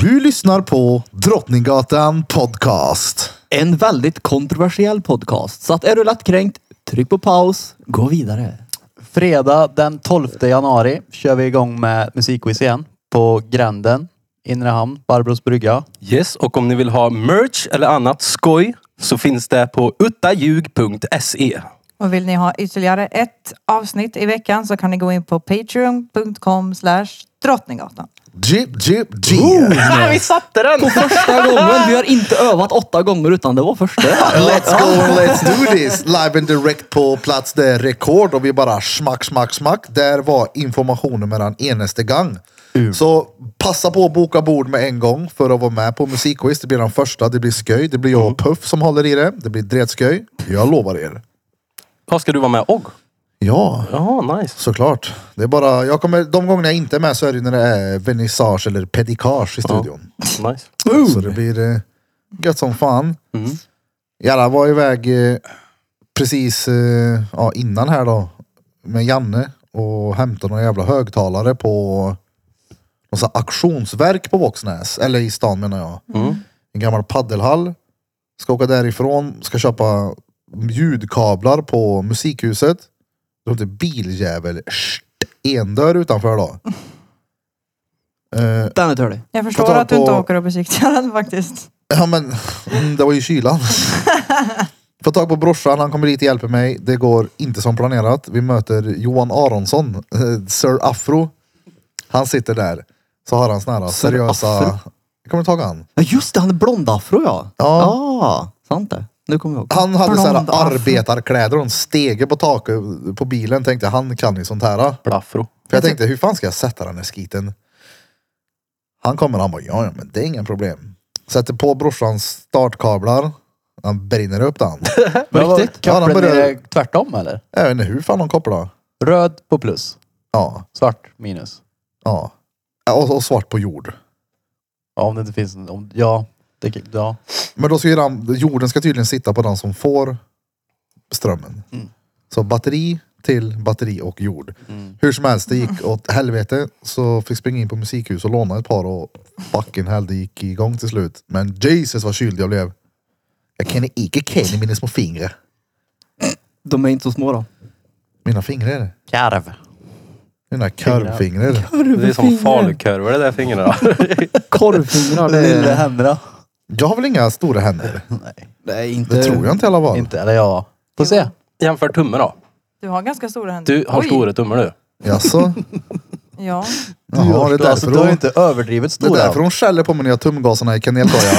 Du lyssnar på Drottninggatan Podcast. En väldigt kontroversiell podcast. Så att är du lättkränkt, tryck på paus, gå vidare. Fredag den 12 januari kör vi igång med musikquiz igen. På Gränden, Inre Hamn, Barbros brygga. Yes, och om ni vill ha merch eller annat skoj så finns det på uttaljug.se. Och vill ni ha ytterligare ett avsnitt i veckan så kan ni gå in på patreon.com slash drottninggatan. Jip, jip, jip. vi satte den! Första gången. Vi har inte övat åtta gånger utan det var första. Let's go and let's do this! Live and direct på plats där rekord och vi bara smack, smack, smack. Där var informationen mellan eneste gång. Så passa på att boka bord med en gång för att vara med på musikquiz. Det blir den första, det blir sköj. Det blir jag och Puff som håller i det. Det blir dretsköj. Jag lovar er. Ja, ska du vara med? Och? Ja, Jaha, nice. såklart. Det är bara, jag kommer, de gångerna jag inte är med så är det när det är vernissage eller pedikage i studion. nice. Så det blir eh, gött som fan. Jalla var iväg eh, precis eh, ja, innan här då med Janne och hämtade några jävla högtalare på någon sån här auktionsverk på Våxnäs. Eller i stan menar jag. En gammal paddelhall. Ska åka därifrån, ska köpa ljudkablar på musikhuset. Då är det biljävel stendör utanför då. Eh, Den är törlig. Jag förstår tal att du inte på- åker och besiktigar den faktiskt. Ja men, mm, det var ju kylan. Får tag på brorsan, han kommer dit och hjälper mig. Det går inte som planerat. Vi möter Johan Aronsson, eh, Sir Afro. Han sitter där. Så har han såna här Sir seriösa... Afro? Kommer du ihåg han? Ja just det, han är blondafro ja. Ja. ja. Sant det. Nu kommer jag ihåg. Han hade såna Blond här afro. arbetarkläder och en stege på taket på bilen. Tänkte han kan ju sånt här. Blafro. För jag tänkte, hur fan ska jag sätta den här skiten? Han kommer, han bara, ja, ja men det är inga problem. Sätter på brorsans startkablar. Han brinner upp den. Men vad- riktigt? Ja, Kopplar den ni börjar, det tvärtom eller? jag vet inte hur fan de kopplar. Röd på plus, Ja, svart minus. ja. Ja, Och, och svart på jord. Ja, om det inte finns en... Om, ja, det, ja. Men då ska ju den, jorden ska tydligen sitta på den som får strömmen. Mm. Så batteri till batteri och jord. Mm. Hur som helst, det gick åt helvete. Så fick springa in på musikhus och låna ett par och fucking hell, det gick igång till slut. Men Jesus vad kyld jag blev. Jag känner icke ken i mina små fingrar. De är inte så små då. Mina fingrar. Karv. Mina kurvfingrar. Det är som falukorvar det där fingrarna. Korvfingrar. det är- Lilla händerna. Jag har väl inga stora händer? Nej, inte. Det tror jag inte i alla fall. Eh, Inte, eller ja. Får se. Jämför tumme då. Du har ganska stora händer. Du har Oj. stora tummar du. Jaså? Ja. Jaha, det är alltså, därför du har ju hon, inte överdrivet det är stora. därför hon skäller på mig när jag har tumgaserna i kanelkojan.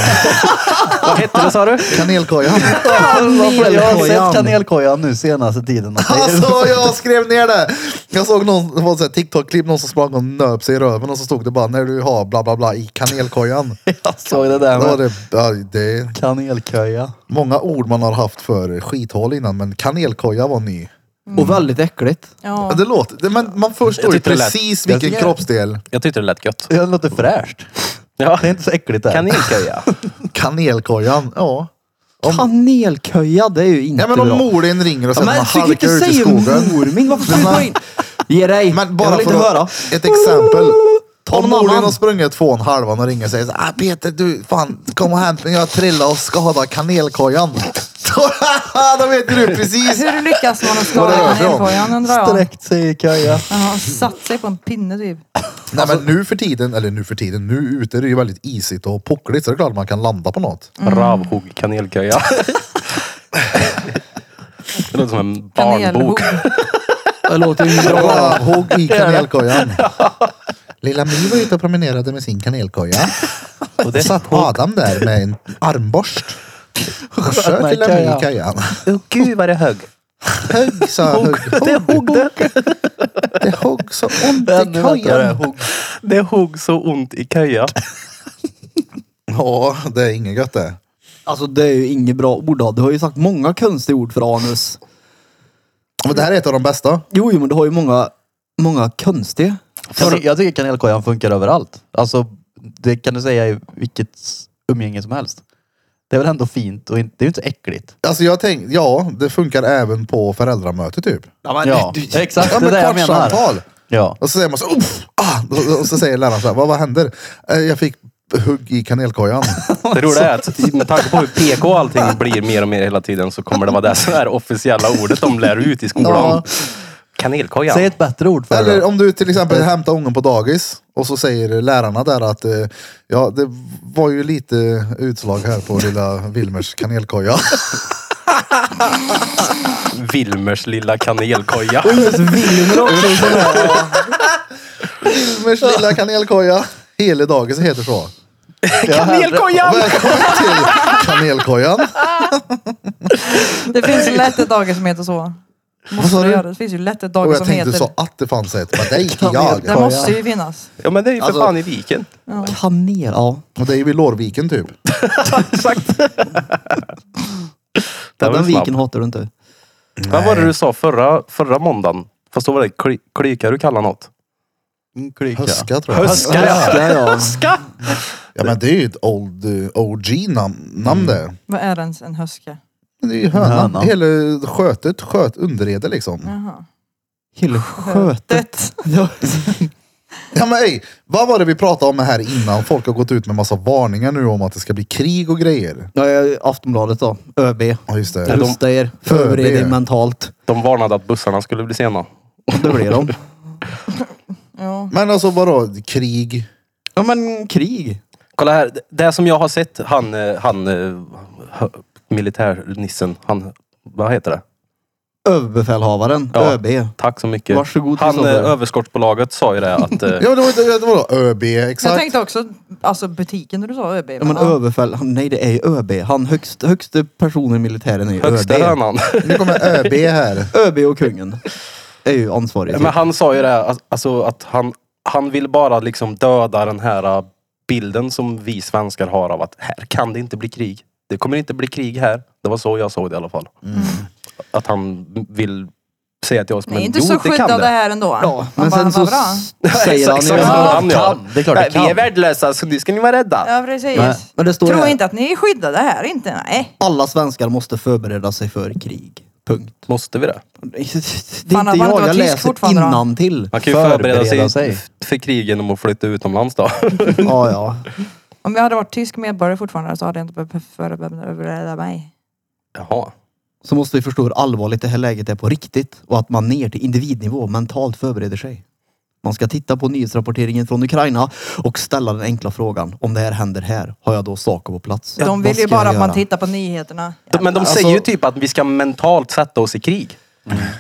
Vad hette det sa du? Kanelkojan. jag har Kanelkojan. sett kanelkojan nu senaste tiden. Alltså jag skrev ner det. Jag såg någon, det var ett TikTok-klipp, någon som sprang och nöp sig i röven och så stod det bara när du har bla bla bla i kanelkojan. Jag såg det där Då var med det, ja, det är kanelkoja. många ord man har haft för skithål innan men kanelkoja var ny. Och väldigt äckligt. Ja, ja. det låter, det, men man förstår Jag ju tyckte det lät- precis jag vilken tycker- kroppsdel. Jag tyckte det lät gött. Det låter fräscht. Ja. Det är inte så äckligt där. Kanelköja. Kanelkojan, ja. Kanelköja, det är ju inte Ja men om bra. morin ringer och säger att men man du kan halkar inte ut i säga skogen. morming. Varför ska du Men- gå in? Ge dig. Men bara jag vill för inte att, höra. ett exempel. Ta Om någon Norlin annan. har sprungit två och en halvan och ringer och säger så här, ah, Peter du fan kom och hämta mig, jag trillade och skadade kanelkojan. Då vet ju du precis. Hur lyckas man att Vad skada är det för kanelkojan undrar jag. Direkt säger köja. Jaha, satt sig på en pinne typ. Nej men nu för tiden, eller nu för tiden, nu ute är det ju väldigt isigt och puckligt så det är klart man kan landa på något. Ravhugg kanelköja. Det låter som en barnbok. Kanelhugg. Det låter ju inte bra. Avhugg i kanelkojan. Lilla My var ute och promenerade med sin kanelkoja. Och det satt Adam där med en armborst. Och sköt med Lilla My kojan. i kajan. Oh, gud vad det högg. Högg sa hugg. Det hugg det. Det högg så ont i Ännu vackare. kajan. Hon- Det hugg så ont i köja. Ja, det är inget gött det. Alltså det är ju inget bra ord. då. Du har ju sagt många konstiga ord för anus. Men det här är ett av de bästa. Jo, jo men du har ju många, många konstiga. Jag, ty- jag tycker kanelkojan funkar överallt. Alltså, det kan du säga i vilket s- umgänge som helst. Det är väl ändå fint och inte, det är ju inte så äckligt. Alltså jag tänkte, ja det funkar även på föräldramöte typ. Ja, exakt. Ja det är men det jag menar. kvartssamtal. Ja. Och så säger man så, Uff, ah, och så säger läraren så här, vad, vad händer? "Eh, Jag fick hugg i kanelkojan. Det roliga är att med tanke på hur PK allting blir mer och mer hela tiden så kommer det vara det som är officiella ordet de lär ut i skolan. Ja. Kanelkojan. Säg ett bättre ord för det Eller då. om du till exempel hämtar ungen på dagis och så säger lärarna där att eh, ja, det var ju lite utslag här på lilla Wilmers kanelkoja. Wilmers lilla kanelkoja. Wilmer också. sån här- Wilmers lilla kanelkoja. Hela dagis heter så. Kanelkojan! Välkommen till kanelkojan. Det finns ju lätta dagar som heter så. Måste sa du du? göra det? Det finns ju lätta Och dagar jag som tänkte heter... du sa att det fanns ett. Men det är inte jag. Det måste ju finnas. Ja men det är ju för Alltså- fan i viken. Kanel, ja. Och det är ju vid Lårviken typ. Exakt. Den, var ju snabb. viken hatar du inte. Vad var det du sa förra, förra måndagen? Fast då var det kly, klyka du kallade något. Mm, Klyka. Höska tror jag. Höska, ja. Höska, ja. Ska? Ja men det är ju ett old eh, OG-namn Mm. namn det. Vad är ens en höska? Det är ju hönan. Hönan. Hela skötet, sköt underrede liksom. Jaha. Hillskötet. Det. Ja. Ja men ey, vad var det vi pratade om här innan? Folk har gått ut med massa varningar nu om att det ska bli krig och grejer. Ja, jag- Aftonbladet då. ÖB. Ja just det. de- Rusta er. Förbered er ÖB. mentalt. De varnade att bussarna skulle bli sena. Det blir de. Ja. Men alltså vadå krig? Ja men krig. Kolla här, det som jag har sett, han, eh, han eh, hö- militärnissen, han, vad heter det? Överbefälhavaren. Ja. ÖB. Tack så mycket. Varsågod, han, Kristoffer. eh, överskottsbolaget sa ju det att... eh, Ja men det var, det, det var då ÖB Jag exakt. tänkte också, alltså butiken när du sa ÖB. Ja men överfäll... han- Nej det är ju ÖB. Han högst, högste personen i militären är ju Högsta ÖB. hönan. Nu kommer ÖB här. ÖB och kungen är ju ansvarig. Men han sa ju det, att- alltså att han, han vill bara liksom döda den här eh, bilden som vi svenskar har av att här kan det inte bli krig. Det kommer inte bli krig här. Det var så jag såg det i alla fall. Att han vill säga till oss, Mm. Ni är men inte jo, så det kan skyddade det. här ändå. Ja, Man men bara, sen så vad bra. s- säger han ju... Exakt, så han gör. Kan. Det är klart det Nej, Vi är kan. värdelösa så nu ska ni vara rädda. Ja precis. Nej, men det står Tro här. inte att ni är skyddade här inte. Nej. Alla svenskar måste förbereda sig för krig. Punkt. Måste vi det? Det är inte Fan, jag, han var inte jag tysk läser fortfarande då. innantill. Man kan ju förbereda, Förbereda sig, sig. f- för krig genom att flytta utomlands då. Ja, ja. Om jag hade varit tysk medborgare fortfarande så hade jag inte behövt förbereda mig. Jaha. Så måste vi förstå hur allvarligt det här läget är på riktigt och att man ner till individnivå mentalt förbereder sig. Man ska titta på nyhetsrapporteringen från Ukraina och ställa den enkla frågan. Om det här händer här, har jag då saker på plats? De Vad vill ju ska bara jag att man göra? tittar på nyheterna. De- Men de Alltså- säger ju typ att vi ska mentalt sätta oss i krig.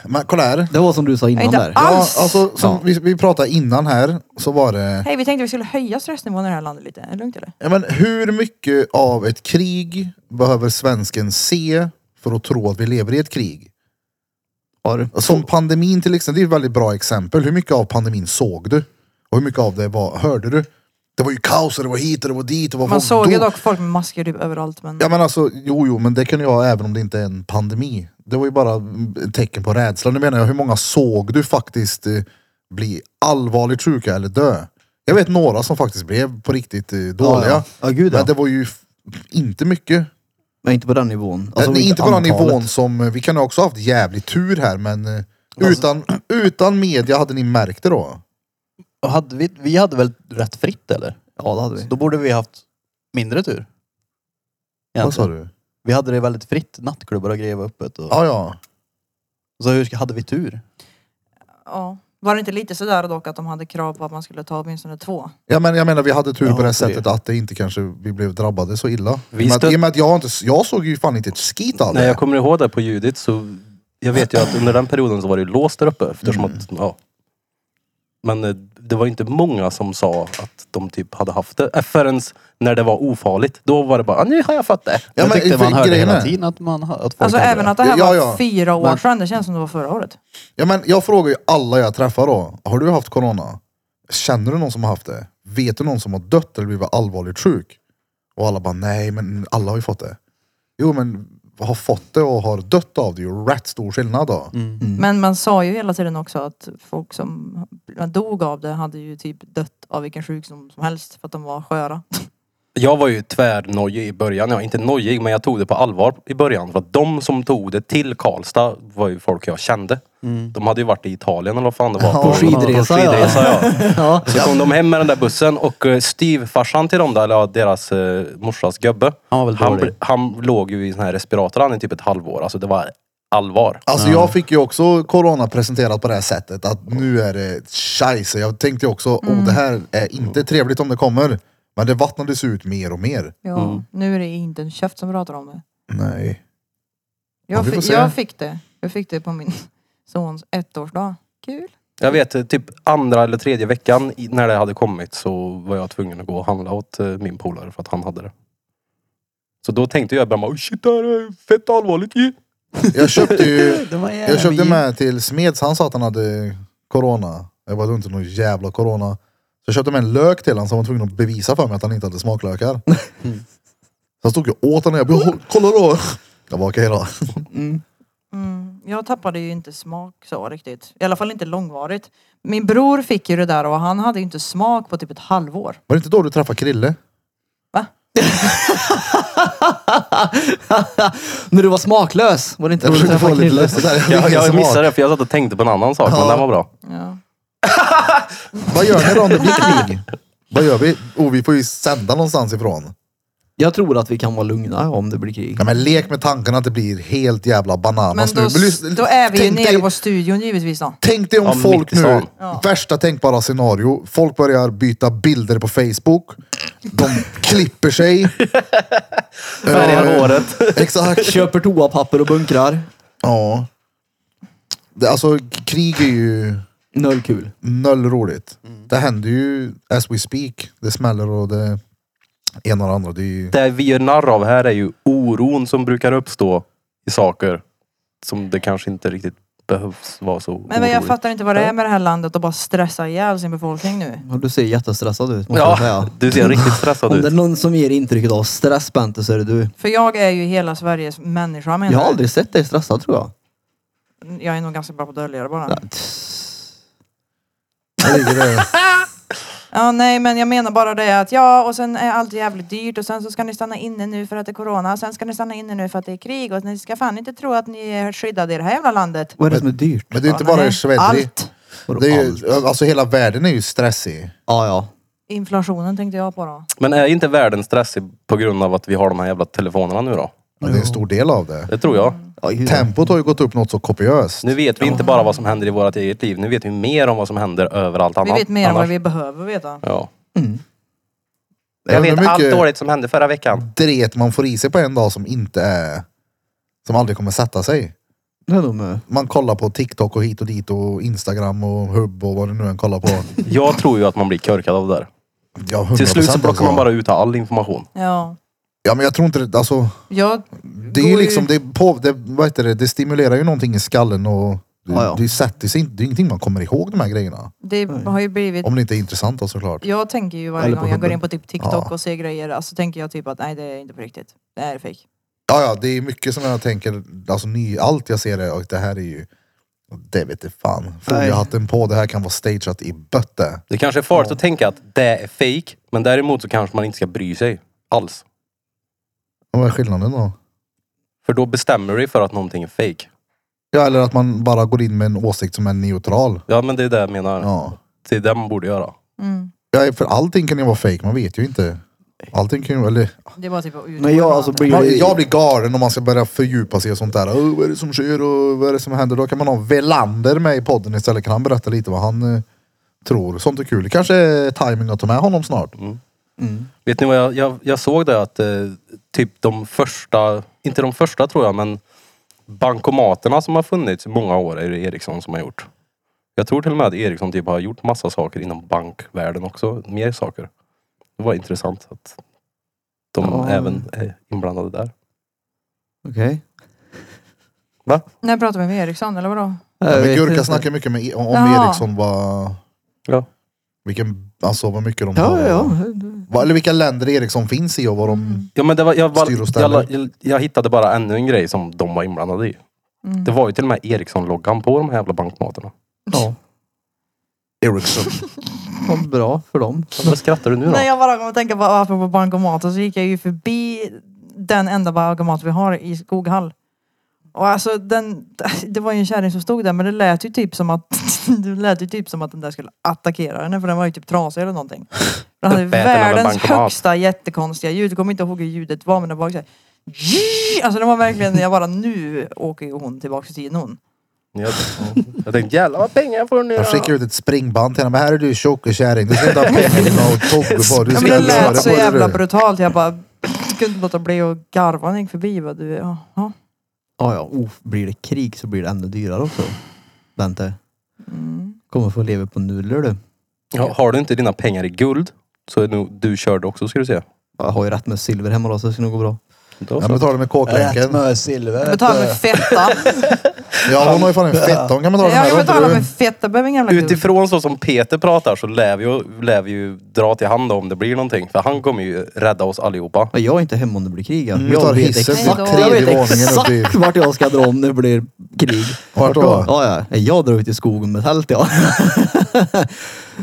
Men kolla här. Det var som du sa Jag är innan inte där. Ja, alls. alltså, som vi, vi pratade innan här så var det. Hej, vi tänkte vi skulle höja stressnivån i det här landet lite. Är det lugnt eller? Ja, men hur mycket av ett krig behöver svensken se för att tro att vi lever i ett krig? Alltså, Har du? Som pandemin till exempel, det är ett väldigt bra exempel. Hur mycket av pandemin såg du? Och hur mycket av det var, hörde du? Det var ju kaos och det var hit och det var dit. Och vad Man folk såg ju dog. dock folk med masker typ överallt men... Ja men alltså, jo jo, men det kan ju vara även om det inte är en pandemi. Det var ju bara mm, ett tecken på rädsla. Nu menar jag, hur många såg du faktiskt eh, bli allvarligt sjuka eller dö? Jag vet några som faktiskt blev på riktigt eh, dåliga. Ja, ja. Ja, gud ja. Men det var ju f- inte mycket. Men inte på den nivån. Alltså, inte, på den antalet. nivån som, eh, vi kan ha också haft jävligt tur här men eh, Alltså- utan, utan media hade ni märkt det då? Och Hade vi, vi hade väl rätt fritt eller? Ja, det hade vi. Så då borde vi haft mindre tur. Vad sa Egentligen. du? Vi hade det väldigt fritt. Nattklubbar och grejer var öppet. Och... Ja ja. Så hur ska- hade vi tur? Ja. Var det inte lite sådär dock att de hade krav på att man skulle ta åtminstone två? Ja, men jag menar vi hade tur Ja, på det för det. sättet att det inte kanske vi blev drabbade så illa. Vi I och med stöd- att, i och med att jag, har inte, jag såg ju fan inte ett skit av det. Nej, jag kommer ihåg det på Judit så jag vet ju att under den perioden så var det ju låst där uppe eftersom Mm. att, ja. Men eh, det var ju inte många som sa att de typ hade haft det. Eh, Förrän när det var ofarligt. Då var det bara, "Ah, nu har jag fått det. Ja, jag men tyckte för man hörde grejen hela är- tiden att, man, ha- att folk Alltså hade även det. att det här Ja, var ja. fyra år sedan, det känns som det var förra året. Ja, men jag frågar ju alla jag träffar då. Har du haft corona? Känner du någon som har haft det? Vet du någon som har dött eller blivit allvarligt sjuk? Och alla bara nej, men alla har ju fått det. Jo, men har fått det och har dött av det är ju rätt stor skillnad då. Men man sa ju hela tiden också att folk som dog av det hade ju typ dött av vilken sjukdom som helst för att de var sköra. Jag var ju tvärnojig i början. Ja, inte nojig, men jag tog det på allvar i början. För att de som tog det till Karlstad var ju folk jag kände. De hade ju varit i Italien eller vad fan det var. Mm. Ja, på skidresa, på skidresa ja. ja. Ja. Så kom de hem med den där bussen och eh, styvfarsan till dem, där, eller ja, deras eh, morsas gubbe. Han var väl han, dålig. bl- han låg ju i sån här respirator han i typ ett halvår. Alltså det var allvar. Alltså jag fick ju också corona presenterat på det här sättet att nu är det scheisse. Jag tänkte ju också, oh, det här är inte trevligt om det kommer. Men det vattnades ut mer och mer. Ja, nu är det inte en käft som pratar om det. Nej. Ja, Jag, vi får fick, se. jag fick det. Jag fick det på min sons ettårsdag. Kul. Jag vet, eh, typ andra eller tredje veckan i- när det hade kommit så var jag tvungen att gå och handla åt eh, min polare för att han hade det. Så då tänkte jag bara, oh shit det här är fett allvarligt ju. Jag köpte ju, Det var Eh, jag köpte med till Smeds, han sa att han hade corona. Jag bara, du har inte någon jävla corona. Så jag köpte med en lök till honom som var tvungen att bevisa för mig att han inte hade smaklökar. Så jag stod ju och åt den och jag bara, kolla då! Jag bara, okej då. Mm. Jag tappade ju inte smak så riktigt. I alla fall inte långvarigt. Min bror fick ju det där och han hade ju inte smak på typ ett halvår. Var det inte då du träffade Krille? Va? När du var smaklös var det inte Jag då du försökte få träffade lite Krille? löst det där. hade Jag, ingen jag smak. missade det för jag satt och tänkte på en annan sak, men Ja. den var bra. Ja. Vad gör ni då om det blir krig? Vad gör vi? Oh, vi får ju sända någonstans ifrån. Jag tror att vi kan vara lugna om det blir krig. Ja, men lek med tanken att det blir helt jävla Men bananas då, nu. lys- då är vi ju tänk nere dig- på studion givetvis då. Tänk dig om Ja, mitt folk i nu, stan. Ja. värsta tänkbara scenario. Folk börjar byta bilder på Facebook. De klipper sig. Färga håret. Exakt. Köper toapapper och bunkrar. Ja. Det- Alltså krig är ju Noll kul. noll roligt. Mm. Det händer ju as we speak. Det smäller och det ena och det andra. Det är ju... Det vi gör narr av här är ju oron som brukar uppstå i saker som det kanske inte riktigt behövs vara så Men, men jag orolig. fattar inte vad det är med det här landet och bara stressa ihjäl sin befolkning nu. Ja, Du ser jättestressad ut måste jag Ja, säga. du ser riktigt stressad Om det är ut. någon som ger intrycket av stress Bente så är det du. För jag är ju hela Sveriges människa menar Jag har aldrig sett dig stressad tror jag. jag är nog ganska bra på att dölja det bara. Ja, Ja. tss. Där ligger det. nej men jag menar bara det att ja och sen är allt jävligt dyrt och sen så ska ni stanna inne nu för att det är corona och sen ska ni stanna inne nu för att det är krig och ni ska fan inte tro att ni är skyddade i det här jävla landet. Vad är det som är dyrt? Men det är ju inte Ja, bara nej. i Sverige. Allt! Vadå Det är allt? ju, alltså hela världen är ju stressig. Ja, ja. Inflationen tänkte jag på då. Men är inte världen stressig på grund av att vi har de här jävla telefonerna nu då? Ja, det är en stor del av det. Det tror jag. ja gud. Tempot har ju gått upp något så kopiöst. Nu vet vi inte bara vad som händer i vårt eget liv. Nu vet vi mer om vad som händer överallt Vi annat. vet mer än vad annars. vi behöver veta. Ja. Jag Jag vet undrar hur allt mycket- dåligt som hände förra veckan. Dret man får i sig på en dag som inte är... Som aldrig kommer sätta sig. Det är de, eh, Man kollar på TikTok och hit och dit och Instagram och Hub och vad du nu än kollar på. Jag tror ju att man blir körkad av det där. Ja, 100% Till slut så alltså. plockar man bara ut all information. Ja. Ja men jag tror inte det, alltså. Jag Det är ju Går ju- liksom, det, är på, det, vad heter det, det stimulerar ju någonting i skallen och det, Ja, ja. det sätter sig inte. Det är ingenting man kommer ihåg de här grejerna. Det har ju blivit... Om det inte är intressant då såklart. Jag tänker ju varje Eller på gång jag går hubben. in på typ TikTok Ja. och ser grejer, alltså tänker jag typ att nej det är inte på riktigt. Det här är fake. Ja, ja, det är mycket som jag tänker, alltså ny, allt jag ser är, och det här är ju, det vet jag fan. Foliehatten på, det här kan vara stageat i bötte. Det kanske är farligt att tänka att det är fake, men däremot så kanske man inte ska bry sig alls. Och Vad är skillnaden då? För då bestämmer du dig för att någonting är fake. Ja, eller att man bara går in med en åsikt som är neutral. Ja men det är det jag menar. Ja. Det är det man borde göra. Mm. ja, för allting kan ju vara fake, man vet ju inte. Allting kan ju, eller, Det är bara typ att utgå Men jag, från alltså, det. blir- man, jag blir galen om man ska börja fördjupa sig i sånt där. Oh, vad är det som sker och vad är det som händer? Då kan man ha Velander med i podden istället. Kan han berätta lite vad han eh, tror? Sånt är kul. Kanske är timing att ta med honom snart. Mm. Vet ni vad jag, jag, jag såg det att eh, typ de första, inte de första tror jag men bankomaterna som har funnits i många år är det Ericsson som har gjort. Jag tror till och med att Ericsson typ har gjort massa saker inom bankvärlden också. Mer saker. Det var intressant att de Ja. även är inblandade där. Okej. Va? När pratar vi med Eriksson eller vadå? Ja, Jag men vet Gurka inte. snackar mycket med, E- om Jaha. Ericsson. Vad, Ja. vilken, alltså vad mycket de Ja, har. ja, ja. Mm. Vad- Eller vilka länder Ericsson finns i och vad de... Ja men det var, jag, var, Styr och ställer. jag, la- jag, jag hittade bara ännu en grej som de var inblandade Mm. i. Det var ju till och med Ericsson-loggan på de här jävla bankmaterna. ja. Ericsson. Vad bra för dem. Vad skrattar du nu då? När jag bara kom att tänka på apropå bankomater så gick jag ju förbi den enda bankomat vi har i Skoghall. Och alltså den, det var ju en kärring som stod där men det lät ju typ som att, det lät ju typ som att den där skulle attackera henne för den var ju typ trasig eller någonting. Den hade Uppäten av en världens bankomat. högsta jättekonstiga ljud, jag kommer inte ihåg hur ljudet var men det var så här, "Jii!" Alltså det var verkligen, jag bara nu åker ju hon tillbaks till tiden hon. Jag, jag tänkte jävlar vad pengar jag får nu då. Jag skickar ut ett springband till henne. Men här är du tjockekärring. Du ska inte ha pinnar och togg på. Du Ja, ska men det inte ha lät så på dig, jävla du. brutalt, jag bara kunde inte låta bli att garva när jag gick förbi. Vad du, ja, ja. Ja, ja. Oh, blir det krig så blir det ännu dyrare också. Bente. Kommer få leva på nudlar du. Ja, har du inte dina pengar i guld så är nog du körd också ska du se. Jag har ju rätt med silver hemma då så det ska nog gå bra. Då, Jag betalar med Rätt kåklänken. med silver. vet Betala du. med fetta. Ja hon har ju fan en fett. Hon kan betala Jag med. kan Vad betala tror du? med fetta, behöver ingen jävla guld. Utifrån så som Peter pratar så lär vi, ju, lär vi ju dra till hand om det blir någonting. För han kommer ju rädda oss allihopa. Men jag är inte hemma om det blir krig. Mm, Mm, vi tar jag, vet hissen till exakt, tredje jag vet våningen upp i- exakt vart jag ska dra om det blir krig. Vart då? Ja, ja. Jag drar ut i skogen med tält jag.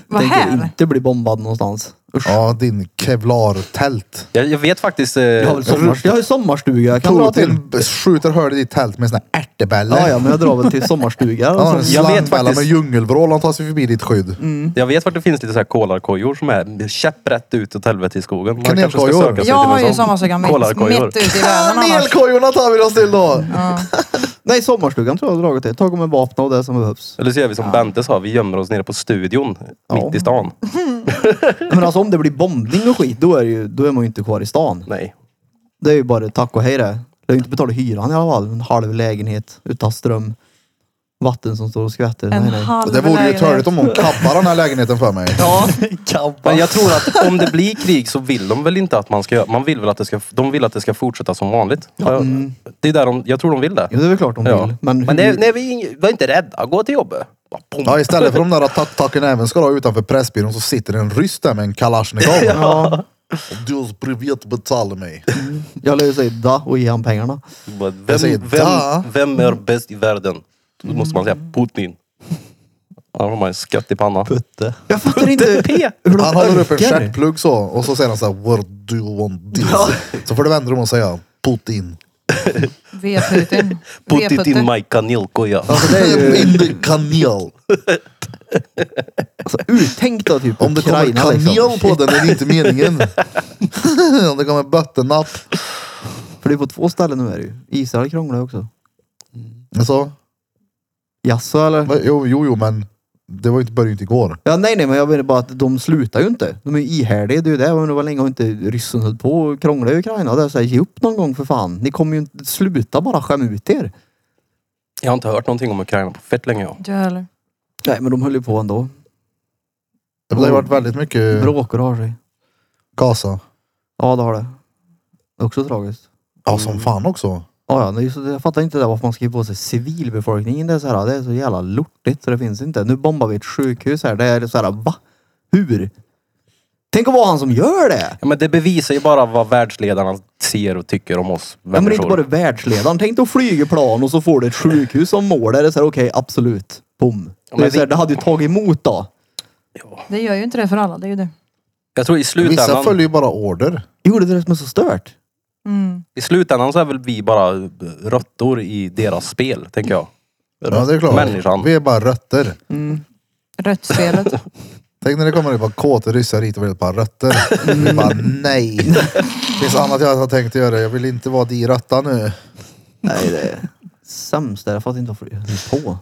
Vad Tänker här? inte bli bombad någonstans. Usch. Ja din kevlar-tält. Jag, jag vet faktiskt... Eh, Jag, har väl sommar, jag har ju sommarstuga. Jag kan Tror dra du till. till skjuter hål i ditt tält med såna här ärtebällor? Ja, ja, men jag drar väl till sommarstuga. Alltså, Han har en Som- Jag vet slangbella faktiskt- Mm. med djungelvrål. Han tar sig förbi ditt skydd. Jag vet vart det finns lite så här kolarkojor som är käpprätt ut åt helvete i skogen. Man kanske ska Kanelkojor. söka sig Jag till en har ju sån. sommarstugan mitt, Kolarkojor. mitt ute i Ah, världen annars. Kanelkojorna tar vi oss till då. Ja. Nej, sommarstugan tror jag jag har dragit till. Tagit med vapen och det som behövs. Eller så gör vi som Bente sa, vi gömmer oss nere på studion Ja. mitt i stan. Nej, Men alltså om det blir bombning och skit, då är, det ju, då är man ju inte kvar i stan. Nej. Det är ju bara tack och hej det. Det är ju inte betala hyran i alla fall. En halv lägenhet utan ström. Vatten som står och skvätter. En Nej, nej. halv Det vore ju lägenhet. törligt om hon kabbar den här lägenheten för mig. Ja. Men jag tror att om det blir krig så vill de väl inte att man ska göra... Man vill väl att det ska... De vill att det ska fortsätta som vanligt. mm. Det är där de... Jag tror de vill det. Jo, det är väl klart de Ja. vill. Men, hur, Men det, nej, vi, är ing- var inte rädda. Gå till jobbet. Bara pom. Ja, istället för de där attacken även ska ha utanför Pressbyrån så sitter en ryss där med en kalasjnikov. Ja, Du privat betala mig. jag lär ju säga da och ge han pengarna. Bara, Jag säger, Vem, vem, "Da." vem är bäst i världen? Då måste man säga Putin. Annars har man en skatt i pannan. Putte. Jag fattar inte hur de Han håller upp en orkar. stjärtplugg så och så säger han så här What do you want this? Så får du vända dig om och säga Putin. V-Putin. Put it in V-Putin. my kanelkoja. Alltså, det är ju In the kanel. alltså, uttänkt av typ Om det kommer Ukraina kanel liksom. på den är det inte meningen. Om det kommer böttennapp. För det är på två ställen nu är det ju. Israel krånglar ju också. Alltså, Jaså eller? va- jo, jo, jo, men det var ju inte början inte igår. Ja, nej, nej, men jag menar bara att de slutar ju inte. De är ju ihärdiga. Det är ju det. Jag undrar hur länge har inte ryssen höll på och krångla i Ukraina. Det är så här, ge upp någon gång för fan. Ni kommer ju inte sluta bara skämma ut er. Jag har inte hört någonting om Ukraina på fett länge. Jag. Inte jag heller. Nej, men de höll ju på ändå. Det har ju varit väldigt mycket Mm. Bråkar och har sig. Gaza. Ja, det har det. Också tragiskt. Ja, Mm. som fan också. Ja, ja, men just det, jag fattar inte det där varför man skriver på sig civilbefolkningen. Det är så här, det är så jävla lortigt så det finns inte. Nu bombar vi ett sjukhus här. Det är så här, va? Hur? Tänk att vara han som gör det! Ja, men det bevisar ju bara vad världsledarna ser och tycker om oss Ja, men det är inte människor. bara världsledaren. Tänk dig att flyga plan och så får du ett sjukhus som mål. Där det är så här, okej, absolut. Bom. men det, är så här, vi- det hade ju tagit emot då. Det gör ju inte det för alla, det är ju det. Jag tror i Vissa slutändan, följer ju bara order. Jo, det är det som är så stört. Mm. i slutändan så är väl vi bara råttor i deras spel, tänker jag. Ja, det är klart. Människan. Vi är bara rötter. Röttspelet. Tänk när det kommer ett par kåta ryssar hit och vill ha ett par rötter. Vi bara nej. Det finns annat jag har tänkt göra. Jag vill inte vara di rötta nu. Nej, det är sämst. där. Jag fattar inte varför det är på.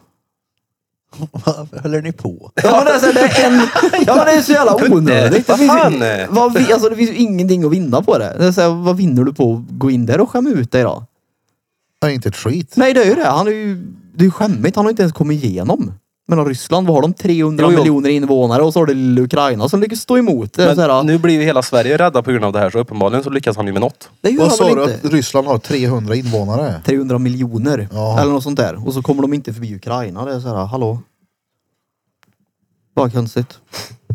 Varför håller ni på? Ja men det är, så här, det är en... Ja men det är så jävla onödigt. Det vad finns, fan? ju, vad, vi- alltså, det finns ju ingenting att vinna på det. det är så här, vad vinner du på att gå in där och skämma ut dig då? Det är inte ett skit. Nej det är ju det. Han är ju, det är ju skämmigt. Han har inte ens kommit igenom. Men om Ryssland, vad har de? 300 Jo, jo. miljoner invånare och så har det lilla Ukraina som lyckas stå emot. Det, är så här, Men nu blir ju hela Sverige rädda på grund av det här så uppenbarligen så lyckas han ju med något. det gör Vad han sa väl du inte? att Ryssland har 300 invånare? 300 miljoner Ja. eller något sånt där. Och så kommer de inte förbi Ukraina. Det är så här, hallå? Vad konstigt.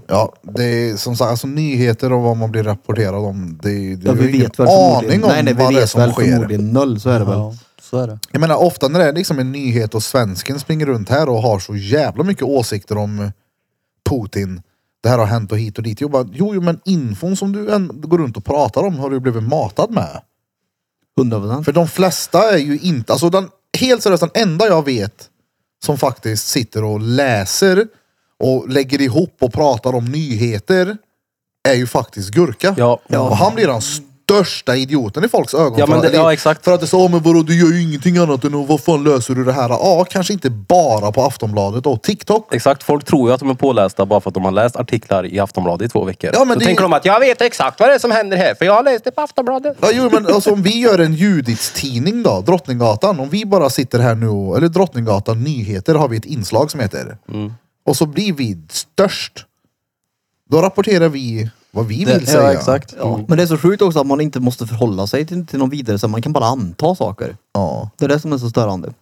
Ja, det är som sagt alltså, nyheter och vad man blir rapporterad om. Det, är- det Ja, är vi ju ingen vet väl aning förmodligen. om Nej, nej, vi vad det är vet som väl sker. förmodligen noll. Så är det väl. Ja, så är det. Jag menar ofta när det är liksom en nyhet och svensken springer runt här och har så jävla mycket åsikter om Putin, det här har hänt och hit och dit. Jag bara, jo, jo men infon som du än går runt och pratar om har du blivit matad med. 100 procent. För de flesta är ju inte, alltså den, helt seriöst den enda jag vet som faktiskt sitter och läser och lägger ihop och pratar om nyheter är ju faktiskt Gurka. Ja. Och han blir den största idioten i folks ögon. Ja, men För- det- ja, exakt. För att det sa, men vadå du gör ju ingenting annat än att vad fan löser du det här? Ja, kanske inte bara på Aftonbladet och TikTok. Exakt, folk tror ju att de är pålästa bara för att de har läst artiklar i Aftonbladet i två veckor. Ja, men Då det- tänker de att jag vet exakt vad det är som händer här, för jag har läst det på Aftonbladet. Ja, jo, men alltså, om vi gör en Judits-tidning då, Drottninggatan. Om vi bara sitter här nu, och, eller Drottninggatan Nyheter har vi ett inslag som heter. Mm. Och så blir vi störst. Då rapporterar vi vad vi vill säga. ja, exakt. Mm. Mm. Ja. Men det är så sjukt också att man inte måste förhålla sig till, till någon vidare, så man kan bara anta saker. Ja. Det är det som är så störande.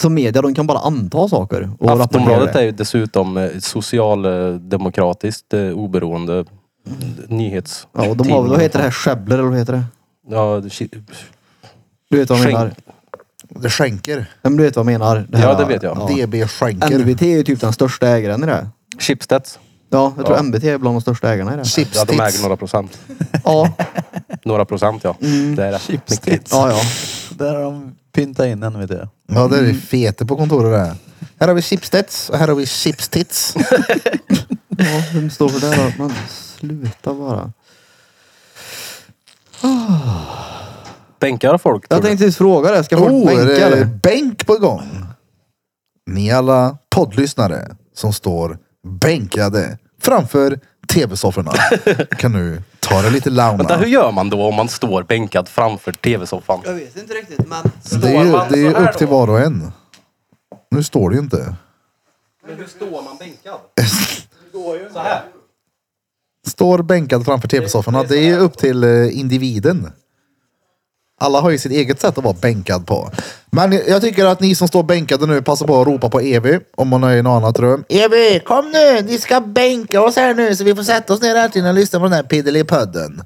Så media, de kan bara anta saker. Och rapportera Aftonbladet det. är ju dessutom eh, socialdemokratiskt eh, oberoende eh, nyhets... Ja, och de har, vad heter det här, Schäbler eller vad heter det? Ja, det- shit. Du vet vad jag Schenk- menar? Det skänker. Ja, men du vet vad jag menar? Ja, det vet jag. DB skänker. NBT är ju typ den största ägaren i det. Schibsted. Ja, jag tror Ja. NBT är bland de största ägarna i det. Chips Ja, de äger tits. några procent. Ja, Några procent, ja. Det är rätt mäktigt. ja, ja. Där har de pyntat in en vet jag. Ja, det är det fete på kontoret där. Här har vi chips tits och här har vi chips tits. ja vem står för det då? Man, sluta bara. Bänkar folk, tror Jag du? tänkte just fråga det, ska folk Oh, bänka är det eller? bänk på gång? Ni alla poddlyssnare som står bänkade framför tv-sofforna kan nu ta det lite Vänta, launa. hur gör man då om man står bänkad framför tv-soffan? Jag vet inte riktigt men... Det är ju det är ju upp till var och en. Nu står det ju inte. Men hur står man bänkad? Står bänkad framför tv-sofforna, det är ju upp till eh, individen. Alla har ju sitt eget sätt att vara bänkad på. Men jag tycker att ni som står bänkade nu passar på att ropa på Evi om hon är i något annat rum. Evi, kom nu! Ni ska bänka oss här nu så vi får sätta oss ner äntligen och lyssna på den här Piddelipudden.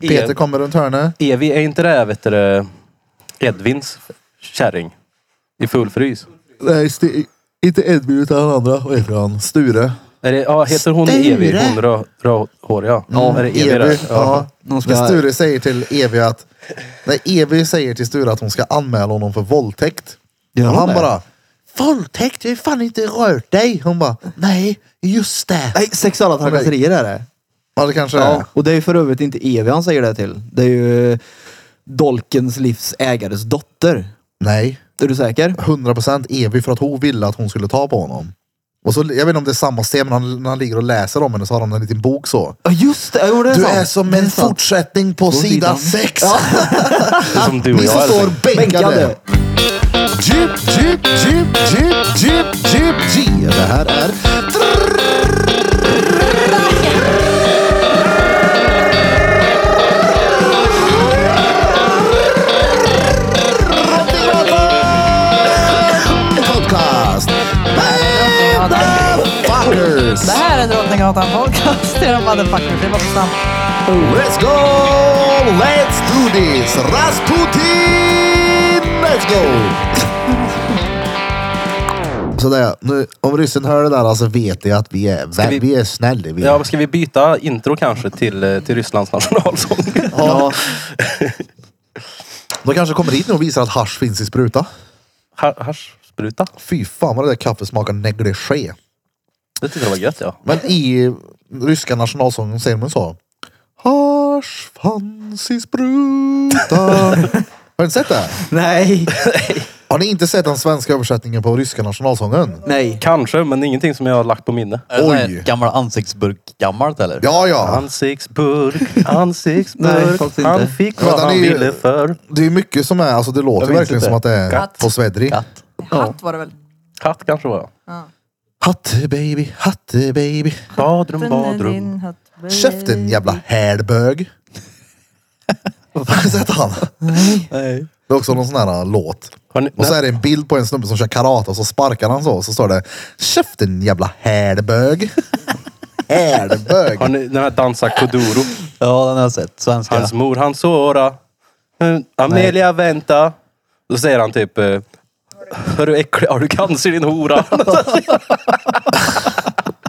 Peter kommer runt hörnet. Evi, är inte det här, vet du, det, Edvins kärring? I full frys? Nej, st- inte Edvin utan den andra. Vad heter han? Sture. Är det, ja, heter hon Evi? Sture. Hon rö- rödhåriga? Mm. Ja, är det Evi det? Ja. Någon ska- När Sture säger till Evi att... När Evi säger till Sture att hon ska anmäla honom för våldtäkt. Gör och hon han det? bara... Våldtäkt? Jag har ju fan inte rört dig. Hon bara... Nej, just det. Nej, sexuella trakasserier är det. Ja, det kanske Ja, är. och det är ju för övrigt inte Evi han säger det till. Det är ju eh, Dolkens livs ägares dotter. Nej. Är du säker? 100% Evi för att hon ville att hon skulle ta på honom. Och så, jag vet inte om det är samma sten, men han, när han ligger och läser om henne så har han en liten bok så. Ja just det, jo, det Du sant. är som Det en sant. fortsättning på sida sidan. 6. Det är Som du och Ni som jag. älskar. står bänkade. Bänkade. Jeep, jeep, jeep, jeep, jeep, jeep, jeep. Det här är... Podcast. Motherfuckers. Det här är Drottninggatan Podcast. Det är de motherfuckers. Det var på stan. Let's go! Let's do this! Rasputin! Let's go! Sådär, nu, om ryssen hör det där alltså vet jag att vi är, vä- vi... vi- är snälla. Vi är. Ja, men ska vi byta intro kanske till, eh, till Rysslands nationalsång? Ja, De kanske kommer hit nu och visar att hasch finns i spruta. Ha- Haschspruta? Fy fan vad det där kaffet smakar negligé. Det tyckte jag var gött ja. Men i ryska nationalsången säger man så. Hasch fanns i spruta. Har ni inte sett det? nej, Har ni inte sett den svenska översättningen på ryska nationalsången? nej. Kanske, men ingenting som jag har lagt på minne. Oj! Gammal ansiktsburk gammalt eller? Ja, ja. Ansiktsburk, Nej, ansiktsburk. faktiskt inte. han fick Men vad den han är ju- ville för. Det är mycket som är, alltså det låter Jag minns verkligen inte. som att det är Katt. på Svedri. Katt. Hatt var det väl? Katt kanske var jag. Hatte baby, hatte baby. Badrum, Hatten är badrum. din, hatt- Käften jävla hälbög. Har du sett han? Nej. Det är också någon sån här äh, låt. Har ni, Och så nej, är det en bild på en snubbe som kör karate och så sparkar han så och så står det Käften jävla hälbög. Hälbög. har ni den här Dansa Kuduro? Ja, den har jag sett. Svenska. Hans mor Hm, han såra. Mm, Amelia vänta. Då säger han typ... eh, Hörru äckliga, har du cancer din hora?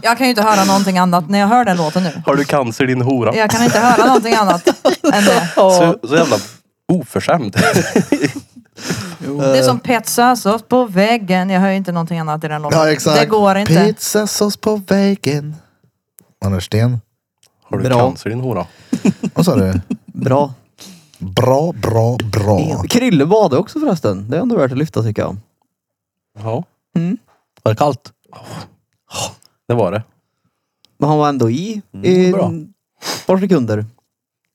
Jag kan ju inte höra någonting annat när jag hör den låten nu. Har du cancer din hora? Jag kan inte höra någonting annat än det. Så, så jävla oförskämd. Det är som pizzasås på väggen. Jag hör ju inte någonting annat i den låten. Ja exakt. Det går inte. Pizzasås på väggen. Anders Sten. Har du Bra. cancer din hora? Vad sa du? Bra. Bra, bra, bra. Krille badade också förresten. Det är ändå värt att lyfta tycker jag. Ja, Var det kallt? det var det. Men han var ändå i i bra. ett par sekunder.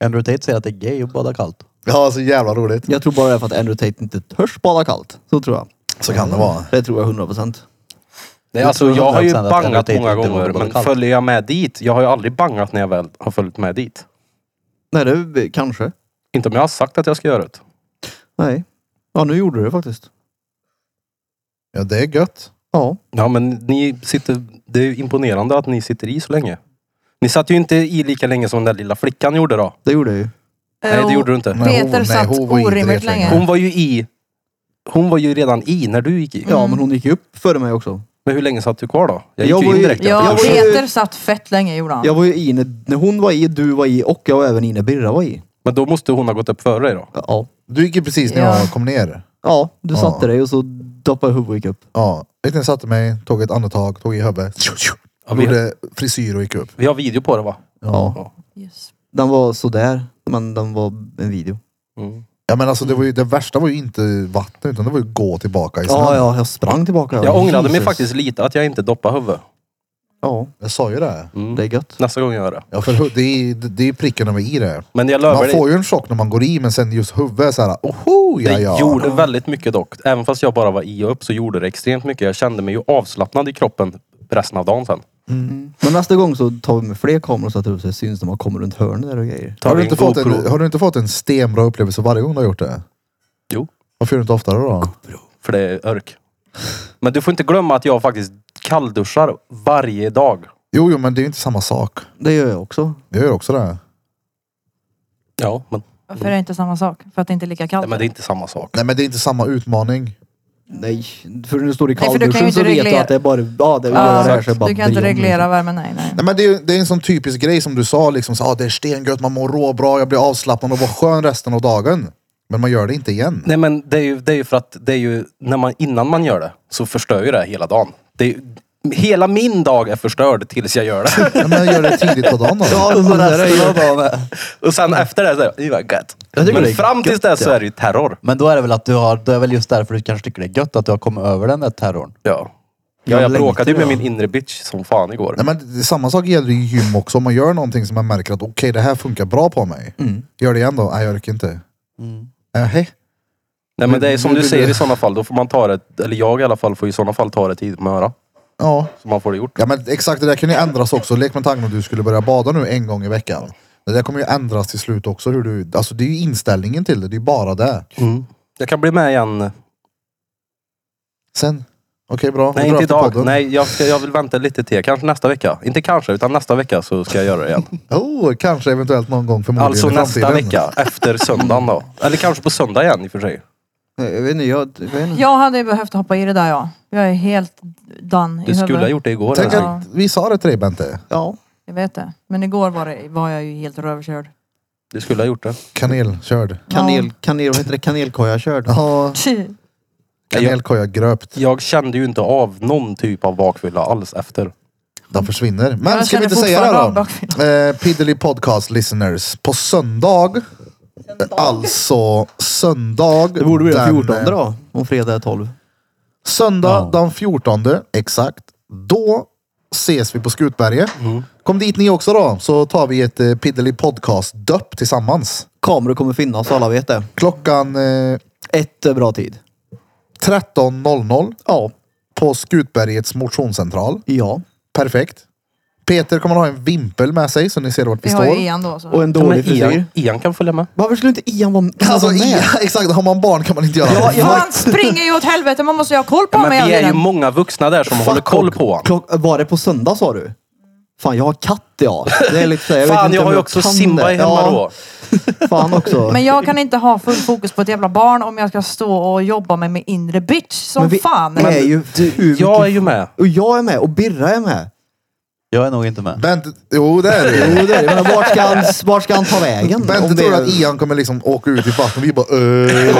Andrew Tate säger att det är gay att bada kallt. Ja, så jävla roligt. Jag tror bara det är för att Andrew Tate inte törs bada kallt. Så tror jag. Så kan det vara. Det tror jag 100 procent. Nej, Jag alltså, tror jag har ju 100% att bangat graviditet många inte var gånger, både men kallt. följer jag med dit? Jag har ju aldrig bangat när jag väl har följt med dit. Nej, det kanske. Inte om jag har sagt att jag ska göra det. Nej. Ja, nu gjorde du det faktiskt. Ja, det är gött. Ja. Ja, men ni sitter... Det är ju imponerande att ni sitter i så länge. Ni satt ju inte i lika länge som den där lilla flickan gjorde då. Det gjorde jag ju. Eh, Nej, det gjorde du inte. Nej, hon- Peter nej, satt hon var inte orimligt rätt länge. länge. Hon var ju i... Hon var ju redan i när du gick i. Ja, men hon gick ju upp före mig också. Men hur länge satt du kvar då? Jag gick Jag ju var in ju- direkt. Ja, Jag var ju- Peter satt fett länge gjorde han. Jag var ju i när, när hon var i, du var i och jag var även i när Birra var i. Men då måste hon ha gått upp före dig då. Ja. Du gick ju precis när Ja. jag kom ner. Ja, du Ja. satte dig och så doppade huvudet och gick upp. Ja, vet ni, jag satte mig, tog ett andetag, tog i huvudet. Ja, vi- Gjorde frisyr och gick upp. Vi har video på det va? Ja. Yes. Den var sådär, men den var en video. Mm. Ja men alltså det, var ju, det värsta var ju inte vatten utan det var ju gå tillbaka i snön. Ja, ja, jag sprang tillbaka. Jag ångrade mig Jesus. faktiskt lite att jag inte doppade huvudet. Ja, Jag sa ju det. det är gött. Nästa gång jag gör det. Ja, för hu- det är ju det är ju pricken över i det. Men jag Man lovar dig, får ju en chock när man går i men sen just huvudet är såhär, oho ja det ja. gjorde väldigt mycket dock. Även fast jag bara var i och upp så gjorde det extremt mycket. Jag kände mig ju avslappnad i kroppen resten av dagen sen. Men nästa gång så tar vi med fler kameror så att det syns när man kommer runt hörnet där och grejer. Tar har, vi du en inte fått en, GoPro? har du inte fått en stenbra upplevelse varje gång du har gjort det? Jo. Varför gör du inte oftare då? För det är örk. Men du får inte glömma att jag faktiskt kallduschar varje dag. Jo, jo men det är ju inte samma sak. Det gör jag också. Jag gör också det. Ja, men, Varför är det inte samma sak? För att det inte är lika kallt? nej, men det är inte samma sak. Nej men det är inte samma utmaning. Nej, för när du står i Nej, för du kan ju kallduschen inte så vet du reglera- att det är bara... Ja, det är Ja, bara det här så är det bara du kan inte briljon. reglera värmen, nej nej. Nej men det är, ju- det är en sån typisk grej som du sa liksom, så, ah, det är stengött, man mår råbra, jag blir avslappnad och var skön resten av dagen. Men man gör det inte igen. Nej men det är ju, det är ju för att det är ju, när man, innan man gör det så förstör ju det hela dagen. Det är, ju- hela min dag är förstörd tills jag gör det. Nej, men jag gör det tidigt på dagen då. Ja, och så resten av dagen. Och sen efter det så är det, det var gött. Jag tycker Men det är fram tills det så är det ju terror. Men då är det väl att du har, då är väl just därför du kanske tycker det är gött att du har kommit över den där terrorn. Ja. Jag Jag, jag längtar, bråkade ju med ja. min inre bitch som fan igår. Nej, men det- samma sak gäller i gym också. Om man gör någonting som man märker att okej, det här funkar bra på mig. Gör det igen då? Nej, jag orkar inte. Mm. hej. Nej men det är som du Nu- nu- säger i sådana fall, då får man ta det, eller jag i alla fall får i sådana fall ta det tidigt med öra. Ja. Så man får det gjort. ja, men exakt det där kan ju ändras också. Lek med tanken om du skulle börja bada nu en gång i veckan. Det där kommer ju ändras till slut också. Hur du, alltså det är ju inställningen till det. Det är ju bara det. Jag kan bli med igen. Sen. Okej, bra. Nej Vi drar inte efter idag. podden. Nej jag, ska, jag vill vänta lite till. Kanske nästa vecka. Inte kanske, utan nästa vecka så ska jag göra det igen. Oh, kanske eventuellt någon gång förmodligen Alltså i framtiden. nästa vecka, efter söndagen då. Eller kanske på söndag igen i och för sig. Nej, Jag vet inte, jag... jag vet inte. Jag hade ju behövt hoppa i det där ja. Jag är helt done i Du skulle ha huvudet. gjort det igår. Tänk älskling. att vi sa det till dig Bente. Ja. Jag vet det. Men igår var, det, var jag ju helt röverkörd. Du skulle ha gjort det. Kanelkörd. Kanel, kanel, vad heter det? Kanelkoja körd. Ja, Tji. kanelkoja gröpt. Jag kände ju inte av någon typ av bakfylla alls efter. De försvinner. Men Jag ska vi känner inte säga det fortfarande då? avbakning. Eh, Piddly Podcast listeners. På söndag, alltså söndag. Det borde bli den 14 eh, då, om fredag är 12. Söndag den 14, exakt. Då ses vi på Skutberget. Kom dit ni också då, så tar vi ett eh, Piddly Podcast-döpp tillsammans. Kameror kommer finnas, så alla vet det. Klockan eh, Ett är bra tid. 13.00 Ja. på Skutbergets motionscentral. Ja. Perfekt. Peter kommer ha en vimpel med sig så ni ser vart vi Vi har står. ju Ian då. Så. Och en Ja, men dålig frisyr. Ian, Ian kan följa med. Varför skulle inte Ian vara kan han Alltså, vara med? i, exakt, har man barn kan man inte göra Ja, det. jag- Han springer ju åt helvete. Man måste ju ha koll på Men mig vi hela är ju tiden. många vuxna där som håller koll på honom. Klock, var det på söndag sa du? Fan, jag har katt ja. Det är lite, så här, jag vet Fan, inte jag om har ju också kan Simba det. hemma då. Fan också. Men jag kan inte ha full fokus på ett jävla barn om jag ska stå och jobba med min inre bitch som Men vi fan. är ju hur Jag är mycket- ju med. Och jag är med och Birra är med. Jag är nog inte med. Bent, jo det är det. Jo, det är det. Men vart ska han, vart ska han ta vägen? Bente Om det tror är- att Ian kommer liksom åka ut i vattnet. Vi bara öh.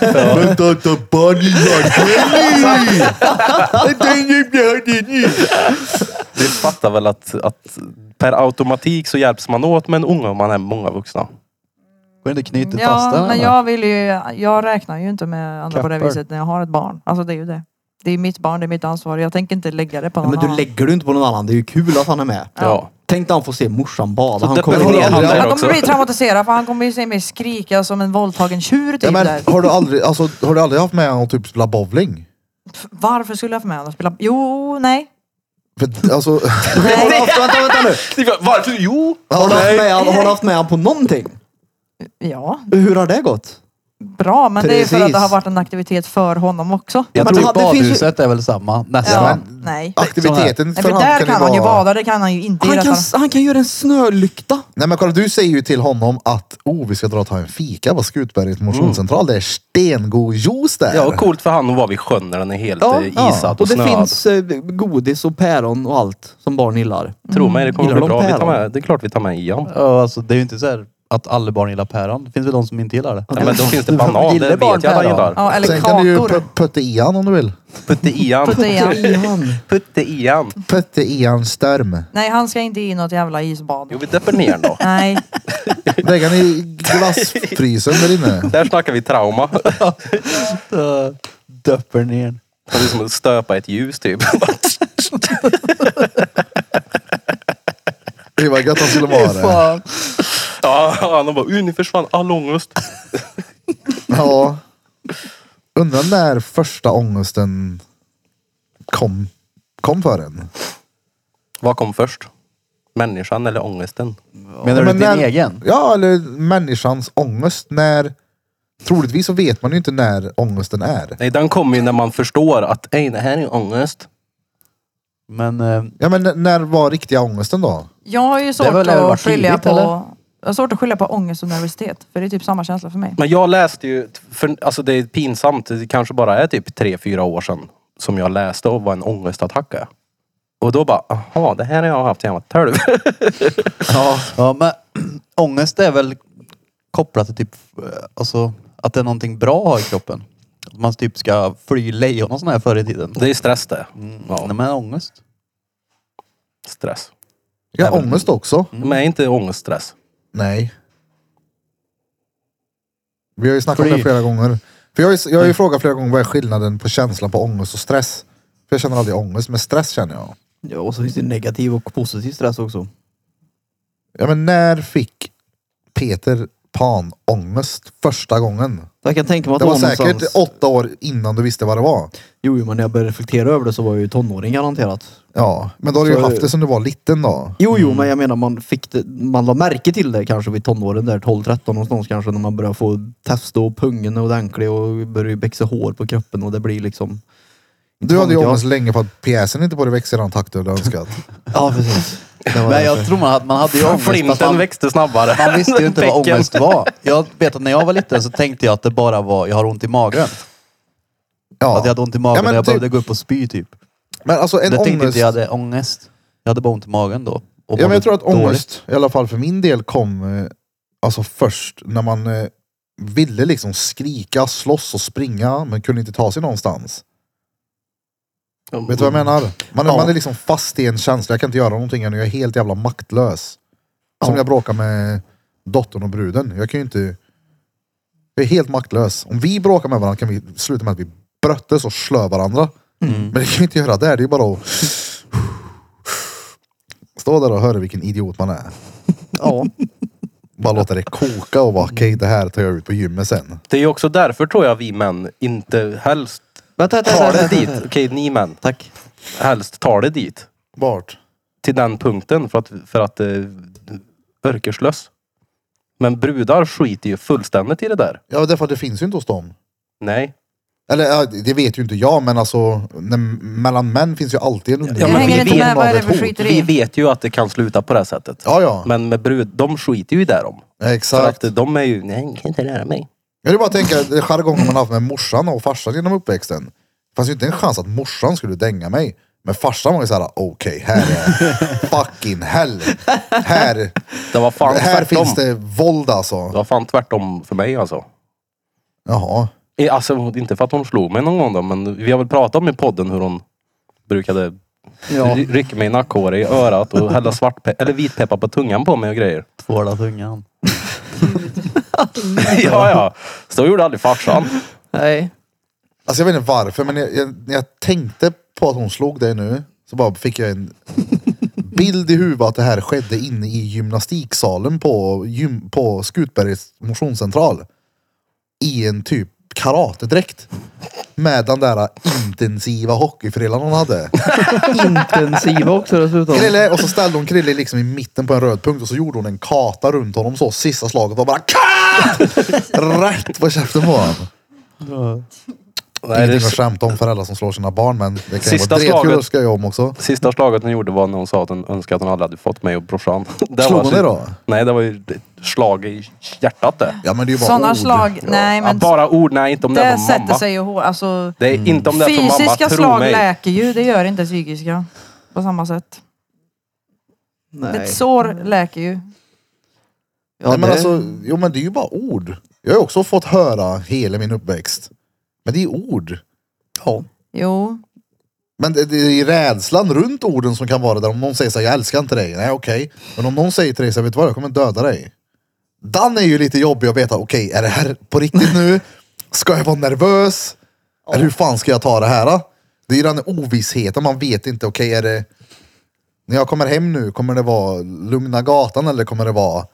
Vänta, vänta, barn i vattnet. Du fattar väl att, att per automatik så hjälps man åt med en unge om man är många vuxna. Går det inte knyta fast Ja, den, men eller? jag, vill ju, jag räknar ju inte med andra på det Klappar. viset när jag har ett barn. Alltså det är ju det. Det är mitt barn, det är mitt ansvar. Jag tänker inte lägga det på Ja, någon men du annan. lägger du inte på någon annan. Det är ju kul att han är med. Ja. Tänk när han får se morsan bada. Så Han det kommer behåller ner. han där han också. kommer bli traumatiserad för han kommer ju se mig skrika som en våldtagen tjur typ Ja, men, där. har, du aldrig, alltså, har du aldrig haft med honom att typ spela bowling? F- Varför skulle jag få med honom och spela? Jo, nej. För, alltså, Har du haft, vänta, vänta nu. Varför? Jo! Har du haft med, han- har du haft med han på någonting? Ja, Hur har det gått? bra. Men det är ju för Precis. att det har varit en aktivitet för honom också. Jag Men det- tror det finns ju- badhuset är väl samma. Nästan. Ja, nej. aktiviteten Nej, för för honom där kan, kan, ju han ju vara- bada, det kan han ju inte i Han detta kan, han kan göra en snölykta. Nej men kolla, du säger ju till honom att oh, vi ska dra och ta en fika på Skutbergets motionscentral. Det är stengod juice där. Mm. Ja, och coolt för han att vara vid sjön när den är helt ja, isat och, och det snöad. finns eh, godis och päron och allt som barn gillar. Tro mig, det kommer Gillar bli de bra. Vi tar päron? med, det är klart vi tar med Ian. Ja, alltså, det är ju inte så här att alla barn gillar päron. Det finns väl de som inte gillar det. Nej, men då finns det banan, Gillar det vet barn jag alla päron? gillar. Ja, eller Sen kan du ju kakor. pu- putta i han om du vill. Putte Ian. Putta i han. Ian. Putte Ian. Putta i han störm. Nej, han ska inte i något jävla isbad. Jo, vi däpper ner då. Nej, Lägg han i glassfrysen där inne. Där snackar vi trauma. Eh, Döpper ner. Det är som att stöpa ett ljus typ. Det var gött han skulle vara det. Fan. Ja, han bara, "Uh, nu försvann all ångest. Ja. Undrar när första ångesten kom, kom för en. Vad kom först? Människan eller ångesten? Menar du Men din när- egen? Ja, eller människans ångest. När, troligtvis så vet man ju inte när ångesten är. Nej, den kommer ju när man förstår att, ej, det här är ju ångest. Men eh, Ja, men n- när var riktiga ångesten då? jag har ju Det var svårt väl det var att skilja tidigt, på... eller? Jag har svårt att skilja på ångest och nervositet. För det är typ samma känsla för mig. Men jag läste ju, för, alltså det är pinsamt, det kanske bara är typ tre, fyra år sedan som jag läste och vad en ångestattack är. Och då bara, aha, det här har jag haft sedan jag var tolv. Ja. Ja, men ångest är väl kopplat till typ, eh, alltså att det är någonting bra att ha i kroppen. Att man typ ska fly lejon och sån här förr i tiden. Det är stress det. Ja. Nej, men ångest. Stress. Ja, ångest också. Mm. Men är inte ångest stress? Nej. Vi har ju snackat om Fly. det flera gånger. För jag, har ju, jag har Mm. ju frågat flera gånger vad är skillnaden på känslan på ångest och stress. För jag känner aldrig ångest, men stress känner jag. Ja, och så finns det negativ och positiv stress också. Ja, men när fick Peter Pan ångest första gången? Så jag kan tänka mig att Det var det säkert någonstans- åtta år innan du visste vad det var. Jo, jo, men när jag började reflektera över det så var jag ju tonåring garanterat. Ja, men då har du ju Så- haft det sedan du var liten då. Jo, jo, men jag menar man fick det, man la märke till det kanske vid tonåren där 12-13 någonstans kanske när man börjar få testa och pungen är ordentlig och börjar ju växa hår på kroppen och det blir liksom. Du hade ju Inte ångest länge på att pjäsen inte började växa i den takt du hade önskat. Ja, precis. Det var Men därför. jag tror man, att man hade ju ångest. fast Flinten man, växte snabbare. man visste ju inte vad Bäcken. ångest var. Jag vet att när jag var liten så tänkte jag att det bara var, jag har ont i magen. Ja. Att jag hade ont i magen Ja, men och jag typ- behövde gå upp och spy typ. Men alltså en jag tänkte ångest... inte jag hade ångest. Jag hade bara ont i magen då. Och Ja, men mådde jag tror att ångest, dåligt. i alla fall för min del, kom eh, alltså först när man eh, ville liksom skrika, slåss och springa men kunde inte ta sig någonstans. Vet du vad jag menar? Man, Ja. man är liksom fast i en känsla. Jag kan inte göra någonting ännu. Jag är helt jävla maktlös. Som Ja. jag bråkar med dottern och bruden. Jag kan ju inte... Jag är helt maktlös. Om vi bråkar med varandra kan vi sluta med att vi bröttes och slö varandra. Mm. Men det kan vi inte göra där. Det är ju bara att... Stå där och höra vilken idiot man är. Ja. Bara låta det koka och vara okej, Mm. det här tar jag ut på gymmet sen. Det är ju också därför tror jag vi män inte helst Vänta, vänta, tar vänta, det vänta, dit. vänta. Okej, ni män. Tack. Helst tar det dit. Vart? Till den punkten för att, för att eh, örkeslös. Men brudar skiter ju fullständigt i det där. Ja, därför att det finns ju inte hos dem. Nej. Eller ja, det vet ju inte jag, men alltså när, mellan män finns ju alltid en Ja, Jag underton men vi hänger inte vet med, vad är av det ett för hot. Vi skiteri? vet ju att det kan sluta på det här sättet. Ja, ja. Men med brud, de skiter ju i det de. För Exakt. att de är ju, nej, kan inte röra mig. Jag vill bara tänka, det är jargongen man haft med morsan och farsan genom uppväxten. Det fanns ju inte en chans att morsan skulle dänga mig. Men farsan var ju såhär, okej, här är fucking hell. Här, Det var fan här tvärtom. finns det våld Det alltså. var fan tvärtom för mig alltså. Jaha. Eh, Alltså inte för att hon slog mig någon gång då, men vi har väl pratat om i podden hur hon brukade Ja. ry- rycka mig i nackhåret, i örat och hälla svartpe- eller vitpeppar på tungan på mig och grejer. Tvåla tungan. ja, ja. Så gjorde aldrig farsan. Nej. Alltså jag vet inte varför, men jag, jag, när jag tänkte på att hon slog dig nu, så bara fick jag en bild i huvudet att det här skedde inne i gymnastiksalen på, gym, på Skutbergs motionscentral. I en typ karatedräkt. Med den där intensiva hockeyfrillan hon hade. Intensiva också dessutom. Krille, och så ställde hon Krille liksom i mitten på en röd punkt och så gjorde hon en kata runt honom så. Sista slaget var bara KAT! Rätt på käften på honom. Nej, det, Ingenting att skämta om för alla som slår sina barn men det kan ju Sista vara dretkul slaget. att skoja om också. sista slaget hon gjorde var när hon sa att hon önskade att hon aldrig hade fått mig och brorsan. Det Slog var hon så- dig då? Nej, det var ju ett slag i hjärtat det. Ja men det är ju bara Sådana ord. slag, nej Ja, men bara ord, nej inte om det, det var mamma. sätter sig ju hårt. Alltså, Det är inte om det är från mamma, fysiska tro slag mig. läker ju, det gör inte psykiska. På samma sätt. Nej. Ett sår läker ju. Ja, nej, men det- alltså, jo men det är ju bara ord. Jag har ju också fått höra hela min uppväxt. Men det är ord. ja. Jo, Men det, det är rädslan runt orden som kan vara där. Om någon säger så här, jag älskar inte dig. Nej okej. Men om någon säger till dig så här, vet du vad, jag kommer döda dig. Den är ju lite jobbig att veta, okej är det här på riktigt nu? Ska jag vara nervös? Eller hur fan ska jag ta det här? då? Det är ju den ovissheten, man vet inte, okej är det... När jag kommer hem nu, kommer det vara lugna gatan eller kommer det vara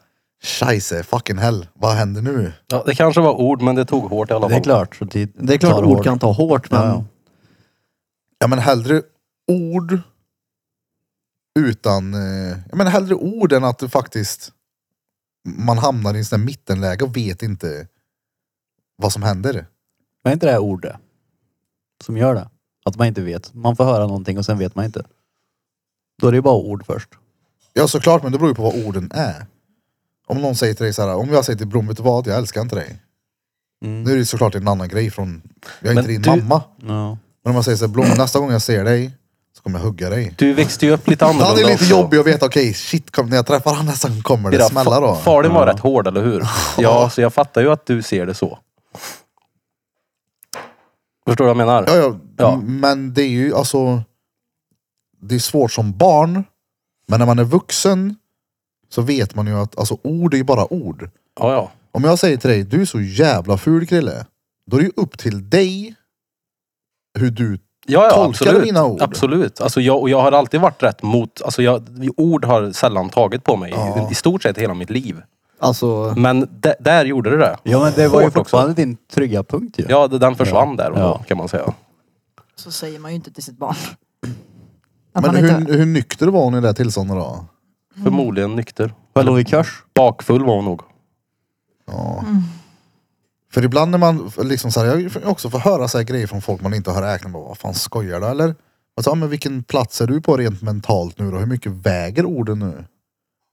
Scheisse, fucking hell, vad händer nu? Ja, det kanske var ord, men det tog hårt i alla fall. Det är klart. Så det, Det är klart tar ord hårt. kan ta hårt men Ja, ja. Ja men hellre ord utan, eh, ja men hellre ord än att det faktiskt man hamnar i en sån här mittenläge och vet inte vad som händer. Men är inte det här ordet som gör det? Att man inte vet. Man får höra någonting och sen vet man inte. Då är det ju bara ord först. Ja såklart men det beror ju på vad orden är. Om någon säger till dig så här, om jag säger till Brom, vet du vad, jag älskar inte Mm. dig. Nu är det såklart en annan grej från, jag är Men inte din du- mamma. Ja. Men om man säger så här, Blom nästa gång jag ser dig så kommer jag hugga dig. Du växte ju upp lite Det annorlunda är lite också. jobbigt att veta, okej shit kom, när jag träffar han nästa gång kommer det Era smälla då. fa- Fadern var rätt hård, eller hur? Ja, så jag fattar ju att du ser det så. Förstår du vad jag menar? Ja, ja. Ja. m- men det är ju alltså. Det är svårt som barn, men när man är vuxen så vet man ju att alltså, ord är ju bara ord. Ja, ja. Om jag säger till dig, du är så jävla ful Krille. Då är det ju upp till dig hur du... Ja, ja, Tolkar absolut. du mina ord? Absolut. Alltså jag, och jag har alltid varit rätt mot... Alltså jag, ord har sällan tagit på mig i, i stort sett hela mitt liv. alltså Men d- där gjorde det det. ja men det var ju Hårt också. fortfarande din trygga punkt ju. Ja, det- den försvann där och då, Ja. kan man säga. Mm. så säger man ju inte till sitt barn. Att Men man hur, inte... hur nykter var hon i det här tillståndet då? Förmodligen nykter. Vad låg i kurs? Bakfull var hon nog. Ja. För ibland när man f- liksom så här, jag får också får höra så här grejer från folk man inte har räknat med. Vad fan skojar du eller? Och så, ja, men vilken plats är du på rent mentalt nu då? Hur mycket väger orden nu?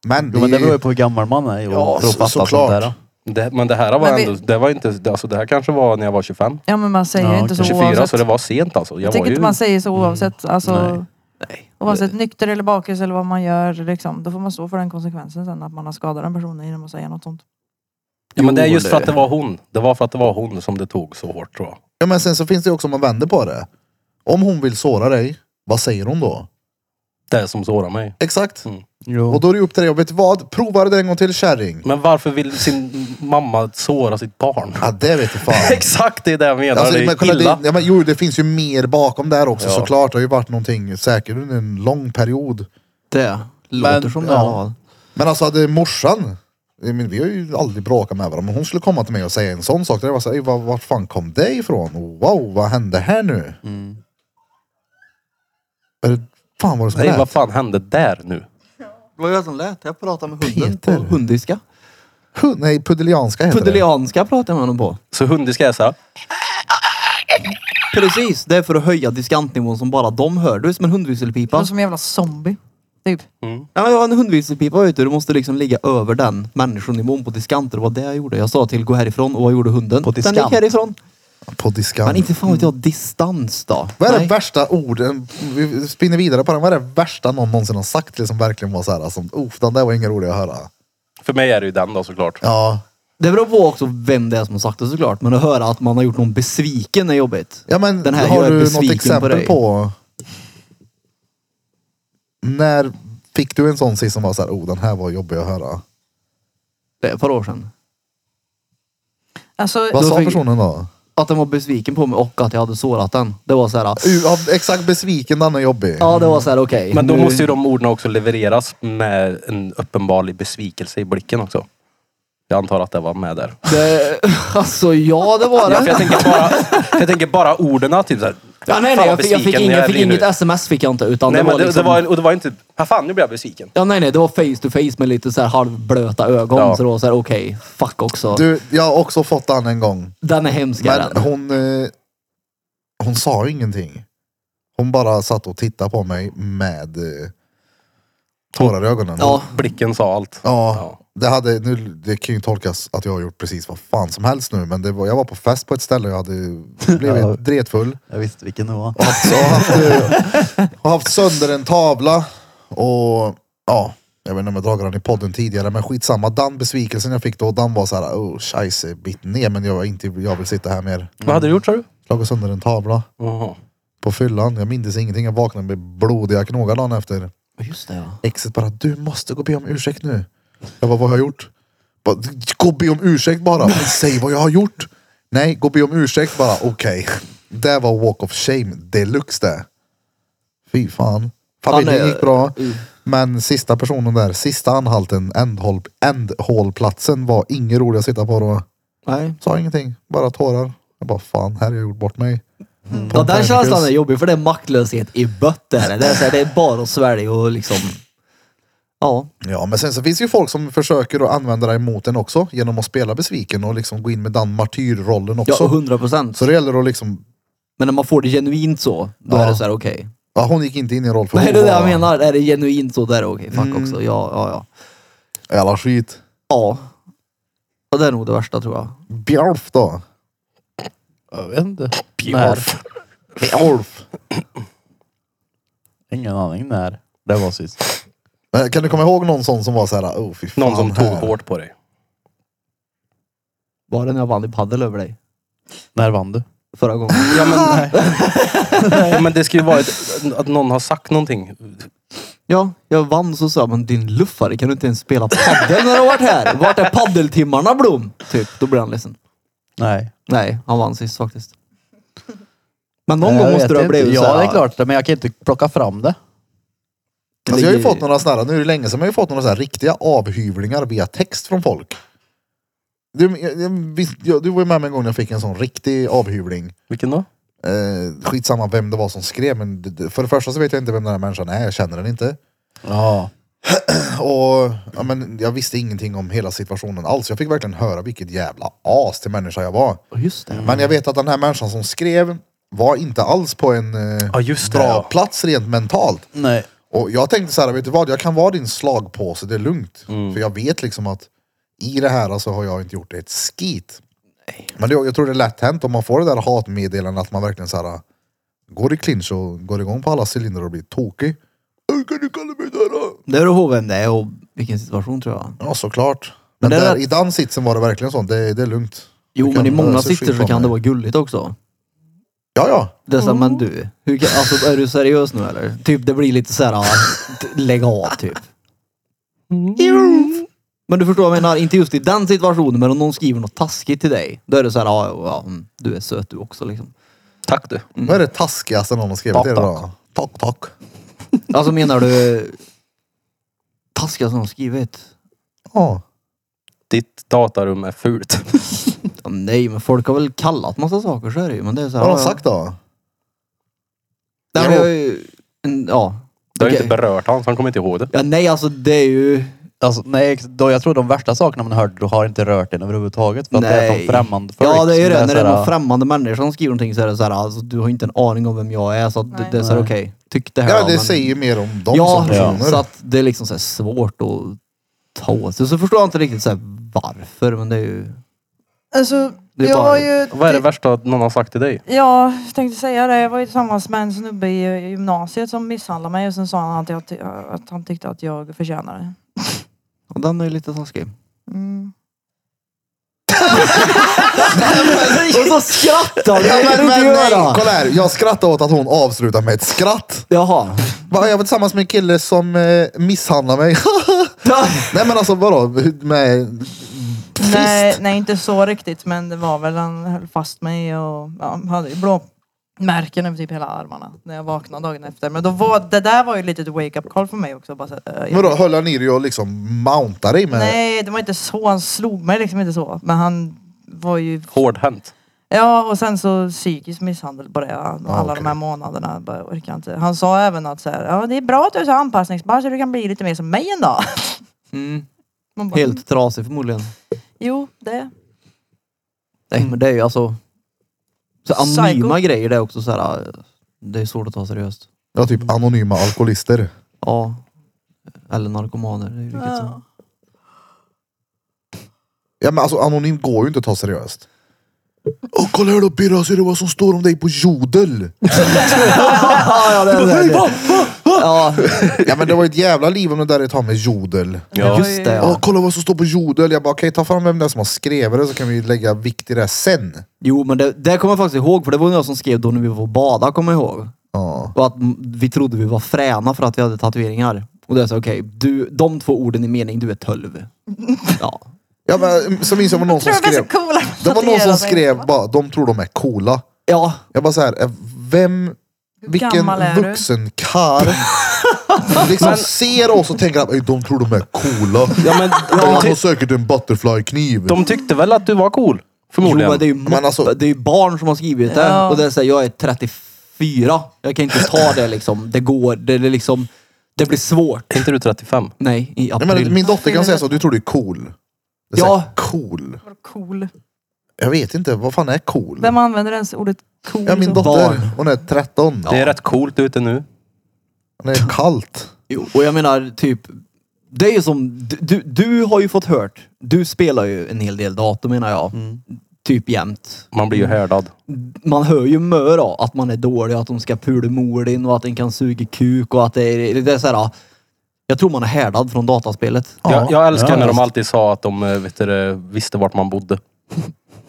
Men, Jo men det det beror ju på hur gammal man är. Ja, och för att så- fatta sånt såklart. där. Det, men det här var Men vi- ändå... Det var inte... det- Alltså det här kanske var när jag var 25. Ja men man säger Ja, inte så 24, oavsett. så det var sent alltså. Jag, Jag var tycker ju... inte man säger så oavsett. Alltså, Nej. Oavsett nykter eller bakis eller vad man gör. Liksom, då får man stå för den konsekvensen sen att man har skadat den personen genom att säga något sånt. Ja, men det är Jo, just för det- att det var hon. Det var för att det var hon som det tog så hårt tror jag. Ja men sen så finns det ju också om man vänder på det. Om hon vill såra dig, vad säger hon då? Det som sårar mig. Exakt. Mm. Jo. Och då är det upp till dig. Och vet du vad? Prova det där en gång till kärring. Men varför vill sin mamma såra sitt barn? Ja det vet du fan. Exakt det är det jag menar. Alltså, det är men, kolla, illa. det, ja, men, jo det finns ju mer bakom där också Ja. såklart. Det har ju varit någonting säkert under en lång period. det låter som det. ja. Ja. Men alltså hade morsan, jag menar, vi har ju aldrig bråkat med varandra, men hon skulle komma till mig och säga en sån sak. Där jag var såhär, var, vart fan kom det ifrån? Wow, vad hände här nu? Mm. Eller, fan vad det som Nej, vad lät? fan hände där nu? Det var jag som lät. Jag pratade med hunden Peter. på hundiska. Hu- Nej, pudelianska heter det. Pudelianska pratade jag med honom på. Så hundiska är såhär. Precis, det är för att höja diskantnivån som bara de hör. Du är som en Det är hundvisselpipa. som en jävla zombie. Typ. Ja, men jag har en hundvisselpipa vet du. Du måste liksom ligga över den människonivån på diskanter. Det var det jag gjorde. Jag sa till gå härifrån och vad gjorde hunden? På Den diskant. gick härifrån. På Men diskant. inte fan vet jag distans då. Vad är det Nej. värsta orden, vi spinner vidare på den, vad är det värsta någon någonsin har sagt till som verkligen var så här, som, oh, den där var inga roliga att höra. För mig är det ju den då såklart. Ja, Det beror på också vem det är som har sagt det såklart. Men att höra att man har gjort någon besviken är jobbigt. ja men Den här har jag är du något besviken på exempel dig. på, När fick du en sån sist som var så här, oh den här var jobbig att höra. Det är ett par år sedan. Alltså, Vad Då sa fick- personen då? Att den var besviken på mig och att jag hade sårat den. Det var så här. U, ja, exakt besviken, den är jobbig. Ja, det var så här okej. Men då nu- måste ju de orden också levereras med en uppenbarlig besvikelse i blicken också. Jag antar att det var med där. Det, alltså ja, det var Ja, för jag, det. tänker bara, för jag tänker bara orden typ såhär. Ja, nej, nej, "Fan, jag fick, jag fick, besviken inget, jag fick blir inget nu." sms fick jag inte. Utan Nej det var men det, liksom, det, var, och det var inte, vad fan nu blir jag besviken. Ja, nej, nej, det var face to face med lite så här halvblöta ögon. Ja. Så det var så här okej, fuck också. Du, jag har också fått den en gång. den är hemskare. Men hon, eh, hon sa ju ingenting. Hon bara satt och tittade på mig med eh, tårar i ögonen. Ja, Blicken sa allt. Ja, Ja. det, hade, nu, det kan ju tolkas att jag har gjort precis vad fan som helst nu men det var, jag var på fest på ett ställe och jag hade blivit Ja. dretfull. Jag visste vilken det var. Och haft, och haft, eh, och haft sönder en tavla och ja, jag vet inte om jag dragit den i podden tidigare men skitsamma. Den besvikelsen jag fick då, den var såhär, oh scheisse, bit ner men jag, är inte, jag vill sitta här mer. Vad hade du gjort sa du? Slagit sönder en tavla Jaha. på fyllan. Jag minns ingenting. Jag vaknade med blodiga knogar dagen efter. just det ja. Exet bara, du måste gå och be om ursäkt nu. Jag bara, vad har jag gjort? Bara, gå och be om ursäkt bara. Men säg vad jag har gjort. Nej, gå och be om ursäkt bara. Okej. Det var walk of shame deluxe det. Fy fan. Familjen Fan, eh, gick bra. mm. Men sista personen där, sista anhalten, ändhåll, ändhållplatsen var ingen rolig att sitta på då. Nej. Sa ingenting, bara tårar. Jag bara, fan här har jag gjort bort mig. På Mm. Ja, en den termikus. känslan är jobbig för det är maktlöshet i bötter. Det är, så här, det är bara att svälja och liksom... Ja. Ja, men sen så finns det ju folk som försöker att använda det emot en också genom att spela besviken och liksom gå in med den martyrrollen också. Ja, hundra procent. Så det gäller att liksom, Men när man får det genuint så, då Ja. är det så här okej. ja, hon gick inte in i en roll för Nej, hon det är det var- jag menar. Är det genuint så, då är det okej. Fuck Mm. också. Ja, ja, ja. Jävla skit. Ja. Och det är nog det värsta tror jag. Björf då. Jag vet inte. Björf. Björf. Ingen aning när det var sist. Men Kan du komma ihåg någon sån som var så här, oh fy fan. Någon som tog här." hårt på dig. Var det när jag vann i padel över dig? När vann du? Förra gången. Ja men, ja, men det ska ju vara ett, att någon har sagt någonting. Ja, jag vann så sa jag, men din luffare kan du inte ens spela padel när du har varit här? Vart är paddeltimmarna Blom? Typ, då blir han ledsen. Nej. Nej, han vann sist faktiskt. Men någon Nej, gång jag måste vet du ha inte. blivit Ja, såhär, det är klart. Men jag kan inte plocka fram det. Alltså jag har ju ligger- fått några sådana, nu är det länge sedan, men jag har ju fått några sådana riktiga avhyvlingar via text från folk. Du, jag, jag, visst, jag, du var ju med mig en gång när jag fick en sån riktig avhyvling. Vilken då? Eh, skitsamma vem det var som skrev, men det- det- för det första så vet jag inte vem den här människan är, jag känner den inte. Ja. Och ja, men jag visste ingenting om hela situationen alls. Jag fick verkligen höra vilket jävla as till människa jag var. Ja, Just det. Men jag vet att den här människan som skrev var inte alls på en eh, Ja, just det, bra ja. plats rent mentalt. Nej. Och jag tänkte så här, vet du vad? Jag kan vara din slagpåse, det är lugnt. Mm. För jag vet liksom att i det här så har jag inte gjort ett skit. Men det, jag tror det är lätt hänt om man får det där hatmeddelandet att man verkligen så här går i clinch och går igång på alla cylindrar och blir tokig. Hur kan du kalla mig där? då? Det beror på vem det är och vilken situation tror jag. Ja, såklart. Men, Men det är där, rätt- i den sitsen var det verkligen så. Det, det är lugnt. Jo, Det kan men i många lösa sig sitter så från kan det mig. vara gulligt också. Ja, ja. Det är såhär, Mm. men du, hur kan, alltså, är du seriös nu eller? Typ det blir lite såhär, ja, t- lägg av typ. Mm. Men du förstår vad jag menar, inte just i den situationen, men om någon skriver något taskigt till dig, då är det såhär, ja, ja mm, du är söt du också liksom. Tack du. Mm. Vad är det taskigaste någon har skrivit till dig då? Tack, tack. Alltså menar du taskiga som de skrivit? Ja. Ditt datarum är fult. Ja, nej, men folk har väl kallat massa saker så är det ju. Men det är så här, Vad har ja, de ja. sagt då? Nej, men jag är ju, en, ja. Du har Okej. inte berört han så han kommer inte ihåg det. ja. Nej, alltså det är ju Alltså, nej, ex- då, jag tror de värsta sakerna man har hört, då har inte rört en överhuvudtaget. För att det är Nej. från främmande folk. Ja det är ju som Liksom, det. När det är såhär, någon främmande människa som skriver någonting så är det såhär, alltså, du har inte en aning om vem jag är. Så att det, Nej. det är såhär, Nej. okej, tyck det här. Ja, då, det men- säger ju mer om dem som Ja, personer. så att det är liksom såhär svårt att ta åt sig. Så förstår jag inte riktigt såhär varför, men det är ju... Alltså, Det är jag bara- var ju... Vad är det värsta någon har sagt till dig? Ja, jag tänkte säga det. Jag var ju tillsammans med en snubbe i gymnasiet som misshandlade mig och sen sa han att, jag ty- att han tyckte att jag förtjänade det. Ja, den är ju lite taskig. Mm. Och så skrattar du! Ja, Det men, kan du men, inte nej, göra! kolla här. Jag skrattar åt att hon avslutar med ett skratt. Jaha. Va, Jag var tillsammans med en kille som eh, misshandlade mig. nej men alltså vadå? Med fist? Nej, nej, inte så riktigt men det var väl han höll fast mig och ja, han hade ju blå märken över typ hela armarna när jag vaknade dagen efter. Men då var, det där var ju lite ett wake-up call för mig också. Bara så, här, eh, jag- Men då höll han i dig och liksom mountade dig med... Nej, det var inte så. Han slog mig liksom inte så. Men han var ju... Hårdhänt. Ja, och sen så psykisk misshandel på det. Alla okej. de här månaderna. Jag Bara, orkar inte. Han sa även att så här, ja, det är bra att du är så anpassningsbar så du kan bli lite mer som mig en dag. Mm. Man bara, Helt trasig förmodligen. Jo, det. Nej men det är ju alltså... Så anonyma Psycho. grejer det är också såhär... Det är svårt att ta seriöst. Ja, typ anonyma alkoholister. Ja. Eller narkomaner. Det är ju riktigt så. Ja. Ja men alltså anonym går ju inte att ta seriöst. Åh kolla här då Birra, ser du vad som står om dig på jodel? Ja, ja, det är det. Ja, ja men det var ju ett jävla liv om det där ett tag med jodel. Ja. just det. Ja. Ja. kolla vad som står på jodel. Jag bara okej ta fram vem det är som har skrivit det så kan vi lägga vikt i det sen. Jo, men det, det kommer jag faktiskt ihåg, för det var jag som skrev då när vi var och bada, kommer jag ihåg. Ja. Och att m- vi trodde vi var fräna för att vi hade tatueringar. Och det är så okej, du, de två orden i mening, du är tölv. Ja. Ja, men, mm, så minns jag var någon som Tror jag vi är skrev. så coola. Det var någon som skrev bara, de tror de är coola. Ja, Jag bara så här, eh, vem, vilken gammal är du? vuxen karl liksom ser oss och tänker att "Ey, de tror de är coola. Ja, men De de, har ty- säkert en butterfly-kniv. de tyckte väl att du var cool? jo, Förmodligen. men det är ju Men alltså- moppe- det är ju barn som har skrivit det. Ja. Och det är så här, jag är 34. Jag kan inte ta det liksom. Det går, det, det liksom, det blir svårt. Är inte du 35? Nej, i Nej, april. men min dotter kan April. säga så, du tror du är cool. Det är Ja. ja. cool. Cool. Jag vet inte, vad fan är cool? Vem använder ens ordet cool? Ja, min så? dotter, Barn. hon är 13. Det är rätt coolt ute nu. Hon är kallt. Jo, och jag menar typ, det är ju som, du, du, du har ju fått hört, du spelar ju en hel del dator menar jag. Mm. Typ jämt. Man blir ju härdad. Man hör ju mö då, att man är dålig, att de ska pula mor din och att den kan suga kuk och att det är, det är så här, ja. jag tror man är härdad från dataspelet. Jag, jag älskar Ja, när de visst. alltid sa att de eh, vet du, det, visste vart man bodde.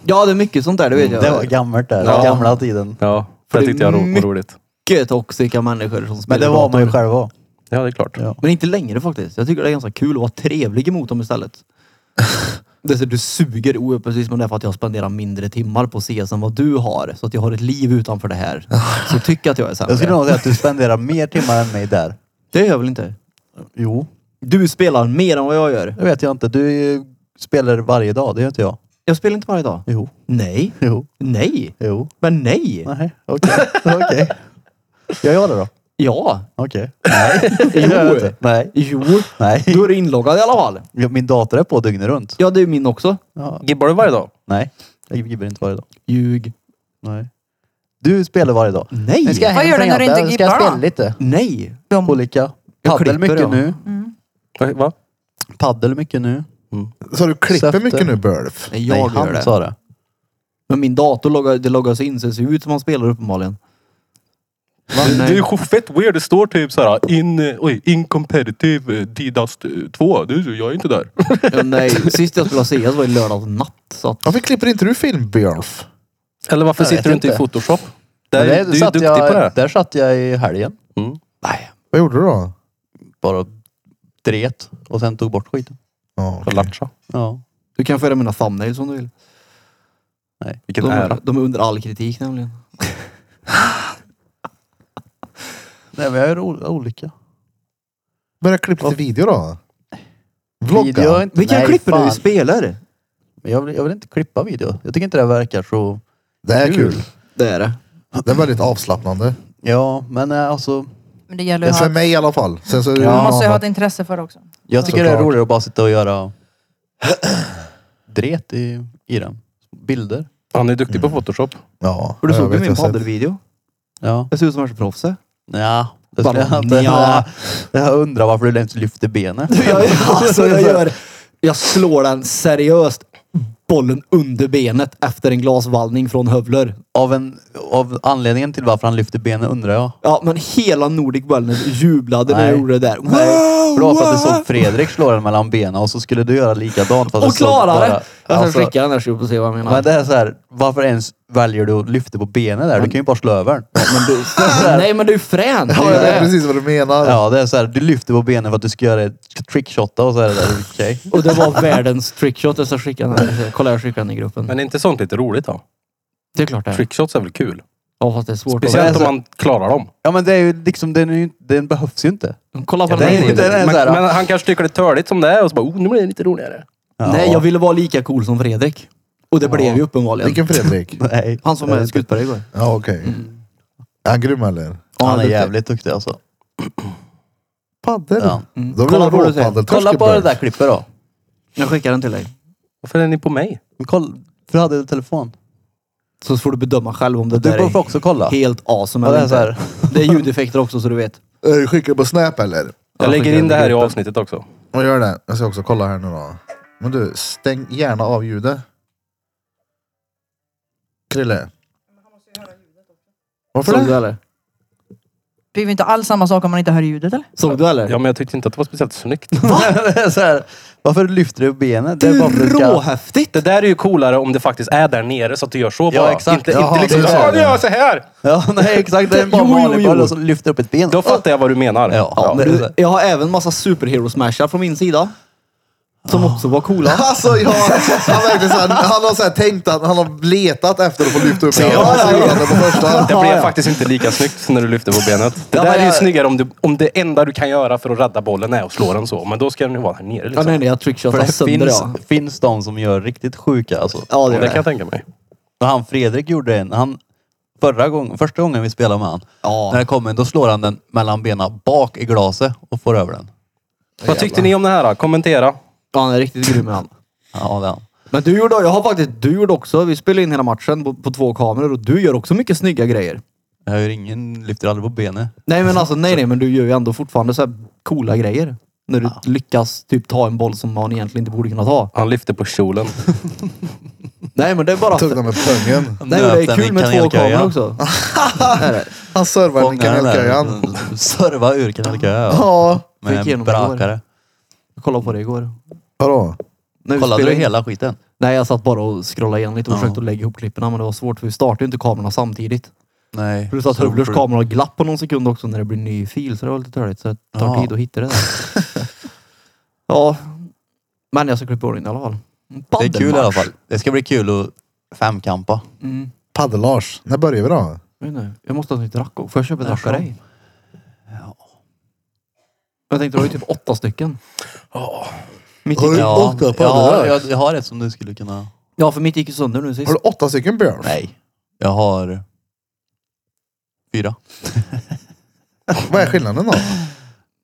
Ja, det är mycket sånt där, det vet jag. Mm. Det var gammalt där. Ja. Gamla tiden. Ja, för det det är tyckte jag ro- var mycket- roligt. mycket toxiska människor som spelar Men det var man dator. ju själv också. Ja, det är klart. Ja. Men inte längre faktiskt. Jag tycker det är ganska kul att vara trevlig emot dem istället. Det är så, du suger oerhört precis men det är för att jag spenderar mindre timmar på CS än vad du har. Så att jag har ett liv utanför det här. Så tycker jag att jag är Jag skulle sämre. nog säga att du spenderar mer timmar än mig där. Det gör jag väl inte? Jo. Du spelar mer än vad jag gör. Det vet jag inte. Du är ju- spelar varje dag, det gör inte jag. Jag spelar inte varje dag. Jo. Nej. Jo. Nej. Jo. Men nej. Nej, okej. Okej. Gör jag det då? Ja. Okej. Nej. Det gör jag inte. Nej. Jo. Nej. Du är inloggad i alla fall. Ja, Min dator är på dygnet runt. Ja, det är ju min också. Ja. Gibbar du varje dag? Nej. Jag gibbar inte varje dag. Ljug. Nej. Du spelar varje dag. Nej. Men Vad hem gör du sen, när du Jappe? inte Ska jag gibbar spela då? lite? Nej. De- Olika. Jag klipper, Paddel mycket ja. nu. Va- Va? Paddel mycket nu. Så du klipper Söfte. mycket nu Burf? Nej, jag Nej, gör han det. sa det. Men min dator loggar, det loggas in så det ser ut som man spelar uppenbarligen. Det Nej. är ju fett weird. Det står typ såhär in, eh, oj, in competitive eh, Didas eh, 2. Du, jag är inte där. Ja, nej, sist jag spelade CS var i lördags natt. Så att, Varför klipper inte du film Björf? Eller varför Jag vet sitter du inte i inte. photoshop? Men Där, det du är ju satt duktig jag, på det. Där satt jag i helgen. nej, Vad gjorde du då? Bara dret och sen tog bort skiten. Ja, På okej. Lattja. Ja. du kan följa mina thumbnails om du vill. Vilken De, ära. är- de är under all kritik nämligen. Nej men jag gör ol- olika. Börja klippa lite video då. Vlogga. Video är inte, Vilka nej, klipper fan. du spelar? Men Jag vill, jag vill inte klippa video. Jag tycker inte det verkar så... Det är kul. Det är det. Det är väldigt avslappnande. Ja, men eh, alltså... Men det gäller att ha, För mig i alla fall. Sen så, man måste ju ha ett intresse för det också. Jag tycker det är Såklart. roligare att bara sitta och göra dret i, i den. Bilder. Han är duktig på photoshop. Ja, För du jag såg ju vet, jag min har sett. paddelvideo. Ja. Jag ser ut som värsta proffset. Ja. Det skulle Bara, jag inte. nja. Jag undrar varför du ens lyfter benet. Jag, alltså, jag, gör, jag slår den seriöst. Bollen under benet efter en glasvallning från Hövler. Av, en, av anledningen till varför han lyfter benet undrar jag. Ja, men hela Nordic Wellness jublade när jag Nej. gjorde det där. Nej. För det var för att du wow! såg Fredrik slå den mellan benen och så skulle du göra likadant. Och Fast jag såg klara bara- det! Jag ska Alltså, skicka den där så du får se vad jag menar. men det är så här, varför ens väljer du att lyfta på benet där? Du kan ju bara slå över den. Nej men du är frän! Ja, jag vet precis vad du menar. Ja, det är så här, du lyfter på benen för att du ska göra ett trickshotta och så är det där. Okej. Och det var världens trickshot. Jag ska skicka den här. Kolla jag skickade den i gruppen. Men är inte sånt lite roligt då? Det är klart det är. Trickshots är väl kul? Ja fast det är svårt. Speciellt alltså- om man klarar dem. Ja men det är ju liksom, den, är ju, den behövs ju inte. Kolla på Ja, den det här är- bilden. det är- Men, så här, men han kanske tycker det är törligt som det är och så bara, oh, nu blir det lite roligare. Ja. Nej jag ville vara lika cool som Fredrik. Och det blev ju uppenbarligen. Vilken Fredrik? Nej. Han som var med skutpare igår. Ja, okej. Är han grym eller? Han är duktig. jävligt duktig alltså. Paddel? Ja. Då blir Kolla det på det du säger. råpaddel. Kolla på det Torskeberg. där klippet då. Jag skickar den till dig. Varför är ni på mig? Men Koll, för du hade en telefon. Så får du bedöma själv om det Du där får är också kolla. helt awesome Ja, det eller är så inte. här. Det är ljudeffekter också så du vet. Eh, Skicka på Snap eller? Jag Ja, lägger skicka in det här i gruppen. avsnittet också. Jag gör det. Jag ska också kolla här nu då. Men du, stäng gärna av ljudet. Krille. Varför Såg du det? eller? Det blir ju inte alls samma sak om man inte hör ljudet eller? Såg du eller? Ja, men jag tyckte inte att det var speciellt snyggt. det är så här, varför lyfter du benet? Det Det är bara för att är du ska... råhäftigt! Det där är ju coolare om det faktiskt är där nere så att du gör så bara. Ja, exakt. Inte, Jaha, inte liksom, det är ja, det. nu gör jag så här. Ja, nej exakt. Det är bara Jo, jo, vanlig jo. boll och så lyfter upp ett ben. Då fattar jag vad du menar. Ja. Ja, det är du, det. jag har även massa superhero-smashar från min sida. Som Ah. också var coola. Alltså jag, han, verkligen så här, han har så här tänkt att han har letat efter att få lyfta upp hela och så gjorde han det på första. Det blev ja. faktiskt inte lika snyggt när du lyfte på benet. Det Ja, där men är ju jag- snyggare om, du, om det enda du kan göra för att rädda bollen är att slå den så. Men då ska den ju vara här nere Ja, liksom. nej, nej, jag För trickshotar det sönder finns, ja. finns de som gör riktigt sjuka alltså. Ja, det det gör kan jag det. tänka mig. Och han Fredrik gjorde en, han, förra gång, första gången vi spelade med han, när Ja. det kom en, då slår han den mellan benen bak i glaset och får över den. Vad tyckte ni om det här? då? Kommentera. ja, han är riktigt grym med han. Ja, det är han. Men du gjorde, jag har faktiskt, du gjorde också, vi spelade in hela matchen på, på två kameror och du gör också mycket snygga grejer. Jag har ju ingen, lyfter aldrig på benet. Nej men alltså nej nej men du gör ju ändå fortfarande så här coola grejer. När du lyckas typ ta en boll som man egentligen inte borde kunna ta. Han lyfte på kjolen. Nej men det är bara... Tog den med pungen. Nej men det Nöp är den i kul med två kanelköja. kameror också. Nej, nej. Han servade den i Fånga den där. kanelköjan. Serva ur kanelköjan. Ja, Med Fick en igenom det i år. brakare. Jag kollade på det igår. vadå? När vi Kollade du spelade in- hela skiten? Nej jag satt bara och scrollade igen lite och Ja. försökte lägga ihop klippen men det var svårt för vi startade ju inte kamerorna samtidigt. Nej. Plus att Hövlers kamera har glapp på någon sekund också när det blir ny fil så det var lite törligt så det tar Ja. tid att hitta det där. ja. Men jag ska klippa ordning i alla fall. Det är kul i alla Paddelmatch. fall. Det ska bli kul att femkampa. Mm. Paddel-Lars, när börjar vi då? Jag, vet inte, jag måste ha ett nytt racko. Får jag köpa ett racko av dig? Ja. Jag tänkte du har ju typ åtta stycken. Mitt Har gick, du Ja, åtta paddlar? ja jag, jag har ett som du skulle kunna... ja för mitt gick ju sönder nu sist. Har du åtta stycken Björn? Nej. Jag har... Fyra. Vad är skillnaden då?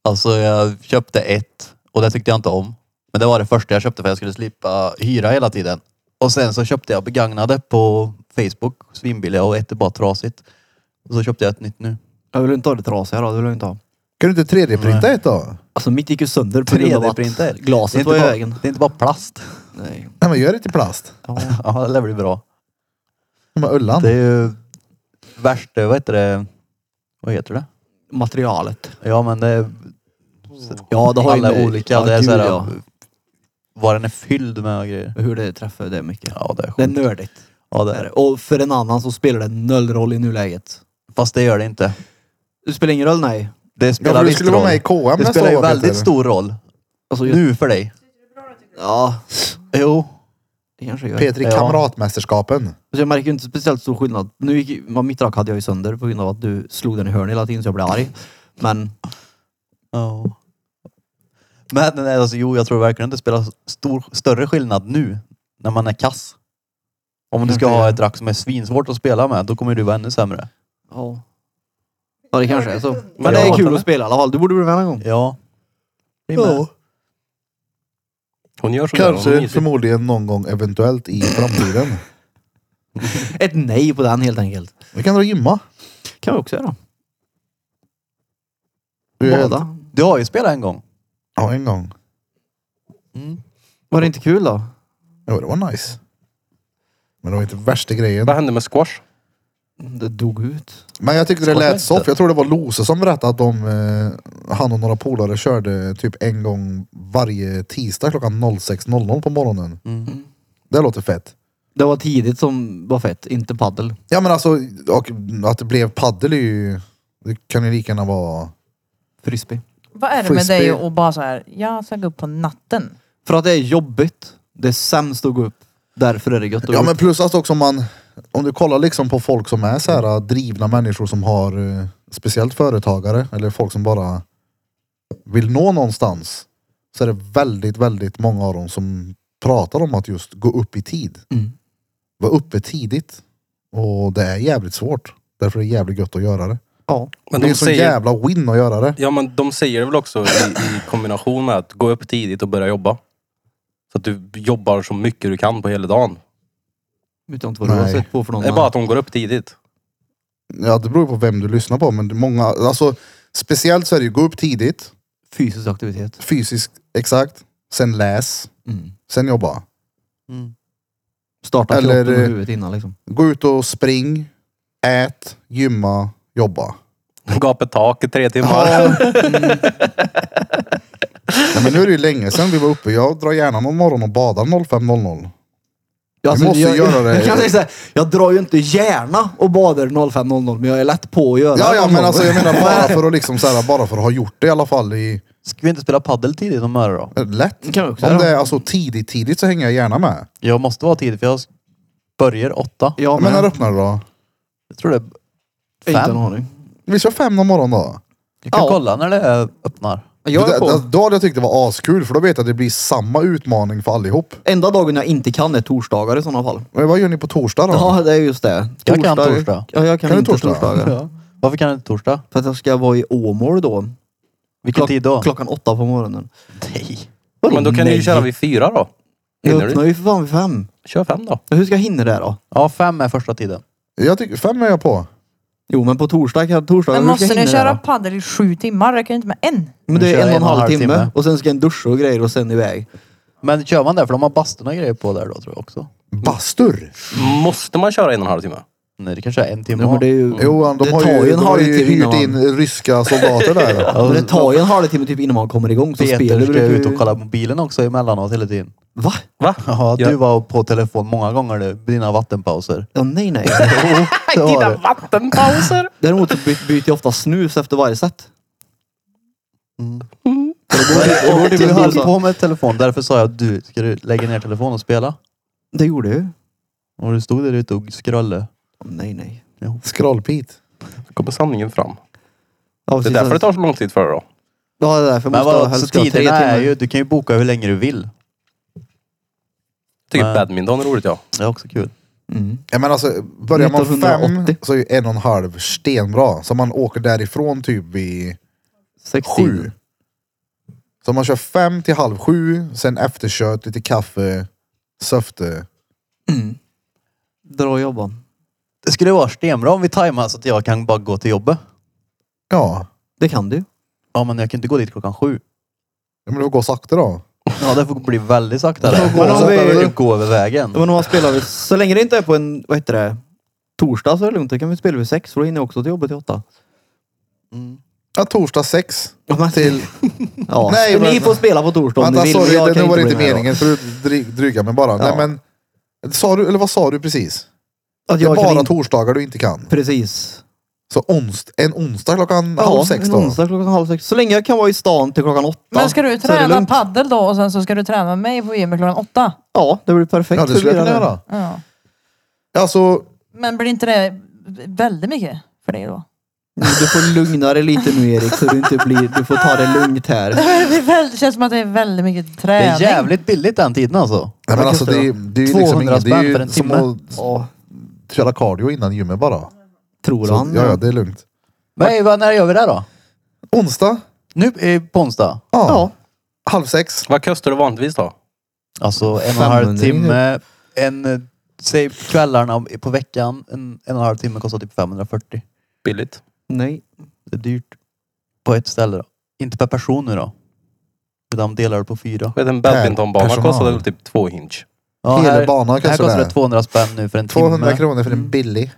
Alltså jag köpte ett och det tyckte jag inte om. Men det var det första jag köpte för jag skulle slippa hyra hela tiden. Och sen så köpte jag begagnade på Facebook, svinbilliga och ett är bara trasigt. Och så köpte jag ett nytt nu. Jag vill inte ha det trasiga då. Det vill jag inte ha. Kan du inte 3D-printa ett då? Alltså mitt gick ju sönder på grund av att 3D-printer. Det är glaset inte var i bara- vägen. Det är inte bara plast. Nej. Nej men gör det till plast. Ja. Ja, det blir bra. Med Ullan. Det är ju värsta, vad heter det? Vad heter det? Materialet. Ja men det är Ja det har ju alla med- olika. Ja, det är gud, så här, ja. Vad den är fylld med och grejer. Hur det träffar det är mycket. Ja det är Det är sjukt. nördigt. Ja, det Är är. det. det. Och för en annan så spelar det noll roll i nuläget. Fast det gör det inte. Det spelar ingen roll nej. Det Ja, spelar för du visst skulle roll. vara med i KM Det nästa spelar ju år väldigt Peter. stor roll. Alltså, just, Nu för dig. ja, Jo. det kanske gör. Peter i Ja. kamratmästerskapen. Så jag märker ju inte speciellt stor skillnad. Nu gick, ju- vad mitt rack hade jag ju sönder på grund av att du slog den i hörnet hela tiden så jag blev arg. Men Ja. Men nej, alltså, jo, jag tror verkligen det spelar stor, större skillnad nu. När man är kass. Om du ska Kanske ha gör. ett rack som är svinsvårt att spela med, då kommer du vara ännu sämre. ja. Ja det kanske är så. Men Men det är jag- kul att spela i alla fall. Du borde bli med någon gång. Ja. Ja. Hon gör så där, hon Kanske är mysig. förmodligen någon gång eventuellt i framtiden. Ett nej på den helt enkelt. Vi kan dra och gymma. Kan vi också göra. Vi är- Båda. Du har ju spelat en gång. Ja, en gång. Var det inte kul då? Jo, det var nice. Men det var inte värsta grejen. Vad hände med squash? Det dog ut. Men jag tyckte det Vad lät tänkte? soft. Jag tror det var Lose som berättade att de, eh, han och några polare körde typ en gång varje tisdag klockan 06.00 på morgonen. Mm. Det låter fett. Det var tidigt som var fett, inte paddel. Ja men alltså, och, att det blev paddel är ju... Det kan ju lika gärna vara... Frisbee. Vad är det Får med spel. dig och bara så här, jag ska gå upp på natten. För att det är jobbigt. Det är sämst att gå upp. Därför är det gött att gå Ja upp. men plus att också man... Om du kollar liksom på folk som är så här eh, drivna människor som har... eh, Speciellt företagare eller folk som bara vill nå någonstans. Så är det väldigt, väldigt många av dem som pratar om att just gå upp i tid. Mm. Var uppe tidigt. Och det är jävligt svårt. Därför är det jävligt gött att göra det. Ja. Men det är de en så säger, jävla win att göra det. ja, men de säger det väl också i, i kombination med att gå upp tidigt och börja jobba. Så att du jobbar så mycket du kan på hela dagen. Vet jag inte vad du har Nej. sett på för någon. Det är bara att de går upp tidigt. Ja, det beror på vem du lyssnar på. Men det är många, alltså, speciellt så är det ju gå upp tidigt. Fysisk aktivitet. Fysiskt, exakt. Sen läs. Mm. Sen jobba. Starta Eller, kroppen och eh, huvudet innan liksom. Gå ut och spring. Ät. Gymma. Jobba. Gapa tak i tre timmar. Ja. Mm. Nej, men nu är det ju länge sedan vi var uppe. Jag drar gärna någon morgon och badar 05.00. Ja, alltså, måste jag, göra det. Jag, kan säga så här, jag drar ju inte gärna och badar 05.00 men jag är lätt på att göra Ja, det Mm. ja, någon men gång. alltså jag menar bara för att liksom så här, bara för att ha gjort det i alla fall i Ska vi inte spela paddel tidigt om Möre då? eh, lätt. Det kan vi också Om göra. det är alltså tidigt, tidigt så hänger jag gärna med. Jag måste vara tidigt för jag börjar åtta. Ja, men men när öppnar du då? Jag tror det är inte en fem. aning. Vi kör fem någon morgon då. Jag kan Ja. kolla när det är- öppnar. Jag Det- är på. det- Då hade jag tyckt det var askul för då vet jag att det blir samma utmaning för allihop. Enda dagen jag inte kan är torsdagar i sådana fall. Men vad gör ni på torsdag då? Ja, det är just det. Jag kan torsdag. Ja, jag kan, Kan du inte torsdag? torsdagar. Varför kan det inte torsdag? För att jag ska vara i Åmål då. Vilken Klock- tid då? Klockan åtta på morgonen. Nej. Men då kan ni ju Nej. köra vid fyra då. Jag Hinner öppnar du? ju för fan vid fem. Kör fem då. Hur ska jag hinna det då? Ja, fem är första tiden. Jag tycker, fem är jag på. Jo, men på torsdag kan torsdag. Men hur ska måste jag ni hinna köra det då? paddel i sju timmar? Räcker det inte med en? Men det Ni är en kör och en halv timme och sen ska en duscha och grejer och sen iväg. Men kör man det? För de har bastun och grejer på där då tror jag också. Bastur? Mm. Måste man köra en och en halv timme? Nej, det kanske är en timme. Ja, men det är ju... Jo, de Det har tar ju, ju en de har ju halvtimme hyrt innan in ryska soldater där. Men det tar ju en halvtimme typ innan man kommer igång så Peter spelet ska brukar ut ju... och kolla mobilen också emellanåt hela tiden. Va? Va? Ja, Ja. du var på telefon många gånger nu, dina vattenpauser. Ja, nej nej. Det var Dina det. vattenpauser! Däremot så by- byter jag ofta snus efter varje set. Och till du höll Rosa. på med telefon, därför sa jag du, ska du lägga ner telefonen och spela? Det gjorde jag ju. Och du stod där ute och scrollade. Nej nej. Skrollpit. kommer sanningen fram. Ja, Det är precis. därför det tar så lång tid för dig då. Ja, det är därför Men jag måste vadå, ha så helst ska ha tre tiderna timmar. är ju, du kan ju boka hur länge du vill. Tycker Nej. badminton är roligt ja. Det är också kul. Mm. Ja, men alltså, börjar man 1980. fem så är ju en och en halv stenbra. Så man åker därifrån typ vid 16. sju. Så man kör fem till halv sju, sen efterkört, lite kaffe, söfte. Dra och jobba. Det skulle vara stenbra om vi tajmar så att jag kan bara gå till jobbet. Ja, Det kan du. Ja men jag kan inte gå dit klockan sju. Ja, men det får gå sakta då. Ja det får bli väldigt sakta får där. gå Men om sakta, vi eller? typ gå över vägen. Det var när man spelar vid... Så länge det inte är på en, vad heter det, torsdag så är det lugnt. Då kan vi spela vid sex för då hinner jag också till jobbet till åtta. Ja, torsdag sex. Till... Ja. Nej, Nej, men- ni får spela på torsdag om ni Vänta, vill. men jag sorry, kan det, nu var det inte bli med då. meningen för att dry- dryga mig bara. Ja. Nej, men, sa du, eller vad sa du precis? Att Det är jag kan bara inte... torsdagar du inte kan. Precis. Så onst, en onsdag klockan Ja, halv sex en då? onsdag klockan halv sex. Så länge jag kan vara i stan till klockan åtta. Men ska du så är det träna lugnt. paddel då och sen så ska du träna med mig på gymmet klockan åtta? Ja, det blir perfekt. Ja, det skulle jag Förvirrande. kunna göra. Ja. Alltså, Men blir inte det väldigt mycket för dig då? Du får lugna dig lite nu Erik, så du inte blir... Du får ta det lugnt här. Det är väldigt- känns som att det är väldigt mycket Det träning. är jävligt billigt den tiden alltså. nej, men Ja, alltså just det, det är- det är ju liksom 200 inget. Det är spänn för ju en som timme. att Ja, köra cardio innan gymmet bara. tror Så, han. ja, ja, det är lugnt. Nej, vad, när gör vi det då? Onsdag, Nu eh, på onsdag? ja, Ja. halv sex. Vad kostar det vanligtvis då? Alltså en och en halv typ. 500 timme. En, eh, säg kvällarna om- på veckan. En, en och en halv timme kostar typ 540. Billigt. Nej. Det är dyrt. På ett ställe då. Inte per person nu då. Utan delar det på fyra. Vet, en badmintonbana personal. kostade väl typ två hinch. Ja, Hela här, banan här kanske kostar det det är. 200 spänn nu för en 200 timme. kronor för en billig.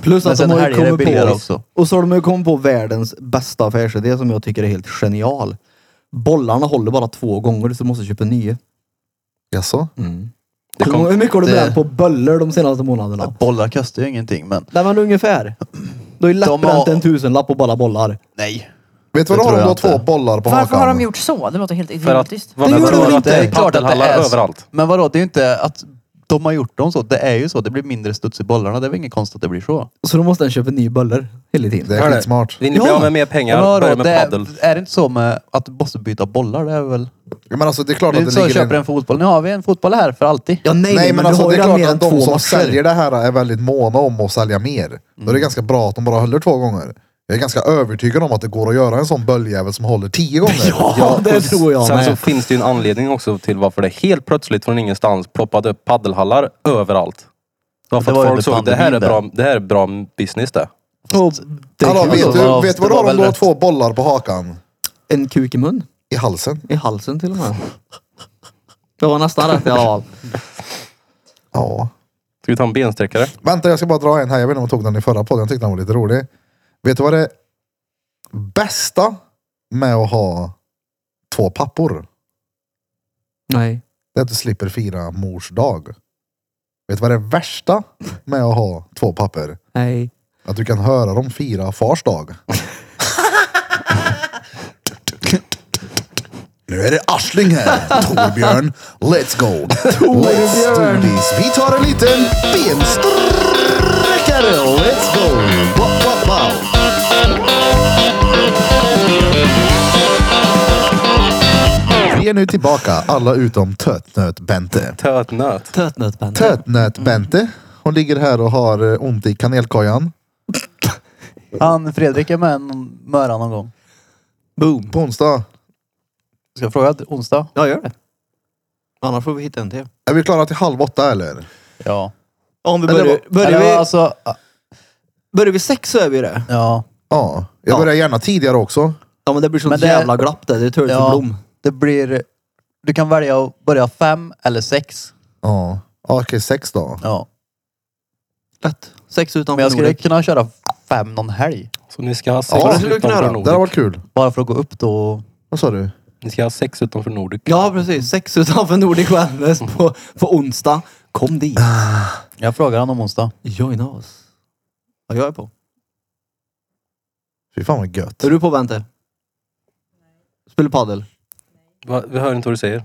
Plus Men att sen de har ju här är det kommit billigare på... också. Och så har de ju kommit på världens bästa affärsidé som jag tycker är helt genial. Bollarna håller bara två gånger så du måste köpa nya. Jaså? Det kom- Hur mycket har du det- bränt på böller de senaste månaderna? Bollar kostar ju ingenting men Nej men ungefär. Du har ju lätt De har- bränt en tusenlapp på bara bollar. nej. Vet du vad Det då har tror de jag då inte. två bollar på Varför hakan? har de gjort så? Det låter helt För att, idiotiskt. vad- Det jag gjorde tror de att det inte. är paddelhallar så. överallt. Men vadå, det är ju inte att de har gjort dem så. Det är ju så. Det blir mindre studs i bollarna. Det är väl inget konstigt att det blir så. Så då måste den köpa nya böller hela tiden. Det är Hörru, skitsmart. Vill ni bli Ja. av med mer Men pengar, vadå, börja med det är, paddel. är det inte så med att du måste byta bollar? Det är väl... Ja, Men alltså det är klart Det att är inte så det att ligger köper en... en fotboll. Nu har vi en fotboll här för alltid. Ja nej, Nej men, men du alltså har det ju är redan klart mer än att två de som matcher. säljer det här är väldigt måna om att sälja mer. Då är Mm. det ganska bra att de bara håller två gånger. Jag är ganska övertygad om att det går att göra en sån böljävel som håller tio gånger. Ja det tror jag Sen så med. finns det ju en anledning också till varför det helt plötsligt från ingenstans ploppade upp paddelhallar överallt. Det var för Det var att ju folk under såg det här, är pandemin bra, det här är bra business det. Och det Hallå, är kul. vet Det var- du vet du vad det då var har de väl då rätt. två bollar på hakan? En kuk i mun. I halsen. I halsen till och med. Det var nästan rätt i alla fall. Ja. Ska vi ta en bensträckare? Vänta jag ska bara dra en här. Jag vet inte om jag tog den i förra podden. Jag tyckte den var lite rolig. Vet du vad det bästa med att ha två pappor? Nej. Det är att du slipper fira mors dag. Vet du vad det värsta med att ha två papper? Nej. Att du kan höra dem fira fars dag. Nu är det Arsling här. Torbjörn, let's go. Let's do this. Vi tar en liten bensträckare. Let's go. Wow, wow, wow. Vi är nu tillbaka, alla utom Tötnöt-Bente. Tötnöt. Tötnötbänder. Tötnöt-Bente. Hon ligger här och har eh, ont i kanelkojan. Han Fredrik är med en möra någon gång. Boom. På onsdag. Ska jag fråga onsdag? Ja gör det. Annars får vi hitta en till. Är vi klara till halv åtta eller? Ja. Om vi Eller, börjar, börjar, eller, vi, alltså, börjar vi sex så är vi det. ja. Ja. Jag Ja. börjar gärna tidigare också. Ja men det blir Men sånt det- jävla glapp där. Det är tur för Ja. Blom. Det blir... Du kan välja att börja fem eller sex. Ja. Ja, Okej, sex då. Ja. Lätt. Sex utanför Men jag skulle Nordic. kunna köra fem någon helg. Så ni ska ha sex Ja, det skulle vi kunna utanför göra. Det har Nordic. varit kul. Bara för att gå upp då. och- Vad sa du? Ni ska ha sex utanför Nordic. Ja precis. Sex utanför Nordic Wellness på, på onsdag. Kom dit. Jag frågar honom om onsdag. Joina oss. Ja, jag är på. Fy fan vad gött. Är du på Bente? Spelar padel. Va, vi hör inte vad du säger.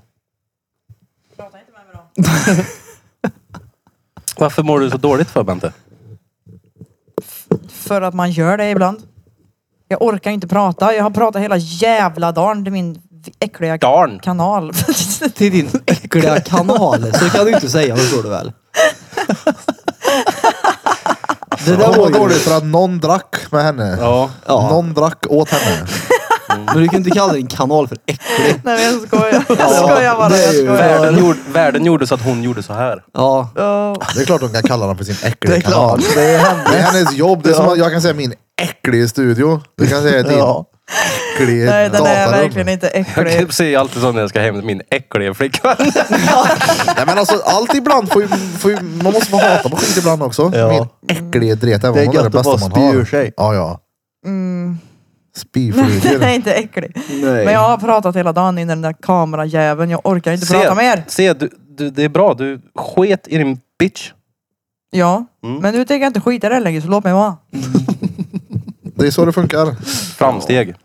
Varför mår du så dåligt för Bente? För att man gör det ibland. Jag orkar inte prata. Jag har pratat hela jävla dagen till min äckliga Darn! kanal. Till din äckliga kanal. Så kan du inte säga, förstår du väl? Det Hon var där var dålig ju... för att någon drack med henne. Ja. Ja, Någon drack åt henne. men du kan inte kalla din kanal för äcklig. Nej men jag skojar. Jag skojar bara. det är Jag ju- skojar. Världen gjorde, världen gjorde så att hon gjorde så här. Ja, Ja. Det är klart hon kan kalla den för sin äckliga kanal. Det är Det är henne. hennes jobb. Det är som att jag kan säga min äckliga studio. Du kan säga din Ja. äckliga Nej den är datarum. verkligen inte Jag äcklig. kan säga alltid så när jag ska hem till min äckliga flickvän. Nej, men alltså, allt ibland får ju, får ju, Man måste få hata på skit ibland också. Ja. Min äckliga dret. även Det är om hon är gött det att bästa man bara spy har. ur sig. Ja, ja. Mm. Den är Spyflyger. inte äcklig. Nej. Men jag har pratat hela dagen innan den där kamerajäveln. Jag orkar inte prata mer. se du, du, det är bra. Du sket i din bitch. Ja. Mm. Men nu tänker jag inte skita i det längre så låt mig vara. Det är så det funkar. Framsteg.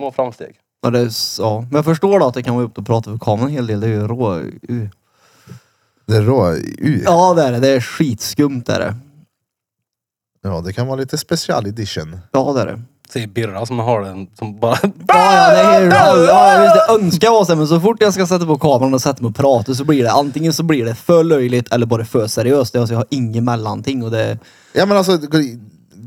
Små framsteg. Ja, det är, s- ja. Men jag förstår då att det kan vara upp och prata för kameran en hel del. Det är ju rå... u- Det är rå... Uh. Ja, det är det. Det är skitskumt är det. Ja, det kan vara lite special edition. Ja, det är det. Se Birra som har den som bara... Ja, ja, det är, ja, jag visste önska var så här, men så fort jag ska sätta på kameran och sätta mig och prata så blir det antingen så blir det för löjligt eller bara för seriöst. Alltså, jag har inget mellanting och det... Ja, men alltså,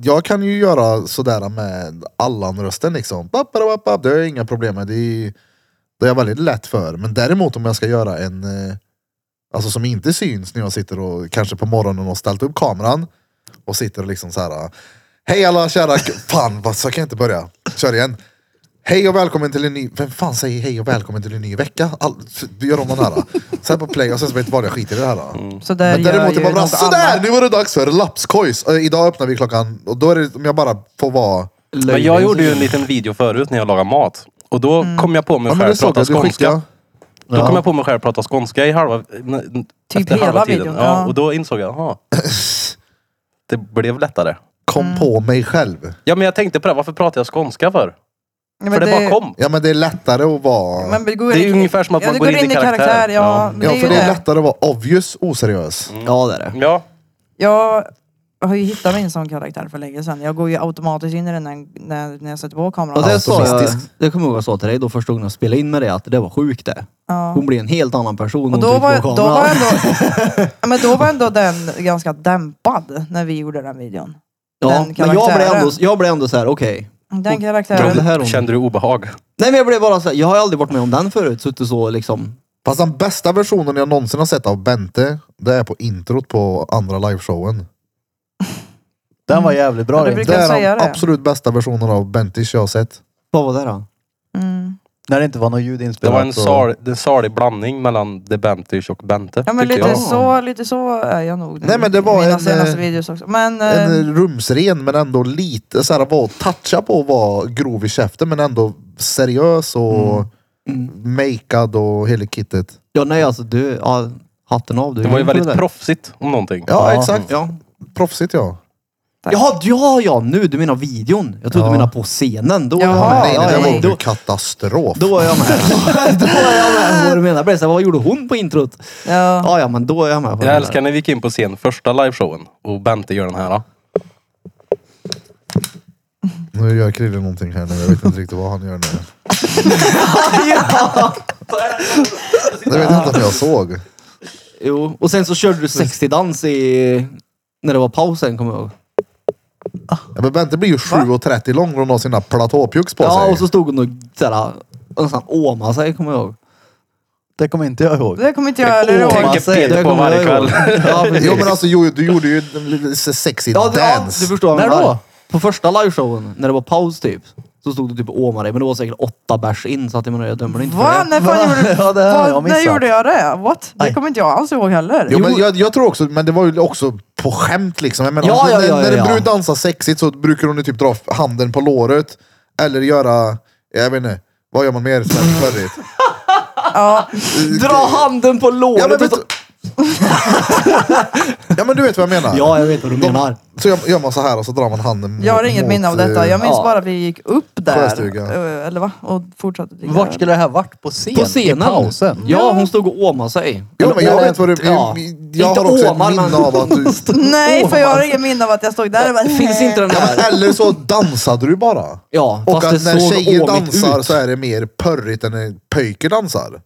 jag kan ju göra sådär med Allan-rösten liksom. Bap, bap, bap, bap. Det har jag inga problem med. Det är, det är jag väldigt lätt för. Men däremot om jag ska göra en, eh, alltså som inte syns när jag sitter och kanske på morgonen och ställt upp kameran och sitter och liksom så här. Hej alla kära, k- fan vad, så kan jag inte börja. Kör igen. Hej och välkommen till en ny, vem fan säger hej och välkommen till en ny vecka? All, gör om den här. eh. Sen på play och sen så vet jag vad jag skiter i det här. eh. Så där Men däremot är gör ju man bara nog sådär, alla. nu var det dags för lapskojs. Ö, Idag öppnar vi klockan och då är det om jag bara får vara... Men jag gjorde ju en liten video förut när jag lagade mat. Och då kom jag på mig Ja men själv det att såg prata jag, du skickade. skånska. Då Ja. kom jag på mig själv att prata skånska i halva... Typ efter hela halva tiden. videon, ja. Ja, och då insåg jag, aha, det blev lättare. Kom på mig själv. Ja men jag tänkte på det, varför pratar jag skånska för? Ja, men för det, bara kom. Ja men det är lättare att vara... Men det, går Det är in- ju ungefär som att ja, man det går, in, i karaktär. ja, men ja ju för det är lättare att vara obvious oseriös. Ja det är det. Ja. ja. Jag har ju hittat min sån karaktär för länge sedan. Jag går ju automatiskt in i den när, när, när jag sätter på kameran. Och det sa jag, Automatiskt. det kommer jag ihåg jag sa till dig då första gången jag spelade in med dig att det var sjukt det. Hon blev en helt annan person. Och hon då tryckte på var, då, kameran. var ändå, Ja, men då var ändå den ganska dämpad när vi gjorde den videon. ja, den men jag blev karaktären. ändå, jag blev ändå så här, okej. Den Bra. Det karaktären. här hon- Kände du obehag? Nej men jag blev bara så här, jag har aldrig varit med om den förut. Suttit så liksom. Fast den bästa versionen jag någonsin har sett av Bente, det är på introt på andra liveshowen. Den var jävligt Ja, bra. det Jens. brukar- Det kan är säga den det. absolut bästa versionen av Bentis jag har sett. Vad var det då? Mm. När det inte var något ljud Det inspelat. var en, och- sal, det är en salig blandning mellan The Benters och Bente. Ja men tycker lite jag. så, lite så är jag nog. nu. Nej, men det var Mina en, senaste eh, videos också. Men En eh, eh, rumsren men ändå lite såhär, var toucha på att vara grov i käften men ändå seriös och Mm. makead och hela kittet. Ja nej alltså du, ja, hatten av du. Det var ju Mm. Gjorde väldigt det. proffsigt om någonting. Ja, exakt. Ja. Proffsigt ja. Jaha, ja, ja, nu du menar videon. Jag trodde Ja. du menade på scenen. Då, Jaha. ja, nej, ja, nej, det var ju då, katastrof. då var jag med. då var jag med på vad du menar. Jag blev så här, Vad gjorde hon på introt? ja. Ja, ja, men då är jag med på det Jag där. älskar när vi gick in på scen första liveshowen och Bente gör den här. Nu gör Krille någonting här nu. Jag vet inte riktigt vad han gör nu. Det vet jag inte om jag såg. Jo, och sen så körde du 60-dans i... När det var pausen, kommer jag ihåg. Ja, men Bente blir ju 7,30 lång och hon har sina platåpjucks på Ja, sig. och så stod hon och såhär, och nästan åmade sig, kommer jag ihåg. Det kommer inte jag ihåg. Det kommer inte jag heller Åh, ihåg. tänk- Åma Tänker sig, Peter det på kommer varje jag ihåg. Ja, precis. Jo men alltså jo, du gjorde ju en lite sexy Ja, du, ja, dance. du förstår vad jag När menar. då? På första liveshowen, när det var paus typ, så stod du typ och åmade dig. Men det var säkert åtta bärs in, så att jag menar, jag dömer inte Va? för det. När fan gjorde Ja, det här har jag Vad, när missat. gjorde jag det? What? Det kommer inte jag alls ihåg heller. Jo, men jag, jag tror också, men det var ju också på skämt liksom. Jag menar, Ja, när- ja, ja, när en ja. brud dansar sexigt så brukar hon ju typ dra handen på låret. Eller göra, jag vet inte, vad gör man mer så här förrigt? Dra handen på låret! Ja men, och vet, så... ja men du vet vad jag menar. ja jag vet vad du menar. Så gör- gör man så här och så drar man handen mot, Mm. Jag har inget mot, minne av detta. Jag eh, minns ja. bara att vi gick upp där. Sjöstuga. eh, Eller va? Och fortsatte dricka Vart öl. skulle det här varit? På scen? På scenen. I pausen? Ja, hon stod och åmade sig. Ja, Eller men jag åmade- vet vad du Ja. Jag Inte har också ett åmar, minne men- av att du... Nej, för jag har inget minne av att jag stod där och bara, Finns inte den Ja, men, här? eller så dansade du bara. Ja, Och fast att det när såg tjejer åmigt dansar ut. så är det mer pörrigt än när pojkar dansar.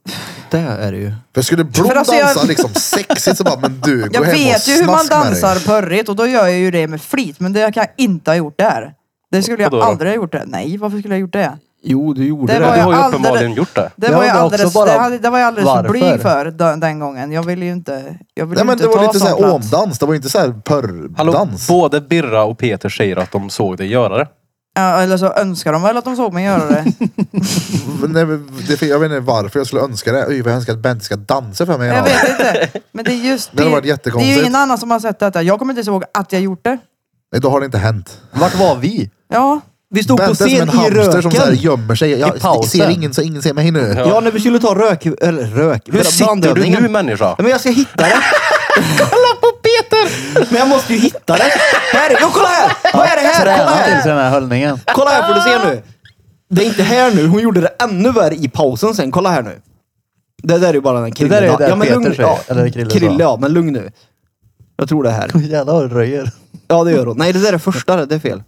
Det är det ju. För skulle Blom Men alltså, jag- dansa liksom sexigt så bara, men du, gå Jag hem och vet ju hur man snask med dansar dig. pörrigt och då gör jag ju det med flit. Men det kan jag inte ha gjort där. Det skulle jag Vadå då? aldrig ha gjort det. Nej, varför skulle jag ha gjort det? Jo, du gjorde Det det. var Du jag har ju aldrig- uppenbarligen gjort det. Det Jag var jag undrar också alldeles, bara det hade, det var jag alldeles för varför? blyg för den, den gången. Jag ville ju inte, jag Nej ville ju men inte det var ta lite sån såhär plats. åmdans, det var inte såhär Hallå, pörrdans. både Birra och Peter säger att de såg dig göra det. Ja, eller så önskar de väl att de såg mig göra det. Nej, men det- Jag vet inte varför jag skulle önska det. Uy, vad jag önskar att Bente ska dansa för mig. Jag vet inte. Men det är just Det hade varit det, det är jättekonstigt. ju ingen annan som har sett detta. Jag kommer inte ens ihåg att jag gjort det. Nej, då har det inte hänt. Vart var vi? Ja, Vi stod på Bente är scen som en i hamster röken. som såhär gömmer sig. I Jag pausen. ser ingen så ingen ser mig nu. Ja, när vi skulle ta rök... Eller rök... Hur sitter du brandövningen. nu människa? Ja, Men jag ska hitta det. kolla på Peter! Men jag måste ju hitta det. Här, är- jo, kolla här! Vad är det här? Kolla Träna till här! sig den här höllningen. Kolla här får du se nu. Det är inte här nu. Hon gjorde det ännu värre i pausen sen. Kolla här nu. Det där är ju bara den killen. där är ju där Peter lugn, säger, eller Krille sa. Krille, ja. Men lugn nu. Jag tror det är här. Jävlar vad det röjer. Ja, det gör hon. Nej, det där är första. Det är fel.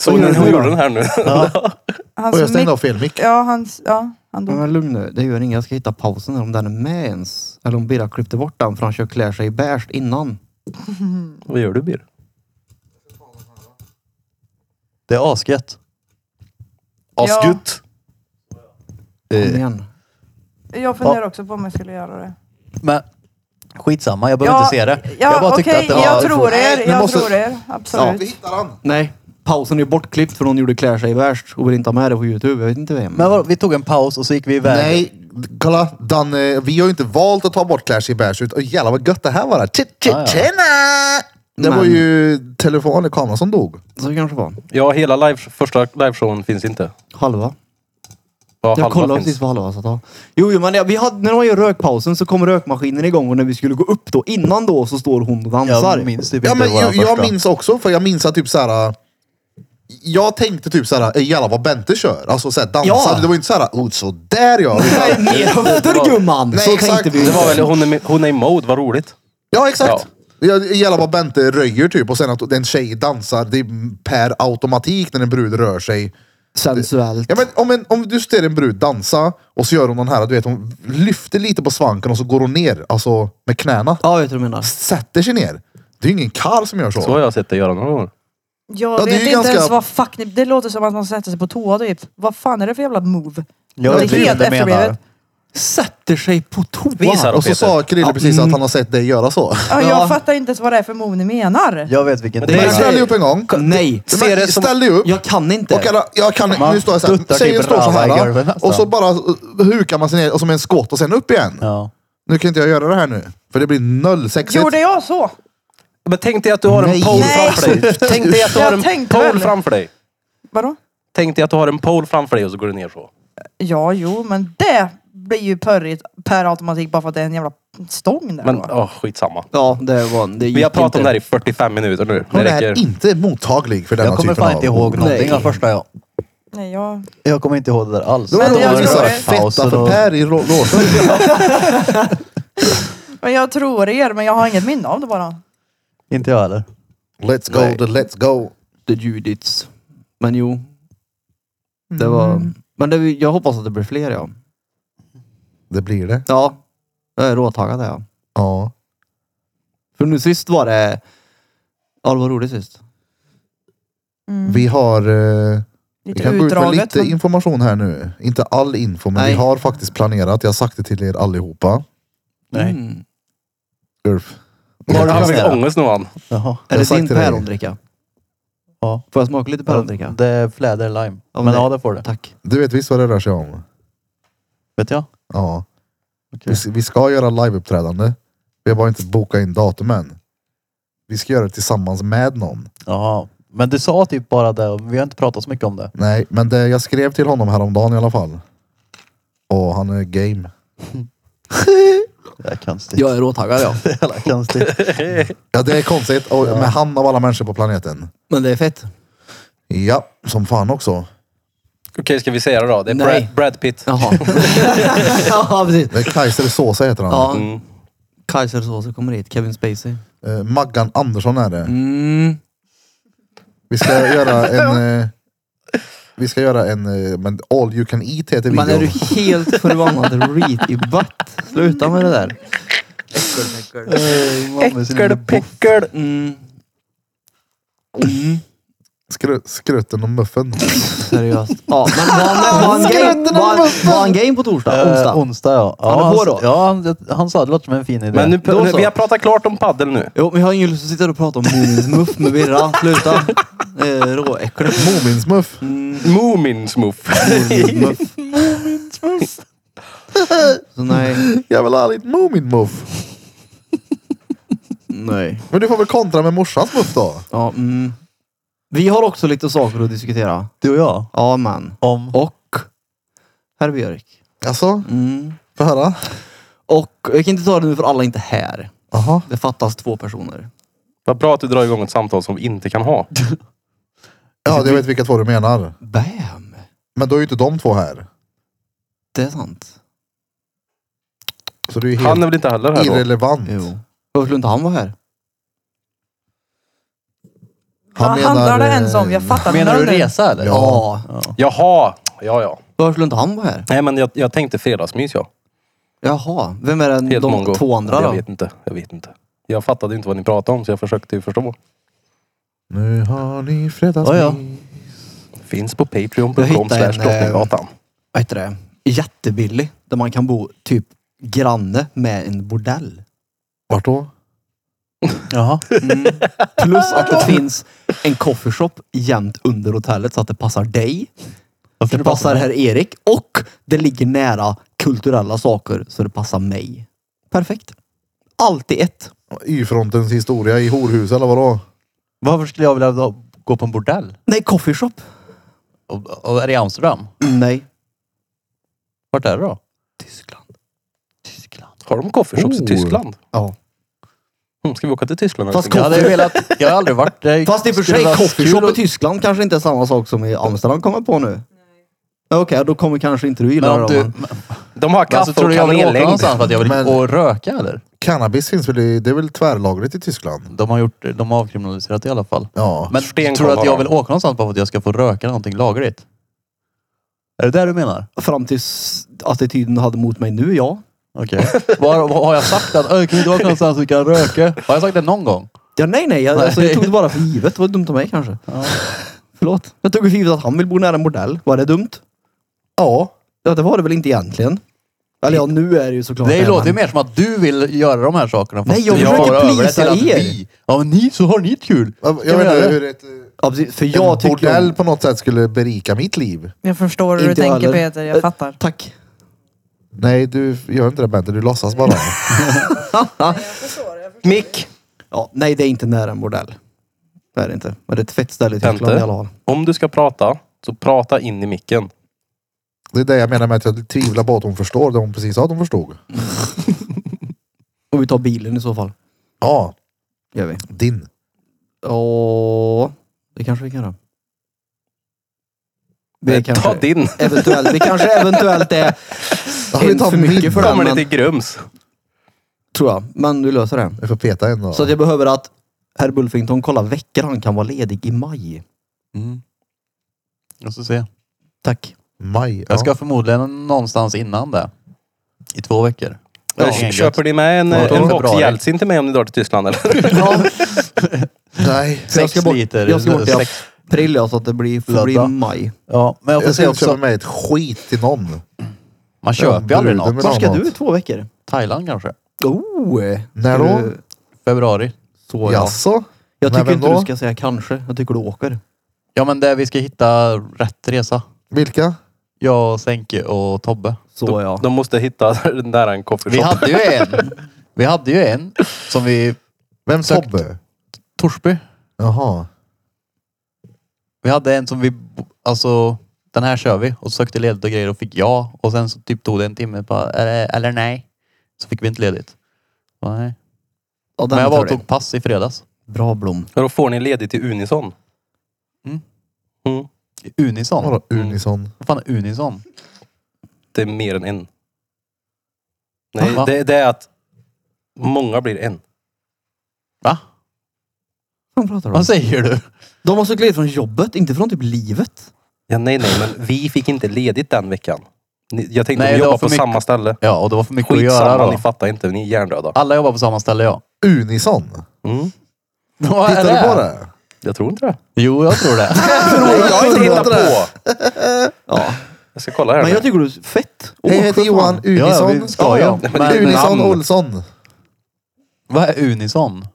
Så Vad ni gör du hur nu gjorde då? den här nu? hans Och jag stängde mick- av fel mick. Ja, hans, ja, han Ja, dog. men lugn nu. Det gör inget. Jag ska hitta pausen här om den är med ens. Eller om Birra klippte bort den för han kör klär sig i beige innan. Vad gör du Bir? Det är asgött. Asgutt. Eh. Kom igen. Jag funderar också på om jag skulle göra det. Men skitsamma, jag behöver inte se det. Ja, jag bara tyckte okej, att det var... Jag tror Nej, er, men jag måste- tror er. Vi Absolut. hittar han. Nej, pausen är ju bortklippt för hon gjorde klär sig värst och vill inte ha med det på Youtube. Jag vet inte vem. Men vadå, vi tog en paus och så gick vi iväg. Nej, kolla. Dan, eh, vi har ju inte valt att ta bort Clash i Bash. Och jävlar vad gött det här var. Tj- Ah, ja. tj- Tjena! Det Men- var ju telefonen och kameran som dog. Så kanske var. Ja, hela live, första liveshowen finns inte. Halva. Ja, Jag halva kollade finns. precis vad halva satt av. Jo, jo men jag- vi hade, när de gör rökpausen så kom rökmaskinen igång och när vi skulle gå upp då, innan då så står hon och dansar. Jag minns typ Ja, inte men våran jag, första. jag minns också, för jag minns att typ såhär... Jag tänkte typ såhär, "Eh, jävlar vad Bente kör. Alltså såhär dansar. Ja. Det var ju inte såhär, oh, sådär ja. Nej, ner höfter gumman! Nej, så exakt. tänkte vi. Det var väl hon är, med- hon är i mode, vad roligt. Ja, exakt. Ja. Jävlar vad Bente röjer typ och sen att en tjej dansar, det är per automatik när en brud rör sig. Sensuellt. Ja, men om, en, om du ser en brud dansa och så gör hon den här, du vet hon lyfter lite på svanken och så går hon ner, alltså med knäna. Ja, jag vet vad du menar. Sätter sig ner. Det är ju ingen karl som gör så. Så har jag sett dig göra några gånger. Jag Ja, det är vet ju inte ganska- ens vad fuck ni... Det låter som att man sätter sig på toa typ. Vad fan är det för jävla move? Jag Det är vet inte helt vad du menar. efterblivet. Sätter sig på toa. Visa då. Och så sa Krille Ja, precis att mm. han har sett dig göra så. Ja, Ja. jag fattar inte ens vad det är för move ni menar. Jag vet vilken Men det det Men är- är. ställ dig upp en gång. Nej. Men Ser det som- Ställ dig upp. Jag kan inte. Och alla, jag kan Man Nu står jag så här. duttar Tjejen typ står så röva i här. golvet nästan. Och så bara uh, hukar man sig ner och som en skott och sen upp igen. Ja. Nu kan inte jag göra det här nu. För det blir noll sexigt. Gjorde jag så? Men tänk dig att du har en Nej. pole Nej. framför dig. Tänk dig att du Jag har en tänkte pole väl. framför dig. Vadå? Tänk dig att du har en pole framför dig och så går du ner så. Ja, jo, men det blir ju pörrigt per automatik bara för att det är en jävla stång där. Men va? åh, skitsamma. Ja, det var det. Vi har gick pratat inte. om det här i 45 minuter nu. Hon Det är räcker. inte mottaglig för denna Jag kommer typen fan av... inte ihåg någonting av första jag. Nej, jag... Jag kommer inte ihåg det där alls. Det var Men då jag vi tror sa det. fetta för Per i lå- låsen. men jag tror er, men jag har inget minne av det bara. Inte jag heller. Let's go, the let's go. The Judits. Men jo. Mm. Det Mm. var... Men det, jag hoppas att det blir fler ja. Det blir det. Ja. Jag är råtaggad där ja. Ja. För nu sist var det... Ja, det var roligt sist. Mm. Vi har... eh, vi lite kan gå ut med utdraget. lite men- information här nu. Inte all info, men Nej. vi har faktiskt planerat. Jag har sagt det till er allihopa. Nej. Mm. Ulf. Var det Han fick planerat? ångest nu han. Jaha. Är har det sagt din till dig. pärondricka? Ja. Får jag smaka lite pärondricka? Det är fläder lime. Ja, men men det- ja, det får du. Tack. Du vet visst vad det rör sig om? Vet jag. Ja. Okej. Vi, vi ska göra liveuppträdande. Vi har bara inte bokat in datum än. Vi ska göra det tillsammans med någon. Jaha. Men du sa typ bara det. och Vi har inte pratat så mycket om det. Nej, men det, jag skrev till honom häromdagen i alla fall. Och han är game. Det är konstigt. Jag är råtaggad ja. Det är jävla konstigt. Ja, det är konstigt. Och med han av alla människor på planeten. Men det är fett. Ja, som fan också. Okej, ska vi säga det då? Det är Nej. Brad, Brad Pitt. Jaha. ja, precis. Det är Kaiser Sosa heter han. Ja. Mm. Kaiser Sosa kommer hit. Kevin Spacey. Eh, Maggan Andersson är det. Mm. Vi ska göra en... Eh, vi ska göra en... Eh, men all you can eat heter Men är du videon. helt förbannad rit i butt? Sluta med det där. Äckelpäckel. Mm. Mm. Skru, skrutten och muffen. Seriöst. Ja, men var han, var han, game, var, han, var han game på torsdag? Eh, Onsdag? onsdag ja. ja Han är på då? Ja, han, han sa det låter som en fin idé. Men nu, Då nu, så. vi har pratat klart om paddel nu. Jo, men jag har ingen lust att sitta och prata om Moomins muff med Birra. Sluta. Det är Råäckligt. Mominsmuff. Mm. Moominsmoof. Moominmuff. Så nej. Jag vill ha lite Mominmuff. Nej. Men du får väl kontra med morsans muff då. Ja, mm. Vi har också lite saker att diskutera. Du och jag. Ja, men. Om. Och herr Björk. Alltså, Mm. få höra. Och jag kan inte ta det nu för alla är inte här. Jaha. Det fattas två personer. Vad bra att du drar igång ett samtal som vi inte kan ha. Ja, jag vet vilka två du menar. Bam! Men då är ju inte de två här. Det är sant. Så du är ju Han är helt väl inte heller här då? irrelevant. Jo. Varför skulle inte han vara här? han Vad handlar det menar, ens om? Jag eh, fattar Menar du inte. resa eller? Ja. Ja. Jaha, ja ja. Varför skulle inte han vara här? Nej men jag, jag tänkte fredagsmys jag. Jaha, vem är den, Helt de mongo. två andra Jag då? vet inte. Jag vet inte. Jag fattade inte vad ni pratade om så jag försökte ju förstå. Nu har ni fredagsmys. Ja, ja. Finns på Jag patreon.com hittade slash en, Drottninggatan. vad heter det, jättebillig. Där man kan bo typ granne med en bordell. Vart då? Jaha. Mm. Plus att det finns en coffeeshop jämt under hotellet så att det passar dig. Varför Det passar herr Erik och det ligger nära kulturella saker så det passar mig. Perfekt. Allt i ett. Y-frontens historia i horhus eller vadå? Varför skulle jag vilja då gå på en bordell? Nej, coffeeshop. Och, och är det i Amsterdam? Nej. Vart är det då? Tyskland. Tyskland. Har de coffeeshops i Oh. Tyskland? Ja. Mm, ska vi åka till Tyskland? Fast nästa Jag gång? hade ju velat... Jag har aldrig varit där. Fast i och för Skulle sig, vara kul coffeeshop i att- Tyskland kanske inte är samma sak som i Amsterdam kommer jag på nu. Okej, då kommer kanske inte du Men gilla om det. då, du... Men, men- De har alltså, kaffe tror och du jag vill åka kanellängd. någonstans för att jag vill Men- gå och röka eller? Cannabis finns väl i, det är väl tvärlagligt i Tyskland? De har, gjort, de har avkriminaliserat i alla fall. Ja. Men Stenkoll tror du att har jag de. vill åka någonstans bara för att jag ska få röka någonting lagligt? Är det det du menar? Fram tills attityden du hade mot mig nu, ja. Okej. Var, var, har jag sagt att "Öh, kan vi inte åka någonstans så vi kan röka? Har jag sagt det någon gång? Ja, nej, nej. Jag, Nej. Alltså, jag tog det bara för givet. Det var dumt av mig kanske. Förlåt. Jag tog för givet att han vill bo nära en bordell. Var det dumt? Ja. Ja, det var det väl inte egentligen. Eller ja, nu är det ju såklart Det låter ju men- mer som att du vill göra de här sakerna. fast Nej, jag du försöker får över det till pleasa att er. Vi, ja, men ni, så har ni ett kul. Jag, Kan jag vi vet göra inte det? hur ett eh, Ja, precis. För jag en tycker... bordell på något sätt skulle berika mitt liv. Jag förstår hur du Inte jag tänker heller. Peter, Äh, jag Eh, fattar. Tack. Nej, du gör inte det Bente. Du låtsas bara. Mick, Ja, nej, det är inte nära en bordell. Det är det inte. Men det är ett fett ställe i Tyskland i alla fall. Pente, om du ska prata, så prata in i micken. Det är det jag menar med att jag tvivlar på att hon förstår det hon precis sa att hon förstod. Och vi tar bilen i så fall. Ja, Gör vi. din. Ja, det kanske vi kan göra. Vi Eh, kanske- Ta din. Eventuellt, det kanske eventuellt är Ja, en för mycket för den, Kommer ni men, till Grums? tror jag. Men du löser det. Vi får peta en då. Så att jag behöver att herr Bulfington kollar veckor han kan vara ledig i maj. Mm. Jag ska se. Tack. Maj. Jag ska Ja. förmodligen någonstans innan det. I två veckor. Ja, Eh, inget. Köper ni med en, Ja, en box februari. Jeltsin till mig om ni drar till Tyskland eller? Ja, Nej. så jag ska Sex bort, liter. jag ska bort till Sex- april ja, så att det blir, får bli Ladda. maj. Ja, men jag får Jag se ska inte köpa också. med ett skit till någon. Man köper ju aldrig bruden något. med- Var ska Ja, du i något. två veckor? Thailand kanske? Oh, När ska då? du- Februari? Så ja. Jaså? Jag Men tycker vem inte då? du ska säga kanske. Jag tycker du åker. Ja men där vi ska hitta rätt resa. Vilka? Jag, Sänke och Tobbe. Så ja. De måste hitta den där en Vi coffeeshop. hade ju en. Vi hade ju en som vi... Vem Sök- Tobbe? Torsby. Jaha. Vi hade en som vi... Alltså, den här kör vi. Och sökte ledigt och grejer och fick ja. Och sen så typ tog det en timme på, eller, eller nej. Så fick vi inte ledigt. Nej. ja den Men jag var tar och vi. tog pass i fredags. Bra Blom. Då får ni ledigt till Unison. Mm. Mm. I Unison. Vadå Unison? Vad fan är Unison? Det är mer än en. Nej, Va? det, det är att många blir en. Va? Vad pratar du om? Vad säger du? Alltså, De har cyklat från jobbet, inte från typ livet. Ja, nej, nej, men vi fick inte ledigt den veckan. Ni, jag tänkte Nej, de det var jobbar på för mycket. samma ställe. Ja, och det var för mycket att Skitsamma, göra ni då. fattar inte. Ni är hjärndöda. Alla jobbar på samma ställe ja. Unison? Mm. Vad är Hittar du på det? Jag tror inte det. Jo, jag tror det. jag har inte hittat på! Ja. Jag ska kolla här Men nu. jag tycker du är fett. Hej, jag Åker heter fan. Johan Ja, Unison. ja, vi ska ju. Men det är Men, ju- Unison namn. Olsson. vad är Unison?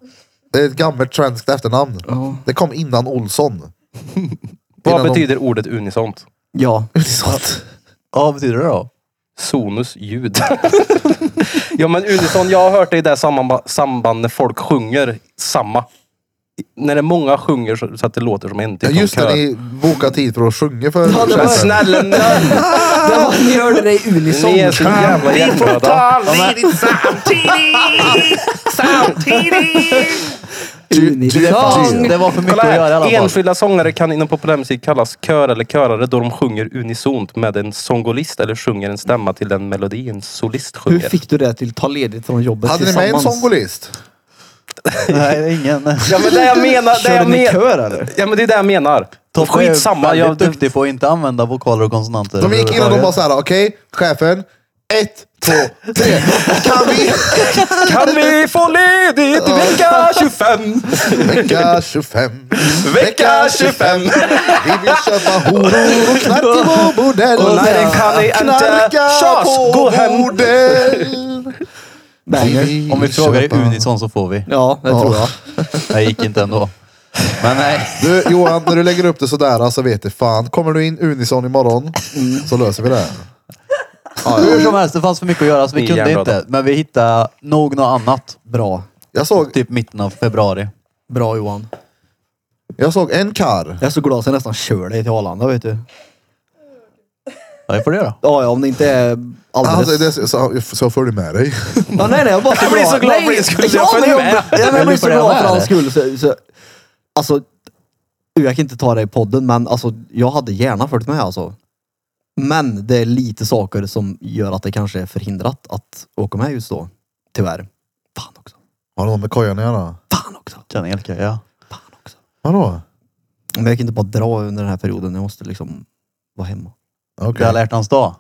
Det är ett gammalt svenskt efternamn. Ja. Det kom innan Olsson. Vad Innan de- betyder ordet unisont? Ja. Unisont. Ja, vad betyder det då? Sonus ljud. ja men unison, jag har hört det i det här samband, samband när folk sjunger samma. När det är många sjunger så, så att det låter som en. Ja, Typ just som när kör. ni bokar tid för att sjunga för Ja, det var- Men festen. snälla nån! Det var, ni hörde det i unison. Ni är så jävla hjärndöda. Unison. Det var för mycket Kolla att göra i alla här. fall. Enskilda sångare kan inom populärmusik kallas kör eller körare då de sjunger unisont med en sångolist eller sjunger en stämma till den melodi en solist Hur sjunger. fick du det till ta ledigt från jobbet Hade ni med en tillsammans? sångolist? Nej, det är ingen. Ja men det jag menar, det Körde jag ni menar. kör eller? Ja men det är det jag menar. Toffe är Skitsamma. väldigt Jag, duktig på att inte använda vokaler och konsonanter. De gick in och de överhuvudtaget. bara såhär, okej, chefen. Ett, två, tre. Kan vi? Kan vi få ledigt i vecka 25? Vecka 25. Vecka 25. Vi vill köpa horor och knark i vår bordell. Och nej, det kan ni inte. Knarka Tjas, på gå hem. bordell. Banger. Om vi frågar i köpa- unison så får vi. Ja, det tror jag. Det gick inte ändå. Men nej. Du Johan, när du lägger upp det sådär så alltså, vet du fan. Kommer du in Unison imorgon så löser vi det. Hur som helst, det fanns för mycket att göra så vi Ni kunde järnbröd. inte. Men vi hittade nog något annat. Bra. Jag såg, Typ mitten av februari. Bra Johan. jag såg en karr. Jag är så glad så jag nästan kör dig till Arlanda vet du. Ja, vi får det då. Ja, ja, om det inte är alldeles... Alltså, det, så, så, så följer med dig. ja, nej, nej, jag bara så Jag blir så glad för din skull, jag men följer med. jag, ja, men jag Vill blir du så följa glad med, för hans eller? skull. Så, så, alltså, du, jag kan inte ta det i podden, men alltså, jag hade gärna följt med alltså. Men det är lite saker som gör att det kanske är förhindrat att åka med just då. Tyvärr. Fan också. Har du något med kojan att göra? Fan också. Känner Elke, ja. Fan också. Vadå? Men jag kan inte bara dra under den här perioden. Jag måste liksom vara hemma. Det Okej. är alla hjärtans dag.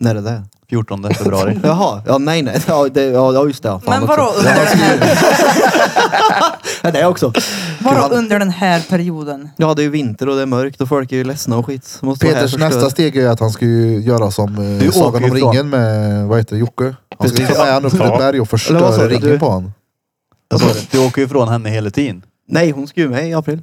När är det? 14 februari. Jaha, ja nej nej. Ja, det, ja ja, just det. Fan Men också. vadå under, den här, Ja, det också. vadå under den här perioden? Ja det är ju vinter och det är mörkt och folk är ju ledsna och skit. Så Måste vara här Peters förstörd. nästa steg är att han ska ju göra som Du eh, åker Sagan om ju ifrån. ringen med, vad heter det, Jocke? Han ska Precis. ta med honom upp till Ja. ett berg och Eller vad sa förstöra du? ringen Du- på honom. Alltså, du åker ju ifrån henne hela tiden. Nej hon ska ju med i april.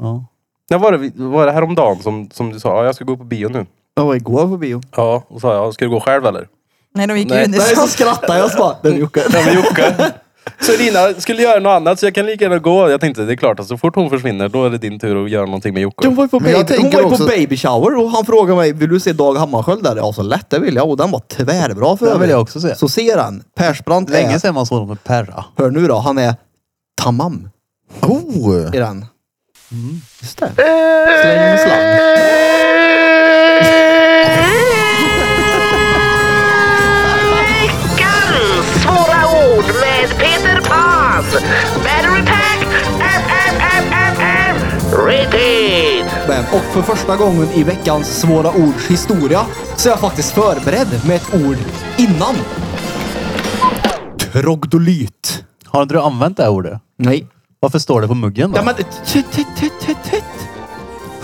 Ja. När var det, vi- var det häromdagen som, som du sa, ja, jag ska gå på bio nu? Jag var igår på bio. Ja, och sa jag, ska du gå själv eller? Nej, de gick Nej. ju in i Nej så så. skrattade jag och så bara, den Jocke. Ja, men Jocke. Så Lina skulle göra något annat så jag kan lika gärna gå. Jag tänkte det är klart att så fort hon försvinner då är det din tur att göra någonting med Hon Jocke. var ju på, Men jag baby, hon tänker var ju på också- baby shower och han frågade mig, vill du se Dag Hammarskjöld där? Ja så lätt det vill jag och den var tvärbra för Den övrigt. vill jag också se. Så ser han. Persbrandt Länge är, sedan man såg dem med Perra. hör nu då, han är tamam Oh! i den. Just det. Slänger med slang. Veckans svåra ord med Peter Pan. Battery pack. app, app, app, app, app. Repeat. Men, och för första gången i veckans svåra ords historia så är jag faktiskt förberedd med ett ord innan. Trogdolyt. Har inte du använt det här ordet? Nej. Varför står det på muggen då? Ja, men, tut, tut, tut, tut, tut.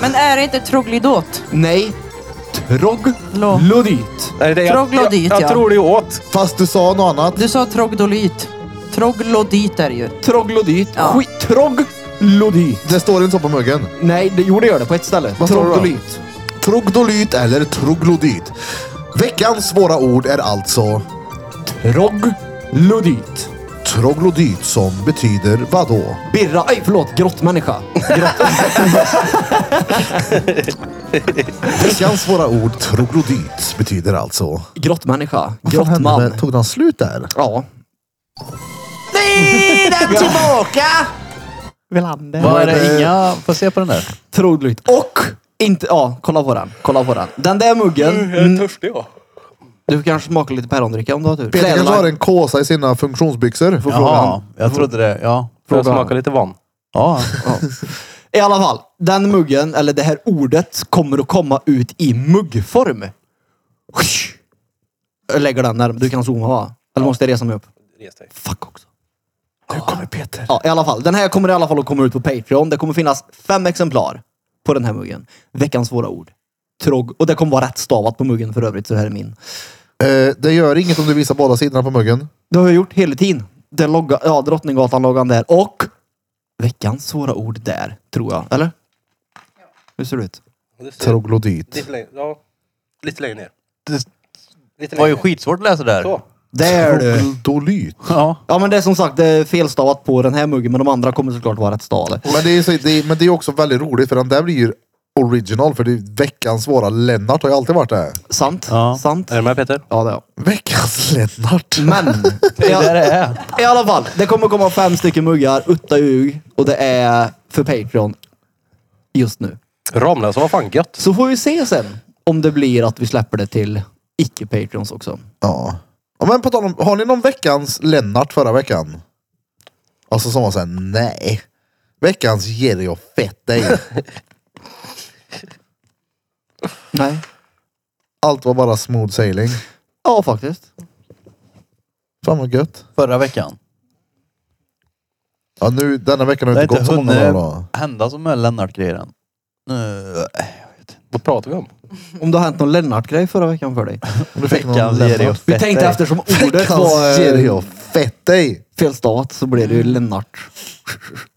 Men är det inte troglidot? Nej. Troglodyt. Nej, det, jag, jag, Troglodyt, jag ja. tror det är åt. Fast du sa något annat. Du sa trogdolyt. Troglodit är det ju. Troglodyt. Ja. Skit. Troglodyt. Det står inte så på muggen. Nej, det, jo det gör det på ett ställe. Vad står det då? Troglodyt. Trogdolyt eller troglodyt. Veckans svåra ord är alltså Troglodyt. troglodyt som betyder vadå? Birra. Oj, förlåt. Grottmänniska. Veckans svåra ord troglodyt betyder alltså... Grottmänniska. Vad fan hände Grottman. med- Tog den slut där? Ja. Vad är det? Inga... Får se på den där. Otroligt. Och inte, ja, kolla på den. Kolla på den. Den där muggen. Mm, törstig jag. du kanske smakar lite pärondricka om du har tur. Peter kanske har Kläderna- en kåsa i sina funktionsbyxor. Får fråga han. Jaha, jag trodde det. Ja. Får jag smaka lite van? Ja. I alla fall, den muggen, eller det här ordet, kommer att komma ut i muggform. Jag lägger den närmare. Du kan zooma va? Eller måste jag resa mig upp? Res dig. Fuck också. Nu kommer Peter. Ja, i alla fall. Den här kommer i alla fall att komma ut på Patreon. Det kommer finnas fem exemplar på den här muggen. Veckans svåra ord. Trog. Och det kommer vara rätt stavat på muggen för övrigt, så det här är min. Eh, det gör inget om du visar båda sidorna på muggen. Det har jag gjort hela tiden. Den logga, ja, Drottninggatan-loggan där och veckans svåra ord där, tror jag. Eller? Hur ser det ut? Troglodyt. Lite längre, ja. Lite längre ner. Det Lite var ju skitsvårt att läsa där. Så. Där Eh, du! Troglodyt. Ja. Ja men det är som sagt det är felstavat på den här muggen men de andra kommer såklart vara rätt stavade. Men det, är så, det, är- men det är också väldigt roligt för den där blir ju original för det är veckans svåra Lennart har ju alltid varit det. Sant? Ja. Sant? Är du med Peter? Ja det är jag. Veckans Lennart. Men! Det är ja, där det är. I alla fall, det kommer komma fem stycken muggar, utta ljug och det är för Patreon just nu. Ramlösa var fan gött. Så får vi se sen om det blir att vi släpper det till icke-Patreons också. Ja. ja men på tal om, har ni någon veckans Lennart förra veckan? Alltså som var såhär, nej. Veckans ger dig och fett dig. Nej. Allt var bara smooth sailing. Ja, faktiskt. Fan vad gött. Förra veckan. Ja, nu, denna veckan har Det det inte gått har inte så många dagar då. hunnit hända som med Lennart-grejen. Nu... Vad pratar vi om? Om det har hänt någon Lennart-grej förra veckan för dig. Om du fick någon Veckans ger dig Lennart. och Vi fett tänkte dig. eftersom ordet Veckans var eh, Jerry fett dig. fel stat så blev det ju Lennart.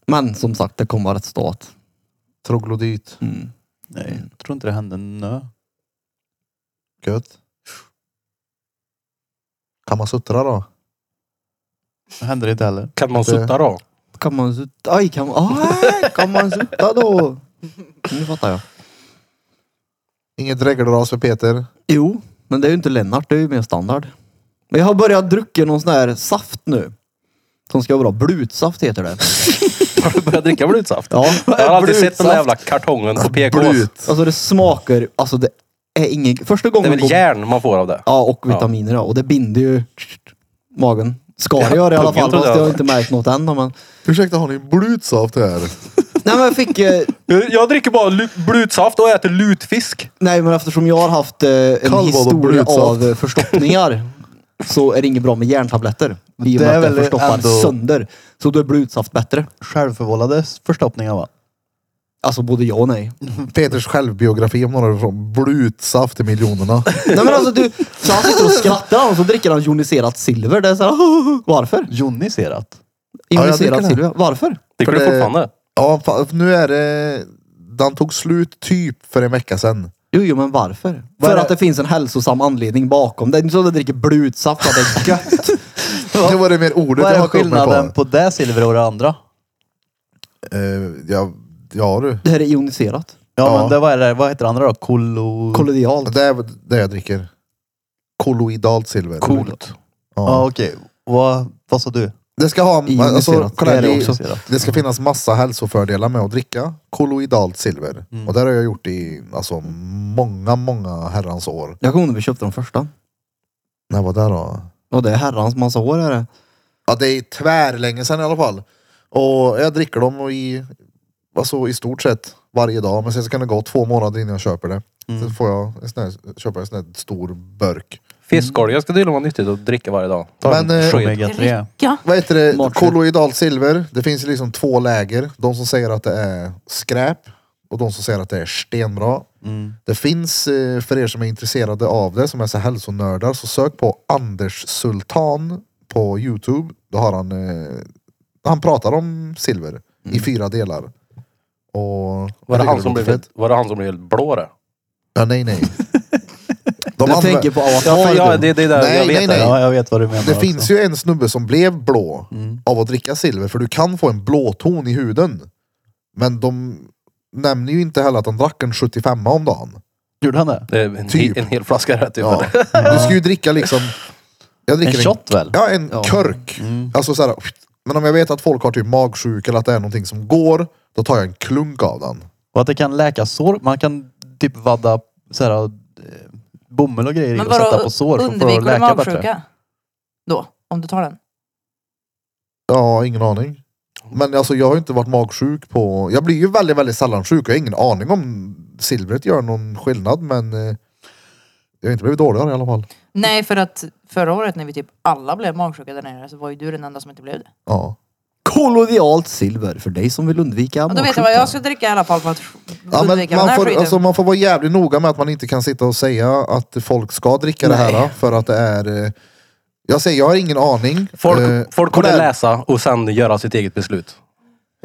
Men som sagt, det kom vara rätt stat. Mm. Troglodyt. Nej, jag tror inte det hände nu. Gött. Kan man suttra då? Det hände det inte heller. Kan man Det- sutta då? Kan man sutta? Aj, kan man, aj, kan man sutta då? Nu fattar jag. Inget regelras för Peter. Jo, men det är ju inte Lennart, det är ju mer standard. Men jag har börjat dricka någon sån här saft nu. Som ska vara bra. Blutsaft heter det. Har du börjat dricka blutsaft? Ja, Jag har alltid sett den där jävla kartongen på PKs. Blut. Alltså det smakar, alltså det är ingen... Första Det gången... är väl järn man får av det? Ja, och vitaminer ja. Och det binder ju magen. Ska det göra i alla pungen fall, trodde fast jag. jag har inte märkt något än. då, Men... Ursäkta, har ni blutsaft här? Nej men jag fick... Eh... Jag dricker bara lu- blutsaft och äter lutfisk. Nej men eftersom jag har haft eh, en Kallbad och historia blutsaft. av eh, förstoppningar så är det inget bra med järntabletter. I och Det med är att det väl förstoppar ändå- sönder. Så då är blutsaft bättre. Självförvållade förstoppningar va? Alltså både ja och nej. Peters självbiografi om några år från blutsaft till miljonerna. Nej men alltså du, så han sitter och skrattar och så dricker han joniserat silver. Det är så här, varför? Joniserat. jag Joniserat dricker det. silver, varför? För Dricker du det- fortfarande? Ja, fa- nu är det... Den tog slut typ för en vecka sedan. Jo, jo men varför? Vad är För det? att det finns en hälsosam anledning bakom. Det är inte så att jag dricker blutsaft för att det är gött. Nu var det mer ordet Vad jag är hakade upp mig skillnaden på. på det silver och det andra? Eh, ja, ja du. Det här är joniserat. Ja, Ja. men det, vad, är det, vad heter det andra då? Kolo... Kollodialt. Det är det jag dricker. Kolloidalt silver. Coolt. Ja. Ja okej. Vad, vad sa du? Det ska ha... Ioniserat. Alltså, kolla, Det här, är det, det också. Joniserat. det ska finnas massa hälsofördelar med att dricka kolloidalt silver. Mm. Och det har jag gjort i alltså, många, många herrans år. Jag kommer ihåg när vi köpte de första. När var det då? Och det är herrans massa år är det. Ja, det är tvärlänge sedan i alla fall. Och jag dricker dem och i, alltså, i stort sett varje dag. Men sen så kan det gå två månader innan jag köper det. Mm. Sen får jag en sån här, köper en sån här stor burk. Fiskolja ska tydligen vara nyttigt att dricka varje dag. Ta en Men, eh, sked. Omega 3. Ja. Vad heter det? Smart. Kolloidalt silver. Det finns ju liksom två läger. De som säger att det är skräp och de som säger att det är stenbra. Mm. Det finns, eh, för er som är intresserade av det, som är så hälsonördar, så sök på Anders Sultan på Youtube. Då har han, eh, han pratar om silver i fyra delar. Och Var det, han som låter blev, var det han som blev helt blå det? Ja, nej, nej. De jag andra- tänker på Ja, avatar. för- ja du. det, det är där Nej, jag vet nej, det. nej. Ja, jag vet vad du menar. Det också. finns ju en snubbe som blev blå av att dricka silver för du kan få en blåton i huden. Men de nämner ju inte heller att han drack en 75 om dagen. Gjorde han det? Det är en, Typ. en hel flaska rätt typ. Ja. Du ska ju dricka liksom... Jag En dricker shot väl? Mm. Ja, en körk. Alltså så här, men om jag vet att folk har typ magsjuka eller att det är någonting som går, då tar jag en klunk av den. Och att det kan läka sår. Man kan typ vadda så här, eh, bomull och grejer i Men och sätta vadå, på sår för att få det undviker att du läka bättre. magsjuka? Då, om du tar den. Ja, ingen aning. Men alltså jag har ju inte varit magsjuk på... Jag blir ju väldigt, väldigt sällan sjuk. Jag har ingen aning om silvret gör någon skillnad, men... eh, Jag har inte blivit dåligare i alla fall. Nej, för att förra året när vi typ alla blev magsjuka där nere så var ju du den enda som inte blev det. Ja. Kollodialt silver för dig som vill undvika Och då vet jag vad jag ska dricka i alla fall för att Ja, men undvika den man, här får, skiten. alltså, man får vara jävligt noga med att man inte kan sitta och säga att folk ska dricka det här. För att det är... eh, Jag säger, jag har ingen aning. Folk, Eh, folk och det kommer är- läsa och sen göra sitt eget beslut.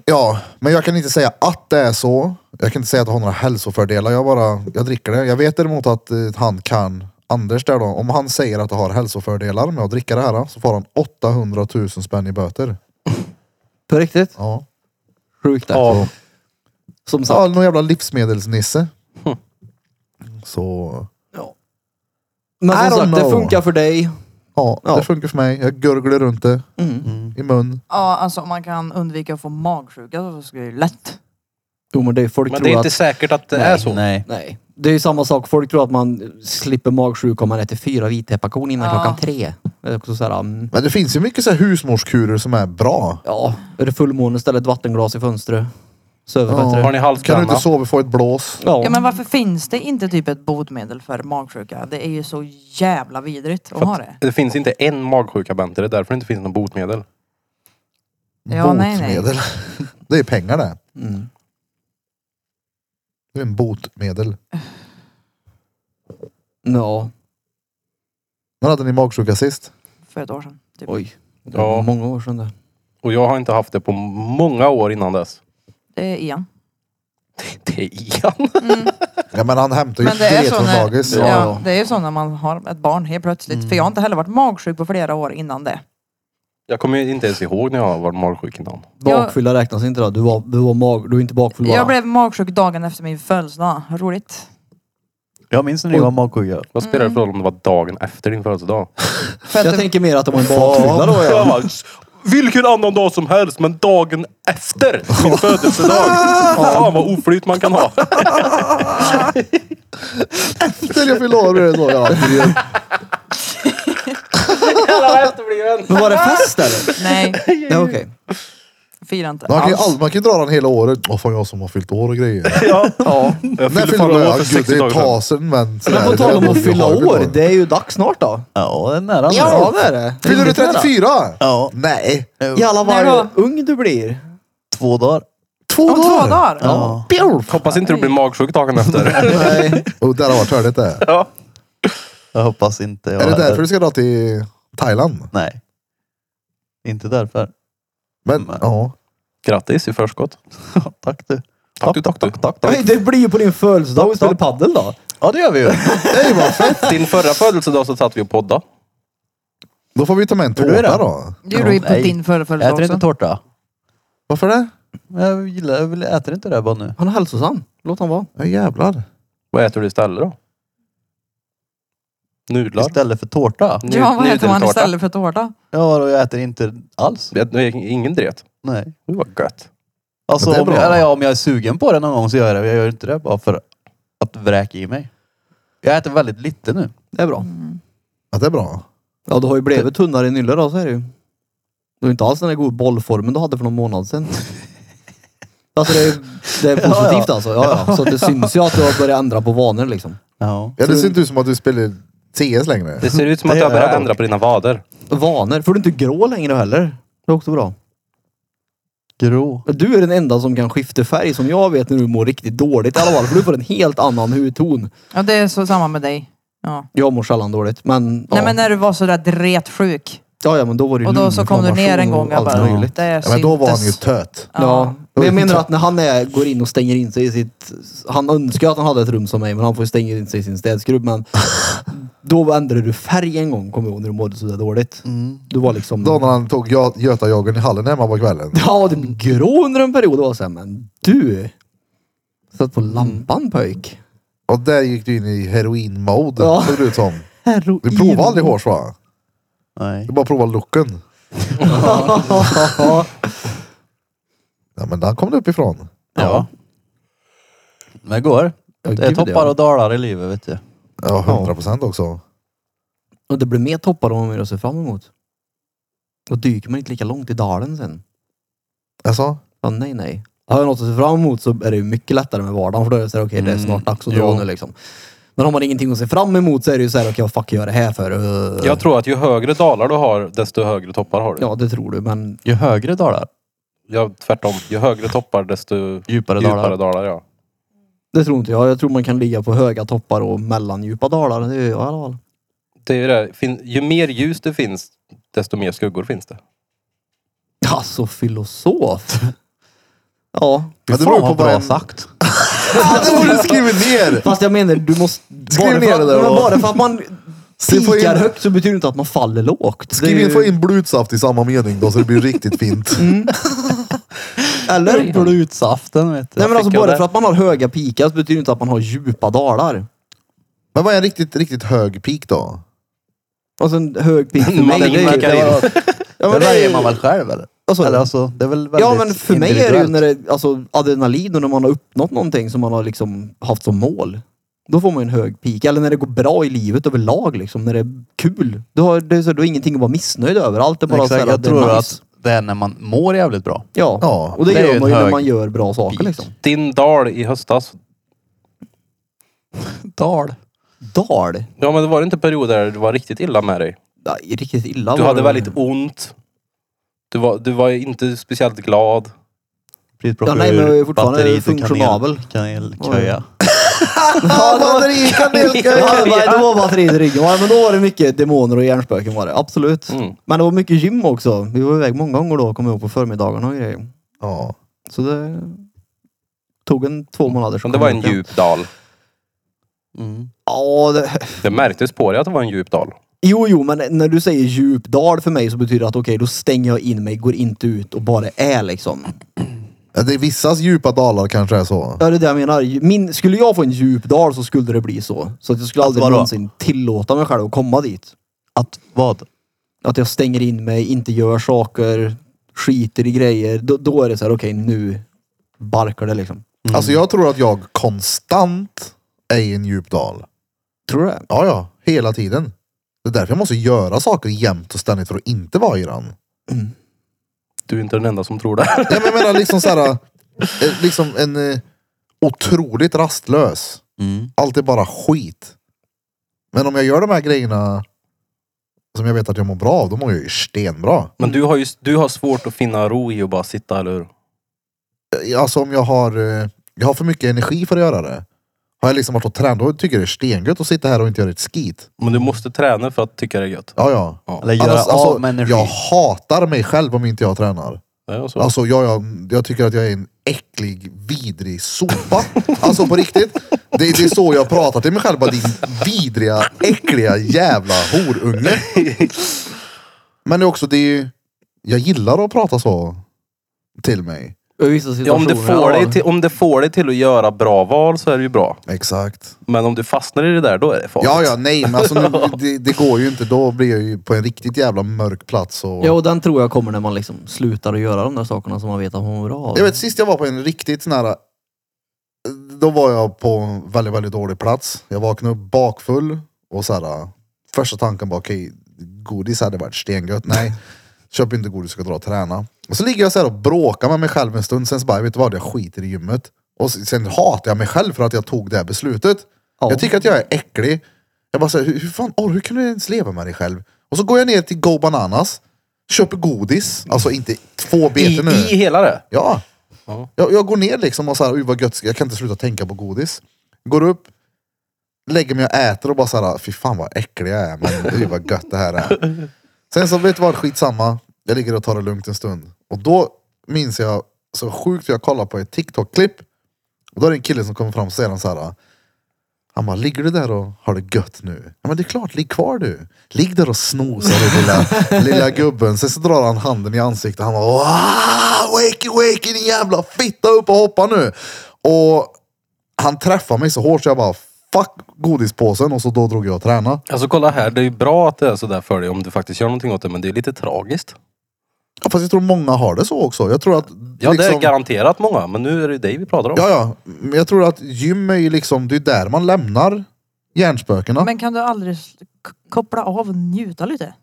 Ja, men jag kan inte säga att det är så. Jag kan inte säga att det har några hälsofördelar. Jag bara, jag dricker det. Jag vet däremot att eh, han kan, Anders där då, om han säger att det har hälsofördelar med att dricka det här så får han 800 000 spänn i böter. På riktigt? Ja. Sjukt det. Ja. Som Ja, sagt. någon jävla livsmedelsnisse. Så, Men I don't som sagt, det know. funkar för dig. Mm. ja, Ja. det funkar för mig. Jag gurglar runt det Mm. i mun. Ja, alltså om man kan undvika att få magsjuka så skulle det ju lätt. Jo men det är folk Men tror det är inte att... säkert att det är så. Nej. Nej. Det är ju samma sak. Folk tror att man slipper magsjuka om man äter fyra vitpepparkorn innan Ja. klockan tre. Det är också så här, mm, Men det finns ju mycket så här husmorskurer som är bra. ja, är det fullmåne ställer ett vattenglas i fönstret. Söver Ja. bättre. Har ni Kan du halsbränna? inte sova får ett blås. Ja. Ja men varför finns det inte typ ett botemedel för magsjuka? Det är ju så jävla vidrigt att För ha att det. det finns inte en magsjuka Bente, det är därför det inte finns något botemedel. Ja, nej, nej. botemedel. Det är pengar det. Mm. Det är en botemedel. Ja, När hade ni magsjuka sist? För ett år sedan. Typ. oj. Det Ja. var många år sedan det. Och jag har inte haft det på många år innan dess. Det är igen. Det är Ian. Ja men han hämtar ju Men det är det så från när- dagis. Ja, ja. Det är ju så när man har ett barn helt plötsligt. För jag har inte heller varit magsjuk på flera år innan det. Jag kommer ju inte ens ihåg när jag var magsjuk innan. Jag- Bakfylla räknas inte då? Du var, du var mag, du är inte bakfull bara? Jag blev magsjuk dagen efter min födelsedag. Roligt. Jag minns när ni var magsjuka. Vad spelar det för roll om det var dagen efter din födelsedag? För att jag det- tänker mer att det var en bakfylla då. Jag bara, Vilken annan dag som helst, men dagen efter min födelsedag. Fan vad oflyt man kan ha. Efter jag fyllde år är det så. Ja. Jävla efterbliven. Men var det fest eller? Nej, Ja, okej. fira inte Man kan ju alls. all, man kan ju dra den hela året. Åh fan jag som har fyllt år och grejer. Ja. Jag När fyllde fyllde förra du året år? för Gud 60 det är dagar ett sedan. tag sedan men. Men på tal om att fylla år, det är ju dags snart då. Ja, det är nära nu. Ja, det är det. Fyller du Rimligt nära. 34? Ja. Nej. Jalla När vad då? ung du blir. Två dagar. Två Om två dagar? dagar? Ja. Björf! Hoppas inte du blir magsjuk dagen efter. Nej. Och där har varit hörligt det. Ja. Jag hoppas inte. jag Är det heller. därför du ska dra till Thailand? Nej. Inte därför. Men Nej. ja. Grattis i förskott. tack du. Tack, du, tack, tack, tack, Nej, Det blir ju på din födelsedag vi spelar paddel då. Ja, det gör vi ju. Nej vad fett. Din förra födelsedag så satt vi och poddade. Då får vi ta med en du det? tårta då. Det gjorde vi på Nej. din förra Jag äter födelsedag inte också. tårta. Varför det? Men Jag gillar, jag vill- äter inte det bara nu. Han är hälsosam. Låt honom vara. Ja jävlar. Vad äter du istället då? Nudlar? Istället för tårta. Nu- Ja, vad heter man nudeltårta. istället för tårta? Ja, då jag äter inte alls. Jag- nej, Ingen diet. Nej. Det var gött. Alltså Men det är om jag, bra. eller, ja, om jag är sugen på det någon gång så gör jag det. Jag gör inte det bara för att vräka i mig. Jag äter väldigt lite nu. Det är bra. Att det är bra. Ja, du har ju blivit tunnare i nylle då, så är det ju. Du är inte alls den där goda bollformen du hade för någon månad sedan. Alltså det är, det är positivt alltså. Ja, ja. Så det syns ju att du har börjat ändra på vanor liksom. Ja. Ja, det ser inte ut som att du spelar CS längre. Det ser ut som att Det du har gör jag börjat dock. ändra på dina vader. Vanor. För du är inte grå längre heller. Det är också bra. Grå. Du är den enda som kan skifta färg som jag vet när du mår riktigt dåligt i alla fall. För du får en helt annan hudton. Ja, det är så samma med dig. Ja. Jag mår sällan dåligt men... Ja. Nej men när du var sådär dretsjuk. ja, ja men då var det ju Och då så kom du ner en lunginflammation gång. och Jag allt bara, möjligt. det är Ja, men då var han ju töt. Ja, Ja. men jag menar att när han är, går in och stänger in sig i sitt... Han önskar att han hade ett rum som mig, men han får ju stänga in sig i sin städskrubb. Men då ändrade du färg en gång, kommer jag ihåg, när du mådde sådär dåligt. Du var liksom... Då när han tog Gö- Götajagern i hallen hemma på kvällen. Ja, du blev grå under en period. och var så här, men du! Satt på lampan pöjk. Och där gick du in i heroin-mode. Ja. Såg det ut som. Heroin. Du provade aldrig hårs va? Nej. Du bara provade looken. ja. Ja men den kom du uppifrån. Ja. Men det går. Ja, Det är gud, toppar ja. och dalar i livet vet du. Ja, 100 procent också. Och det blir mer toppar om man att se fram emot. Då dyker man inte lika långt i dalen sen. Alltså, Ja, nej, nej. Har jag något att se fram emot så är det ju mycket lättare med vardagen. För då är det så här, okej Mm. det är snart dags att dra jo. nu liksom. Men har man ingenting att se fram emot så är det ju så här, okej vad fuck gör jag det här för? Uh, Jag tror att ju högre dalar du har, desto högre toppar har du. Ja, det tror du, men Ju högre dalar, Ja, tvärtom. Ju högre toppar, desto djupare, djupare, dalar. dalar. Ja. det tror inte jag. Jag tror man kan ligga på höga toppar och mellandjupa dalar. Det är ju i alla fall. Det är ju, det. Fin- ju mer ljus det finns, desto mer skuggor finns det. Alltså filosof. ja. Ja, det Fan beror på vad vad bra en- sagt. det borde du skriva ner! Fast jag menar, du måste... Skriv bara för ner att- det där men då. Bara för att man Du får in- pikar högt så betyder det inte att man faller lågt. Skriv Det är in, få ju- Mm. in blutsaft i samma mening då så det blir riktigt fint. Eller? Blodsaften vet du. Nej men alltså fick jag bara det. för att man har höga pikar så betyder det inte att man har djupa dalar. Men vad är en riktigt, riktigt hög peak då? Alltså en hög pik för Man mig. det är ju- pikar in. Ja, det men det väljer är, man väl själv eller? Alltså- eller alltså, det är väl väldigt ja men för mig är det ju individuellt. när det, alltså, adrenalin och när man har uppnått någonting som man har liksom haft som mål. Då får man en hög pik. Eller när det går bra i livet överlag liksom. När det är kul. Du har, det är, så, du har ingenting att vara missnöjd över. Allt är bara Exakt, så här jag att det tror är nice. att det är när man mår jävligt bra. Ja. Ja, och det, det är gör ju man ju en när hög man gör bra saker liksom. Din dal i höstas. Dal. Dal. Ja men det var inte perioder där du var riktigt illa med dig? Nej, Riktigt illa Du var hade det. väldigt ont. Du var, du var inte speciellt glad. Plitproppur, Ja, nej, men jag är fortfarande batteri till funktionabel. Kanel, kanel, köja. Ja, det var- Batteri, kanelkaka. Ja, det var- det var batteriet i ryggen. Ja, men då var det mycket demoner och hjärnspöken var det. Absolut. Mm. Men det var mycket gym också. Vi var iväg många gånger då, kommer jag ihåg, på förmiddagarna och grejer. Ja. Så det tog en två månader. så Men det kom var jag en hem. djup dal. Ja, det, Det märktes på dig att det var en djup dal. jo, jo, men när du säger djup dal för mig så betyder det att okej, då stänger jag in mig, går inte ut och bara är liksom. Ja, Det är vissas djupa dalar kanske är så. Ja, det är det jag menar. Min, skulle jag få en djup dal så skulle det bli så. Så att jag skulle aldrig vadå? någonsin tillåta mig själv att komma dit. Att vad? Att jag stänger in mig, inte gör saker, skiter i grejer. Då, då är det så här, okej nu barkar det liksom. Alltså jag tror att jag konstant är i en djup dal. Tror du det? Ja, ja. Hela tiden. Det är därför jag måste göra saker jämt och ständigt för att inte vara i den. Du är inte den enda som tror det. Nej, men jag menar liksom så här, eh, liksom en eh, otroligt rastlös. Mm. Allt är bara skit. Men om jag gör de här grejerna som jag vet att jag mår bra av, då mår jag ju stenbra. Men du har, ju, du har svårt att finna ro i att bara sitta, eller hur? Eh, Alltså om jag har, eh, jag har för mycket energi för att göra det. Har jag liksom varit och tränat, då tycker jag det är stengött att sitta här och inte göra ett skit. Men du måste träna för att tycka det är gött. Ja, ja. Eller göra alltså, Annars, alltså, av med energi. jag hatar mig själv om inte jag tränar. Det är så. Alltså jag, jag, jag tycker att jag är en äcklig, vidrig sopa. Alltså på riktigt. Det, det är så jag pratar till mig själv. Bara, din vidriga, äckliga jävla horunge. Men det är också, det är ju, jag gillar att prata så till mig. I vissa ja, om, det får dig till, om det får dig till att göra bra val så är det ju bra. Exakt. Men om du fastnar i det där, då är det farligt. Ja, ja, nej, men alltså nu, det, det går ju inte. Då blir jag ju på en riktigt jävla mörk plats. Och... Ja, och den tror jag kommer när man liksom slutar att göra de där sakerna som man vet att man mår bra av. Jag vet, sist jag var på en riktigt sån här... Då var jag på en väldigt, väldigt dålig plats. Jag vaknade upp bakfull och så här. Första tanken var okej, godis hade varit stengött. Nej, köp inte godis, jag ska dra och träna. Och så ligger jag så här och bråkar med mig själv en stund. Sen så bara, vet du vad, jag skiter i gymmet. Och sen hatar jag mig själv för att jag tog det här beslutet. Ja. Jag tycker att jag är äcklig. Jag bara säger, hur, hur fan, oh, hur kan du ens leva med dig själv? Och så går jag ner till Go Bananas, köper godis. Alltså inte två I, beter nu. I hela det. Ja. Ja. Jag, jag går ner liksom och så här, "Oj, vad gött, jag kan inte sluta tänka på godis. Går upp, lägger mig och äter och bara så här, fy fan vad äcklig jag är, men oj vad gött det här är. Sen så vet du vad, skitsamma. Jag ligger och tar det lugnt en stund. Och då minns jag så sjukt hur jag kollar på ett TikTok-klipp. Och då är det en kille som kommer fram och säger han så här. Han bara, ligger du där och har det gött nu? Ja men det är klart, ligg kvar du. Ligg där och snosa du lilla, lilla gubben. Sen så drar han handen i ansiktet. Han bara, "Wow, wakey wakey din jävla fitta upp och hoppa nu. Och han träffar mig så hårt så jag bara, fuck godispåsen. Och så då drog jag och tränade. Alltså kolla här, det är ju bra att det är sådär för dig om du faktiskt gör någonting åt det, men det är lite tragiskt. Ja, fast jag tror många har det så också. Jag tror att... Ja, det är liksom- garanterat många, men nu är det ju dig vi pratar om. Ja, ja. Men jag tror att gym är ju liksom, det är där man lämnar hjärnspökena. Men kan du aldrig s- k- koppla av och njuta lite?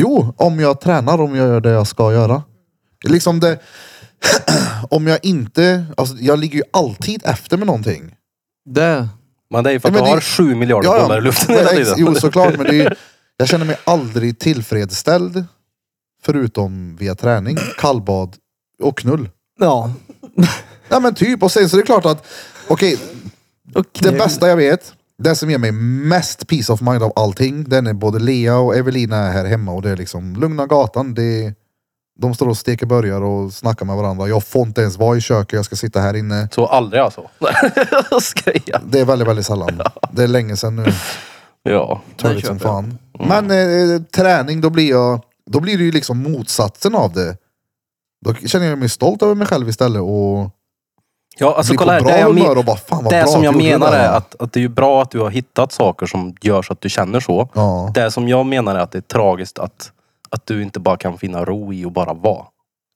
Jo, om jag tränar, om jag gör det jag ska göra. Liksom det... om jag inte... Alltså jag ligger ju alltid efter med någonting. Det, Men det är ju för att Ja, men du har det- sju miljarder bollar i luften Men hela ex- tiden. Jo, såklart. Men det är, ju- jag känner mig aldrig tillfredsställd. Förutom via träning, kallbad och knull. ja. Ja men typ. Och sen så är det klart att... Okej, Okej. Eh, Det bästa jag vet, det som ger mig mest peace of mind av allting, den är både Lea och Evelina är här hemma och det är liksom lugna gatan. Det är, de står och steker burgare och snackar med varandra. Jag får inte ens vara i köket, jag ska sitta här inne. Så aldrig alltså. Jag skojar. Det är väldigt, väldigt sällan. Det är länge sedan nu. Ja. Törligt som fan. Mm. Men eh, träning, då blir jag, då blir det ju liksom motsatsen av det. Då känner jag mig stolt över mig själv istället och Ja, alltså blir kolla här. på bra Det, jag men- humör och bara fan vad bra det som att jag du gjorde menar det här. är att, att det är ju bra att du har hittat saker som gör så att du känner så. Ja. Det som jag menar är att det är tragiskt att, att du inte bara kan finna ro i och bara vara.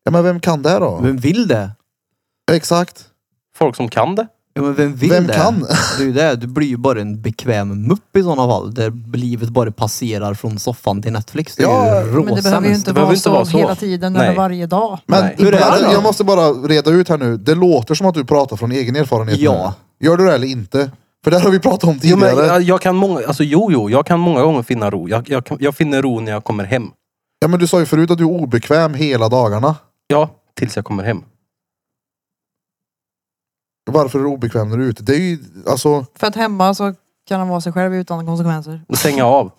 ja men vem kan det då? Vem vill det? Exakt. Folk som kan det. Ja, men vem vill Vem det? kan? Det är ju det. Du blir ju bara en bekväm mupp i sådana fall. Där livet bara passerar från soffan till Netflix. Det är Ja, ju Men det behöver ju råsämst. inte, behöver vara, inte så vara så. hela tiden Nej. eller varje dag. Men Nej. Hur är det då? jag måste bara reda ut här nu. Det låter som att du pratar från egen erfarenhet Ja. nu. Gör du det eller inte? För det här har vi pratat om Jo, tidigare. men jag, jag kan många, alltså, jo, jo, jag kan många gånger finna ro. Jag, jag, kan- jag finner ro när jag kommer hem. Ja men du sa ju förut att du är obekväm hela dagarna. Ja, tills jag kommer hem. Varför är du obekväm när du är ute? Det är ju alltså... För att hemma så kan han vara sig själv utan konsekvenser. Stänga av.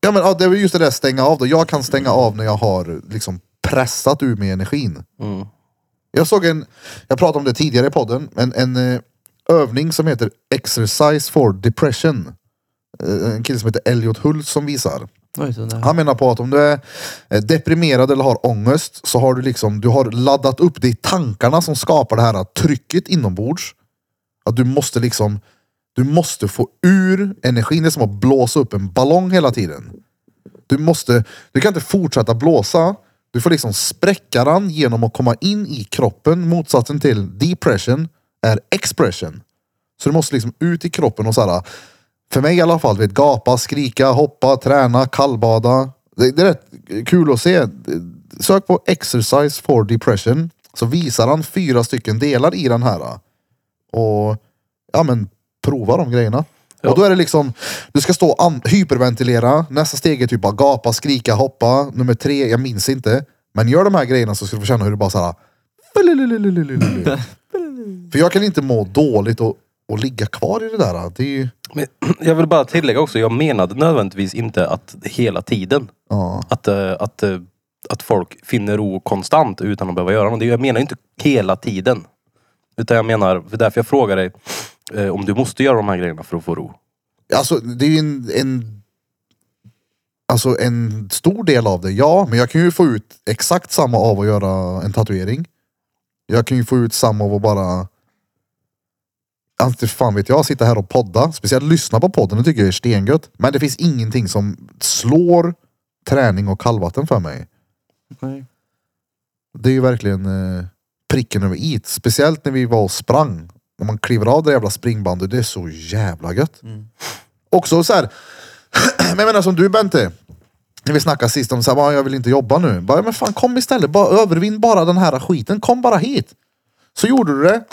Ja men ja, det är väl just det där stänga av då. Jag kan stänga av när jag har liksom pressat ur mig energin. Mm. Jag såg en, jag pratade om det tidigare i podden, en, en eh, övning som heter Exercise for Depression. Eh, En kille som heter Elliot Hult som visar. Oj, så där. Han menar på att om du är eh, deprimerad eller har ångest så har du liksom, du har laddat upp det i tankarna som skapar det här trycket inombords. Att du måste liksom, du måste få ur energin. Det är som att blåsa upp en ballong hela tiden. Du måste, du kan inte fortsätta blåsa. Du får liksom spräcka den genom att komma in i kroppen. Motsatsen till depression är expression. Så du måste liksom ut i kroppen och så här. För mig i alla fall, vet, gapa, skrika, hoppa, träna, kallbada. Det, det är rätt kul att se. Sök på exercise for depression så visar han fyra stycken delar i den här. Och ja men prova de grejerna. Och då är det liksom, du ska stå och an- hyperventilera. Nästa steg är typ bara gapa, skrika, hoppa. Nummer tre, jag minns inte. Men gör de här grejerna så ska du få känna hur du bara såhär... För jag kan inte må dåligt och, och ligga kvar i det där. Det är ju... Men jag vill bara tillägga också, jag menade nödvändigtvis inte att hela tiden. Ja. Att, eh, att, eh, att folk finner ro konstant utan att behöva göra någonting. Jag menar inte hela tiden. Utan jag menar, för därför jag frågar dig eh, om du måste göra de här grejerna för att få ro. Alltså det är ju en, en, alltså, en stor del av det, ja. Men jag kan ju få ut exakt samma av att göra en tatuering. Jag kan ju få ut samma av att bara... Alltså fan vet jag, sitta här och podda. Speciellt lyssna på podden, det tycker jag är stengött. Men det finns ingenting som slår träning och kallvatten för mig. Nej. Det är ju verkligen eh, pricken över i. Speciellt när vi var och sprang. När man kliver av det jävla springbandet, det är så jävla gött. Också så här, men jag menar som du Bente. När vi snackade sist om så här, "Bara, jag vill inte jobba nu. Bara, men fan kom istället, bara, övervinn bara den här skiten. Kom bara hit. Så gjorde du det.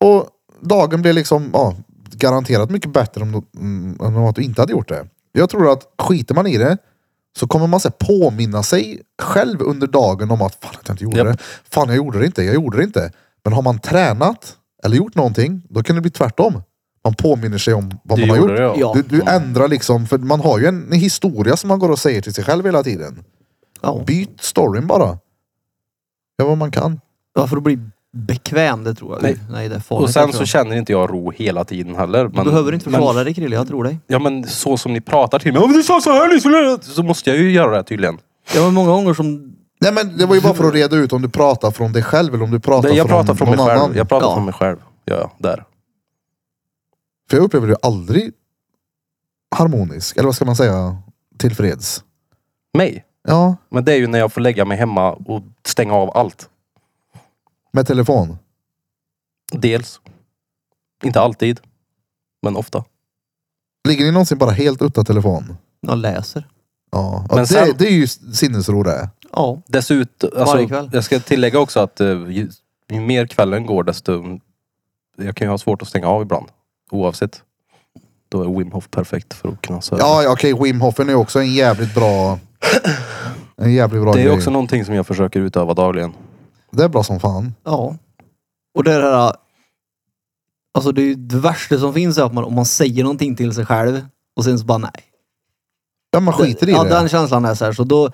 Och dagen blev liksom ja, garanterat mycket bättre om, du- mm, än om att du inte hade gjort det. Jag tror att skiter man i det så kommer man så här, påminna sig själv under dagen om att fan att jag inte gjorde Japp. det. Fan jag gjorde det inte, jag gjorde det inte. Men har man tränat eller gjort någonting, då kan det bli tvärtom. Man påminner sig om vad Du man har gjort. gjorde det, ja. Du, du ändrar liksom, för man har ju en historia som man går och säger till sig själv hela tiden. Ja. Byt storyn bara. Gör vad man kan. Varför bli bekväm, det tror jag. Nej. Nej, det är farligt. Och jag sen tror så jag. känner inte jag ro hela tiden heller. du behöver inte men- försvara dig Krille, jag tror dig. Ja men så som ni pratar till mig. "Ja, men Du sa så här, liksom." så måste jag ju göra det här tydligen. Det var många gånger som... Nej men det var ju bara för att reda ut om du pratar från dig själv eller om du pratar Nej, jag från, pratar från mig någon själv. annan. Jag pratar Ja. från mig själv. Ja, ja, där. För jag upplever dig aldrig harmonisk, eller vad ska man säga, tillfreds. Mig. Ja, Men det är ju när jag får lägga mig hemma och stänga av allt. med telefon. Dels. Inte alltid. Men ofta. Ligger ni någonsin bara helt utan telefon? Jag läser. Ja, ja Men det, sen- det är ju sinnesro det. Ja. Dessutom, Varje alltså, kväll. jag ska tillägga också att eh, ju, ju mer kvällen går desto... Jag kan ju ha svårt att stänga av ibland. Oavsett. Då är Wim Hof perfekt för att kunna söva. Ja, ja okej, Wim Hofen är också en jävligt bra... En jävligt bra det är grej. också någonting som jag försöker utöva dagligen. Det är bra som fan. Ja. Och det är det här... Alltså det, är ju det värsta som finns är att man, om man säger någonting till sig själv och sen så bara nej. Ja, man skiter i ja, det. den känslan är så här. Så då...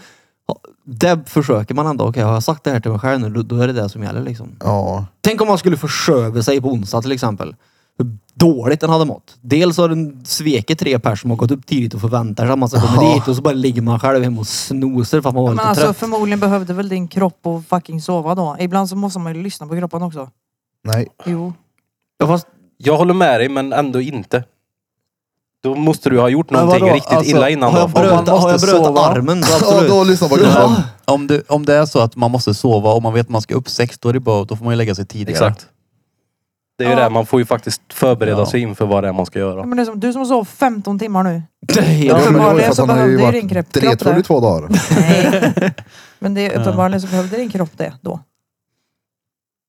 ja, Det försöker man ändå. Okej, har jag sagt det här till mig själv nu, då, då är det det som gäller liksom. Ja. Tänk om man skulle försöva sig på onsdag till exempel. Hur dåligt den hade mått. Dels har den svekit tre personer som har gått upp tidigt och förväntar sig att man ska komma Ja. dit och så bara ligger man själv hemma och snoser för att man var Men lite alltså trött. förmodligen behövde väl din kropp och fucking sova då. Ibland så måste man ju lyssna på kroppen också. Nej. Jo. Ja, fast, Jag håller med dig men ändå inte. Då måste du ha gjort men någonting vadå? riktigt Alltså, illa innan. Har jag då, för att bröt, man har jag måste bröt sova. armen så Ja, absolut. då lyssnar på Ja. gruppen. Om, du, om det är så att man måste sova och man vet att man ska upp sex, då, är det bara, då får man ju lägga sig tidigare. Exakt. Det är ju Ja. det, man får ju faktiskt förbereda Ja. sig inför vad det är man ska göra. Men det är som, du som sov 15 timmar nu. Nej, Ja, men det var ju uppenbarligen för att så han har ju behövde ju varit din kropp dretfull i det. två dagar. Nej. Men det är uppenbarligen så behövde din kropp det då.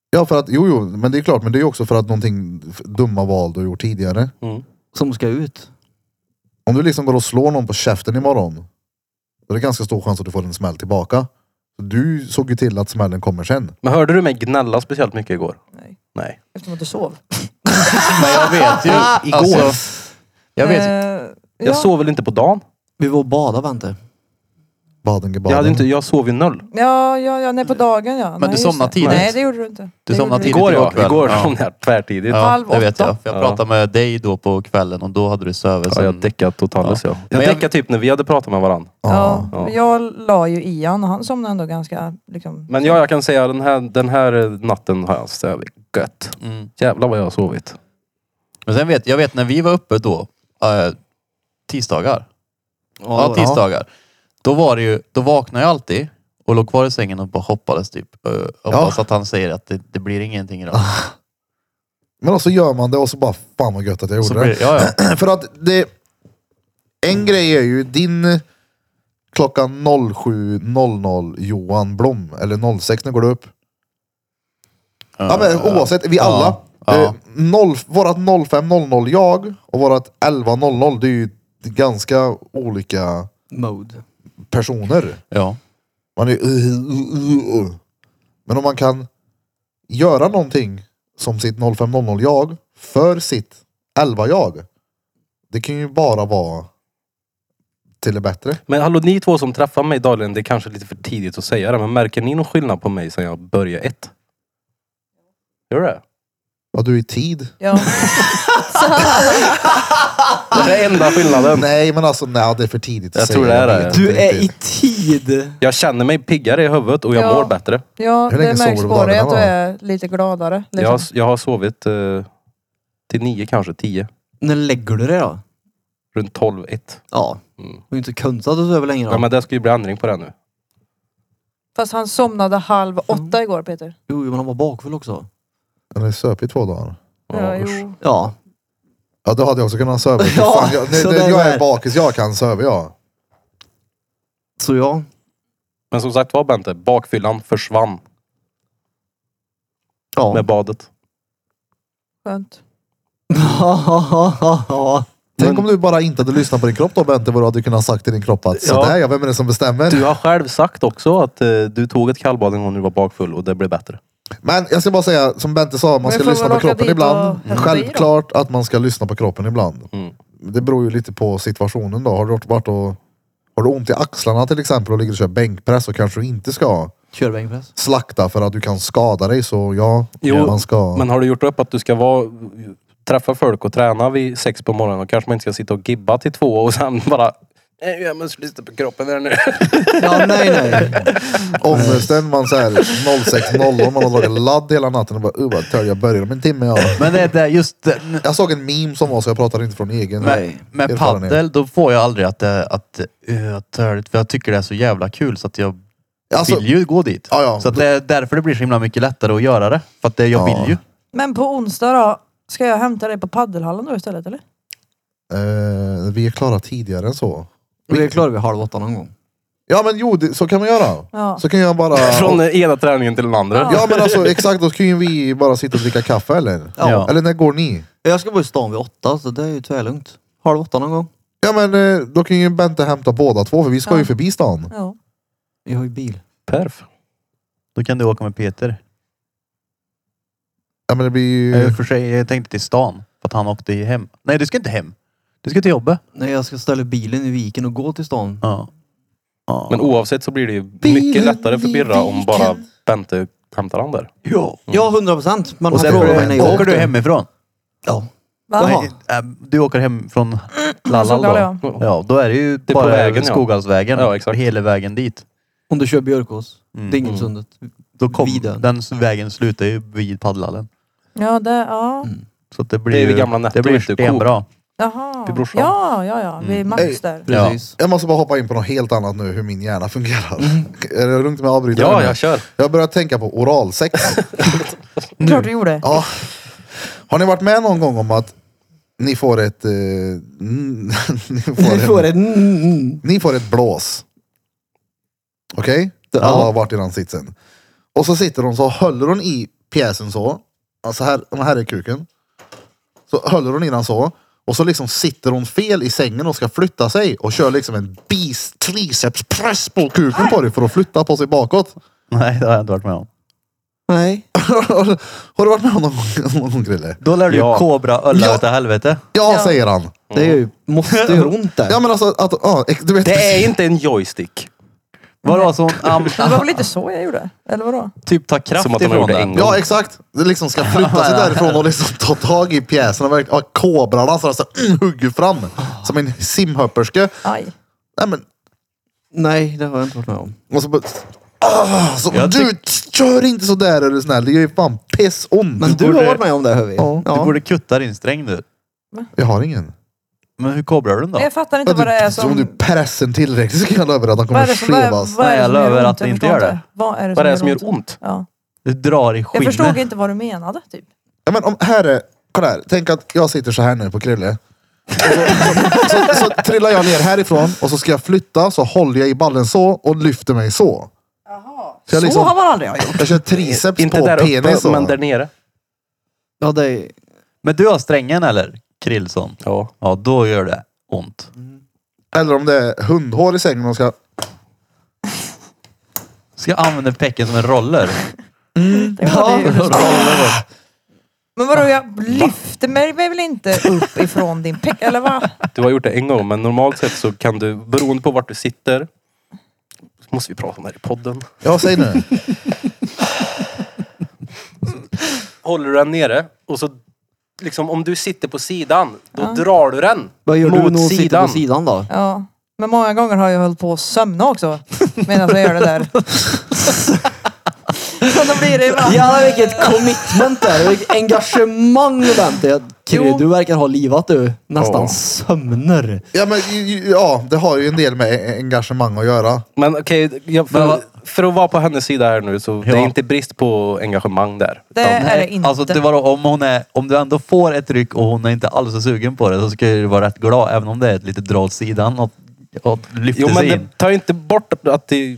Ja, för att, jo, jo, men det är klart, men det är ju också för att någonting f- dumma val du har gjort tidigare. Mm. Som ska ut. Om du liksom går och slår någon på käften imorgon, då är det ganska stor chans att du får en smäll tillbaka. Du såg ju till att smällen kommer sen. Men hörde du mig gnälla speciellt mycket igår? Nej. Nej. Eftersom att du sov. Men jag vet Alltså, ju. Igår. jag vet ju. Eh, Jag ja. sov väl inte på dagen? Vi var och badade Vente. Baden gebaden. Jag, hade inte, jag sov ju noll. Ja, ja, ja, nej på dagen ja. Mm. Men du nej, just somnade det. tidigt. Nej det gjorde du inte. Du Det somnade gjorde du tidigt. inte. Igår igår kväll. ja, igår Ja. somnade jag tvärtidigt. Ja. Ja, Halv det vet åtta. jag. För jag Ja. pratade med dig då på kvällen och då hade du sovit. jag sen- däckade totalt. Ja. Jag Men jag- däckade typ när vi hade pratat med varandra. Ja, Ja. Jag la ju i han och han somnade ändå ganska liksom. Men ja, jag kan säga den här, den här eh, natten har jag sovit gött. Mm. Jävlar vad jag har sovit. Men sen vet jag vet när vi var uppe då, eh, tisdagar. Ja, Ja, tisdagar. Då var det ju, då vaknade jag alltid och låg kvar i sängen och bara hoppades typ. eh, Hoppas att han säger att det, det blir ingenting idag. Ah, Men så gör man det och så bara, fan vad gött att jag gjorde Så blir, det. det- ja, ja. För att det... En grej är ju din eh, klockan 07.00 Johan Blom, eller 06 när går du upp? Ja, men oavsett, vi alla. Eh, Ja, ja. Eh, noll, vårat 05.00 jag och vårat 11.00 det är ju ganska olika Mode. personer. ja. Man är Men om man kan göra någonting som sitt 05.00 jag för sitt 11 jag. Det kan ju bara vara till det bättre. Men hallå ni två som träffar mig dagligen, det är kanske lite för tidigt att säga det. Men märker ni någon skillnad på mig sen jag började ett? Gör det? Ja, du är i tid. Ja. Det är enda skillnaden. Nej, men alltså nej, det är för tidigt att Jag säga. tror det är det. vet Du inte är i riktigt. tid. Jag känner mig piggare i huvudet och jag Ja. mår bättre. Ja, Hur det länge märks sover du på på dig dagarna att du då? är lite gladare. Jag, Liksom. har- jag har sovit eh, till nio kanske, tio. När lägger du det då? Runt tolv, ett. Ja. Mm. Du är inte konstigt att du sover länge då. Ja. men det ska ju bli ändring på det nu. Fast han somnade halv åtta igår Peter. Jo, jo, men han var bakfull också. Den är söp i två dagar. Ja, usch. jo. Ja. Ja, då hade jag också kunnat söva. Ja, Fan, jag, nej, så nej, där jag där. är bakis, jag kan söva jag. Så ja. Men som sagt var Bente, bakfyllan försvann Ja. med badet. Skönt. Tänk om du bara inte hade lyssnat på din kropp då Bente, vad du hade kunnat sagt till din kropp att Ja. sådär ja, vem är det som bestämmer? Du har själv sagt också att eh, du tog ett kallbad en gång när du var bakfull och det blev bättre. Men jag ska bara säga, som Bente sa, man Men ska får lyssna väl på åka kroppen dit ibland. och hämta i Självklart att man ska lyssna på kroppen ibland. Mm. Det beror ju lite på situationen då. Har du varit och har du ont i axlarna till exempel och ligger och kör bänkpress så kanske du inte ska Kör bänkpress. slakta för att du kan skada dig. Så ja, Jo, man ska. Men har du gjort upp att du ska vara, träffa folk och träna vid sex på morgonen och kanske man inte ska sitta och gibba till två och sen bara "Nej, jag måste lyssna på kroppen här nu. Ja, nej, nej. Ångesten, man såhär 06.00, man har dragit ladd hela natten och bara uh vad tör jag börjar om en timme. Ja. Men det är det, just det, Jag såg en meme som var så jag pratar inte från egen. Med, med erfarenhet. paddel, då får jag aldrig att det att, uh, törligt, för jag tycker det är så jävla kul så att jag Alltså- vill ju gå dit. Ja, ja. Så att det är därför det blir så himla mycket lättare att göra det. För att det, jag Ja. vill ju. Men på onsdag då, ska jag hämta dig på paddelhallen då istället eller? Eh, vi är klara tidigare än så. Vi är klara vid halv åtta någon gång. Ja men jo, det, så kan man göra. Ja. Så kan jag bara... Från den ena träningen till den andra. Ja men alltså exakt, då kan ju vi bara sitta och dricka kaffe eller? Ja. Eller när går ni? Jag ska vara i stan vid åtta, så det är ju tvärlugnt. Halv åtta någon gång. Ja men eh, då kan ju Bente hämta båda två för vi ska Ja. ju förbi stan. Ja. Jag har ju bil. Perf. Då kan du åka med Peter. Ja men det blir Jag, ju... för sig, jag tänkte till stan. För att han åkte ju hem. Nej, du ska inte hem. Du ska till jobbet. Nej, jag ska ställa bilen i viken och gå till stan. Ja. Ja. Men oavsett så blir det ju mycket Bilen lättare för vid Birra om bara viken. Bente hämtar han där. ja. Mm. Ja, hundra procent. Men Och han sen frågar mig när jag åker du hemifrån. Ja. Va? Jaha. Nej, eh, Du åker hem från Mm, Så Lallal lallar då. jag. Ja, då är det ju är på bara vägen, ja. Skoghallsvägen. Ja, exakt. Hela vägen dit. Om du kör Björkås. Mm. Dingelsundet. Då kom, Vid den. den vägen slutar ju vid paddlallen. Ja, det, ja. Så att det blir Det är vid ju- gamla Netto, Det blir inte Coop. stenbra. Jaha. Vid brorsan. Ja, ja, ja. Vi är Ey. max där. Precis. Jag måste bara hoppa in på något helt annat nu, hur min hjärna fungerar. Är det lugnt om jag avbryter? Ja, nu? jag kör. jag börjar tänka på oralsex. Klart du gjorde. ja. Har ni varit med någon gång om att ni får ett... Eh, n- ni, får Du får en, en... mm. ni får ett blås. Okej? Ja. Alla har varit i den sitsen. Och så sitter hon så håller hon i pjäsen så. Alltså här, den här är kuken. Så håller hon i den så. Och så liksom sitter hon fel i sängen och ska flytta sig och kör liksom en bis tricepspress på kuken på dig för att flytta på sig bakåt. Nej, det har jag inte varit med om. Nej. har du varit med om någon gång, någon gång Krille? Då lär du ju Ja. kobra ölla Ja. utav helvete. Ja, säger han. Det gör ju, måste göra ont där. Ja men alltså, att, ja, ex- du vet. Det är inte en joystick. Vadå, så hon am, Det var väl lite så jag gjorde? Eller vadå? typ tar kraft Som att de ifrån gjorde en den? gång. Ja exakt. Det liksom ska flytta sig därifrån och liksom ta tag i pjäsen och verkligen, ja, kobran alltså, så mm, hugger fram. Som en simhöpperske. Aj. Nej men, Nej, det har jag inte varit med om. och så bara... Ah, så, Jag du, kör inte sådär är du snäll. Det gör ju fan pissont. Men du, borde- har varit med om det, hör vi. Ja. Du borde kutta din sträng nu. Jag har ingen. Men hur kobrar du den då? Men Jag fattar Ja, inte du, vad det är Om du som... pressar den tillräckligt så kan jag lova att han Vad kommer är det som, vad är, skevas. vad är Nej, det jag som gör lovar ont? att det Jag inte förstår gör det. Vad är det Vad som, är det som gör gör ont? ont? Ja. Du drar i Jag skinnet. förstod inte vad du menade typ. Ja, men om, här är, kolla här. Tänk att jag sitter så här nu på Krille. Och så, så, så, så trillar jag ner härifrån och så ska jag flytta så håller jag i ballen så och lyfter mig så. Så jag, Så har liksom, man aldrig gjort. jag kör triceps Inte på där uppe, penis. så. men där nere. Ja, det är... Men du har strängen eller? Krillson? Ja. Ja, då gör det ont. Eller om det är hundhår i sängen och ska... Ska jag använda pecken som en roller? Eh, Det var det. roller då. Men vadå, jag lyfter mig väl inte upp ifrån din peck? Eller vad? Du har gjort det en gång, men normalt sett så kan du, beroende på vart du sitter, så måste vi prata om det här i podden. Ja, säg nu. Håller du den nere och så, liksom om du sitter på sidan, då drar du den Vad gör mot du när hon sitter sidan. på sidan då? Ja. Men många gånger har jag hållit på att sömna också medan jag gör det där. Så då blir det ibland. Jävlar vilket commitment där. Vilket engagemang du väntar. Kry, Jo. du verkar ha livat du. Nästan Ja. sömner. Ja, men, ju- ju- ja, det har ju en del med engagemang att göra. Men okej, jag- Men för, vad- för att vara på hennes sida här nu så det Ja. är inte brist på engagemang där. Det är det inte. Alltså, det var då, om, hon är, om du ändå får ett ryck och hon är inte alls så sugen på det, så ska du vara rätt glad. Även om det är ett litet dra åt sidan och, och lyfter Jo men sig det in. tar ju inte bort att det, Gör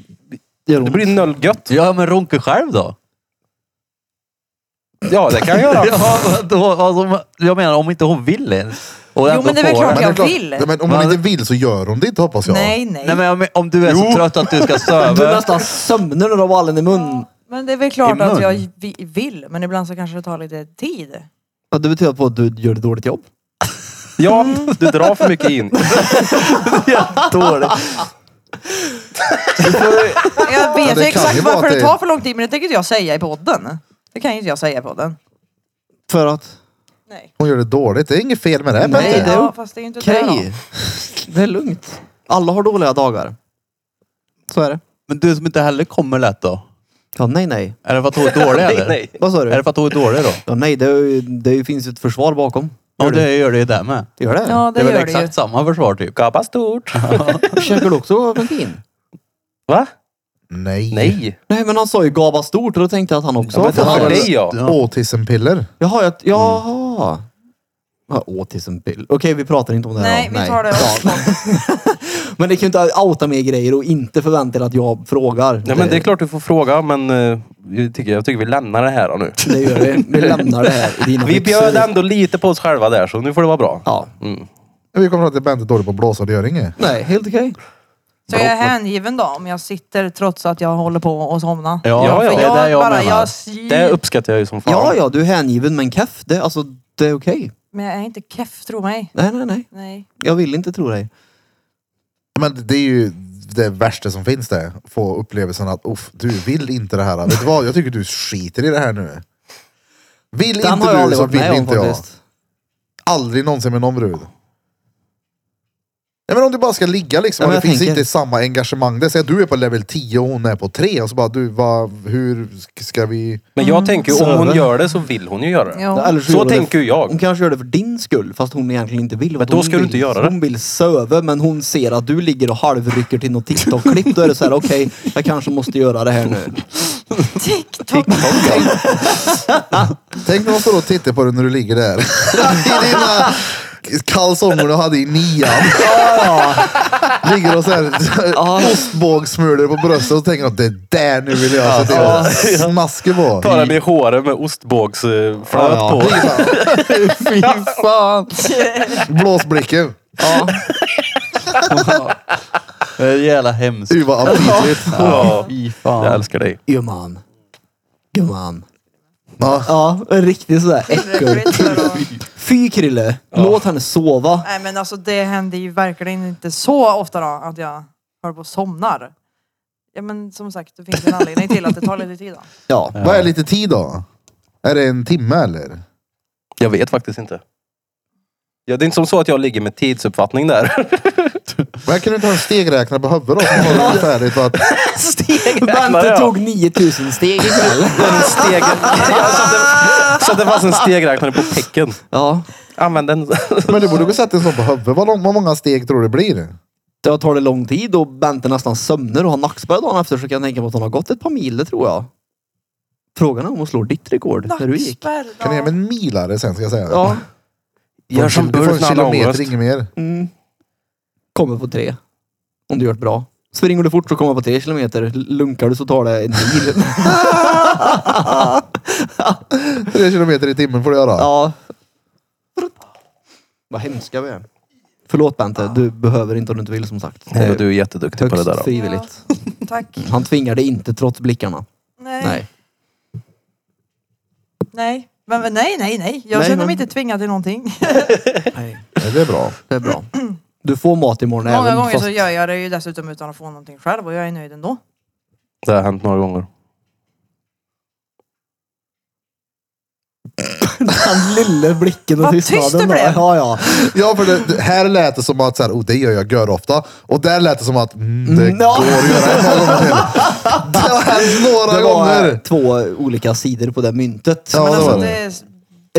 det ont. blir noll gött. Ja, men runka själv då. Ja det kan jag göra. Ja, då alltså, jag menar, om inte hon vill ens. Och Jo, ändå men det är väl får klart det. det är jag vill. Ja, men om man Men- inte vill så gör hon det inte hoppas jag. Nej, nej. Nej, men om- om du är så trött att du ska Du söva. nästan sömnar när du har ballen i mun. Men det är väl klart I mun. att jag vi- vill, men ibland så kanske det tar lite tid. Ja, det betyder på att du gör ett dåligt jobb. Ja, du drar för mycket in. Dåligt. Jag det vet kan ju exakt ju vara varför att det det- tar för lång tid, men det tänker inte jag säga i podden. Det kan ju inte jag säga i podden. För att? Nej. Hon gör det dåligt. Det är inget fel med det. Nej, Petter. det är ja, fast det är ju inte Okej. det då. Det är lugnt. Alla har dåliga dagar. Så är det. Men du som inte heller kommer lätt då? Ja, nej, nej. Är det för att hon är dålig Nej, eller? nej. Vad sa Är det du? för att hon är dålig då? Ja, nej, det, är ju- det finns ju ett försvar bakom. Ja, det gör det ju där med. Det gör det? Det Ja, det, är väl gör det ju. exakt samma försvar typ. Gapa stort. Käkar du också Valentin? Va? Nej. Nej. Nej, men han sa ju gaba stort och då tänkte jag att han också Ja, men var för fan. dig ja. Ja. Autismpiller. Jaha, jag, jaha. Ja, autismbild. Okej, vi pratar inte om det här Nej, då. vi tar det också. Men det kan ju inte outa mer grejer och inte förvänta er att jag frågar. Nej men det är klart du får fråga men eh, jag tycker, jag tycker vi lämnar det här då nu. Det gör vi. Vi lämnar det här i dina Vi byxor. bjöd ändå lite på oss själva där så nu får det vara bra. Ja. Mm. Vi kom fram till att Bente är dålig på att blåsa, det gör inget. Nej, helt okej. Så jag är hängiven då om jag sitter trots att jag håller på att somna? Ja, Ja, ja. För det är det jag bara, menar. jag, Det uppskattar jag ju som fan. Ja, ja, du är hängiven men keff. Det, alltså, det är okej. Men jag är inte keff, tro mig. Nej, nej, nej. Nej. Jag vill inte tro dig. Men det är ju det värsta som finns det. Få upplevelsen att Uff, du vill inte det här. Vet du vad? Jag tycker du skiter i det här nu. Vill Den inte har jag du aldrig så varit vill med om inte jag. faktiskt. Aldrig någonsin med någon brud. Ja, men om du bara ska ligga liksom Ja, och men det jag finns tänker- inte samma engagemang. Det säger att du är på level 10 och hon är på 3 och så bara du, vad, hur ska vi? Men jag tänker ju om Så är hon det. gör det så vill hon ju göra det. Jo. Eller Så gör hon tänker ju jag. Hon kanske gör det för din skull fast hon egentligen inte vill. Men då Hon ska du vill- inte göra det. Hon vill söva men hon ser att du ligger och halvrycker till något TikTok-klipp. Då är det så här, okej, jag kanske måste göra det här nu. TikTok. Tänk när man står och tittar på dig när du ligger där. I dina kalsonger du hade i nian. Ligger och så här ostbågssmulor på bröstet och tänker att det där nu vill jag se till att smaska på. Ta den i håret med ostbågsflöt Ja, ja. på. Fy fan. Blåsblicken. Ja. Det är jävla hemskt. Uy vad aptitligt. Ja. Fy Jag fan. älskar dig. Gumman. Gumman. Ja. Ja, en riktig sådär äckel. Äckligt, vadå? Fy Krille, låt henne sova. Nej men alltså det händer ju verkligen inte så ofta då att jag håller på och somnar. Ja men som sagt, det finns en anledning till att det tar lite tid då. Ja. Vad är lite tid då? Är det en timme eller? Jag vet faktiskt inte. Ja, det är inte som så att jag ligger med tidsuppfattning där. Men kan du inte ha en stegräknare på huvudet då? Som har det färdigt för att Steg. Räknar Bente jag. tog 9000 steg ikväll. Steg... Ja, så, att det, så att det fanns en stegräknare på picken. Ja. Använd den. Men du borde gå sätta en sån på huvudet. Vad, lång, vad många steg tror du det blir? Det tar det lång tid och Bente nästan sömnar och har nackspärr dagen efter så kan jag tänka mig att hon har gått ett par mil, det tror jag. Frågan är om hon slår ditt rekord när du gick. Nackspärr Kan du ge då. mig en milare sen ska jag säga. Ja. Gör som du får Ulf en när han har ångest. kilometer, inget mer. Mm. Kommer på tre. Om du gör det bra. Springer du fort så kommer jag på tre kilometer. L- Lunkar du så tar det en mil. Tre kilometer i timmen får du göra. ja. Vad hemska vi är. Förlåt Bente, du behöver inte om du inte vill som sagt. Det Nej, är Du är jätteduktig på det högst där. då. frivilligt. Tack. Han tvingar dig inte trots blickarna. Nej. Nej. Nej. nej. Men, men nej, nej, nej. Jag Nej, känner men- mig inte tvingad till någonting. Nej. Ja, Det är bra. Det är bra. Du får mat imorgon Många även gånger fast... så gör jag det ju dessutom utan att få någonting själv och jag är nöjd ändå. Det har hänt några gånger. Den lille blicken och Vad tyst det tystnaden. då. blev. Ja, ja. Ja, för det, det, här lät det som att så här, oh, det gör jag gör ofta. Och där lät det som att mm, det Mm, går ja. att göra ett par gånger till. Det har hänt några Det var eh, gånger. två olika sidor på det myntet. Ja, men det alltså var det.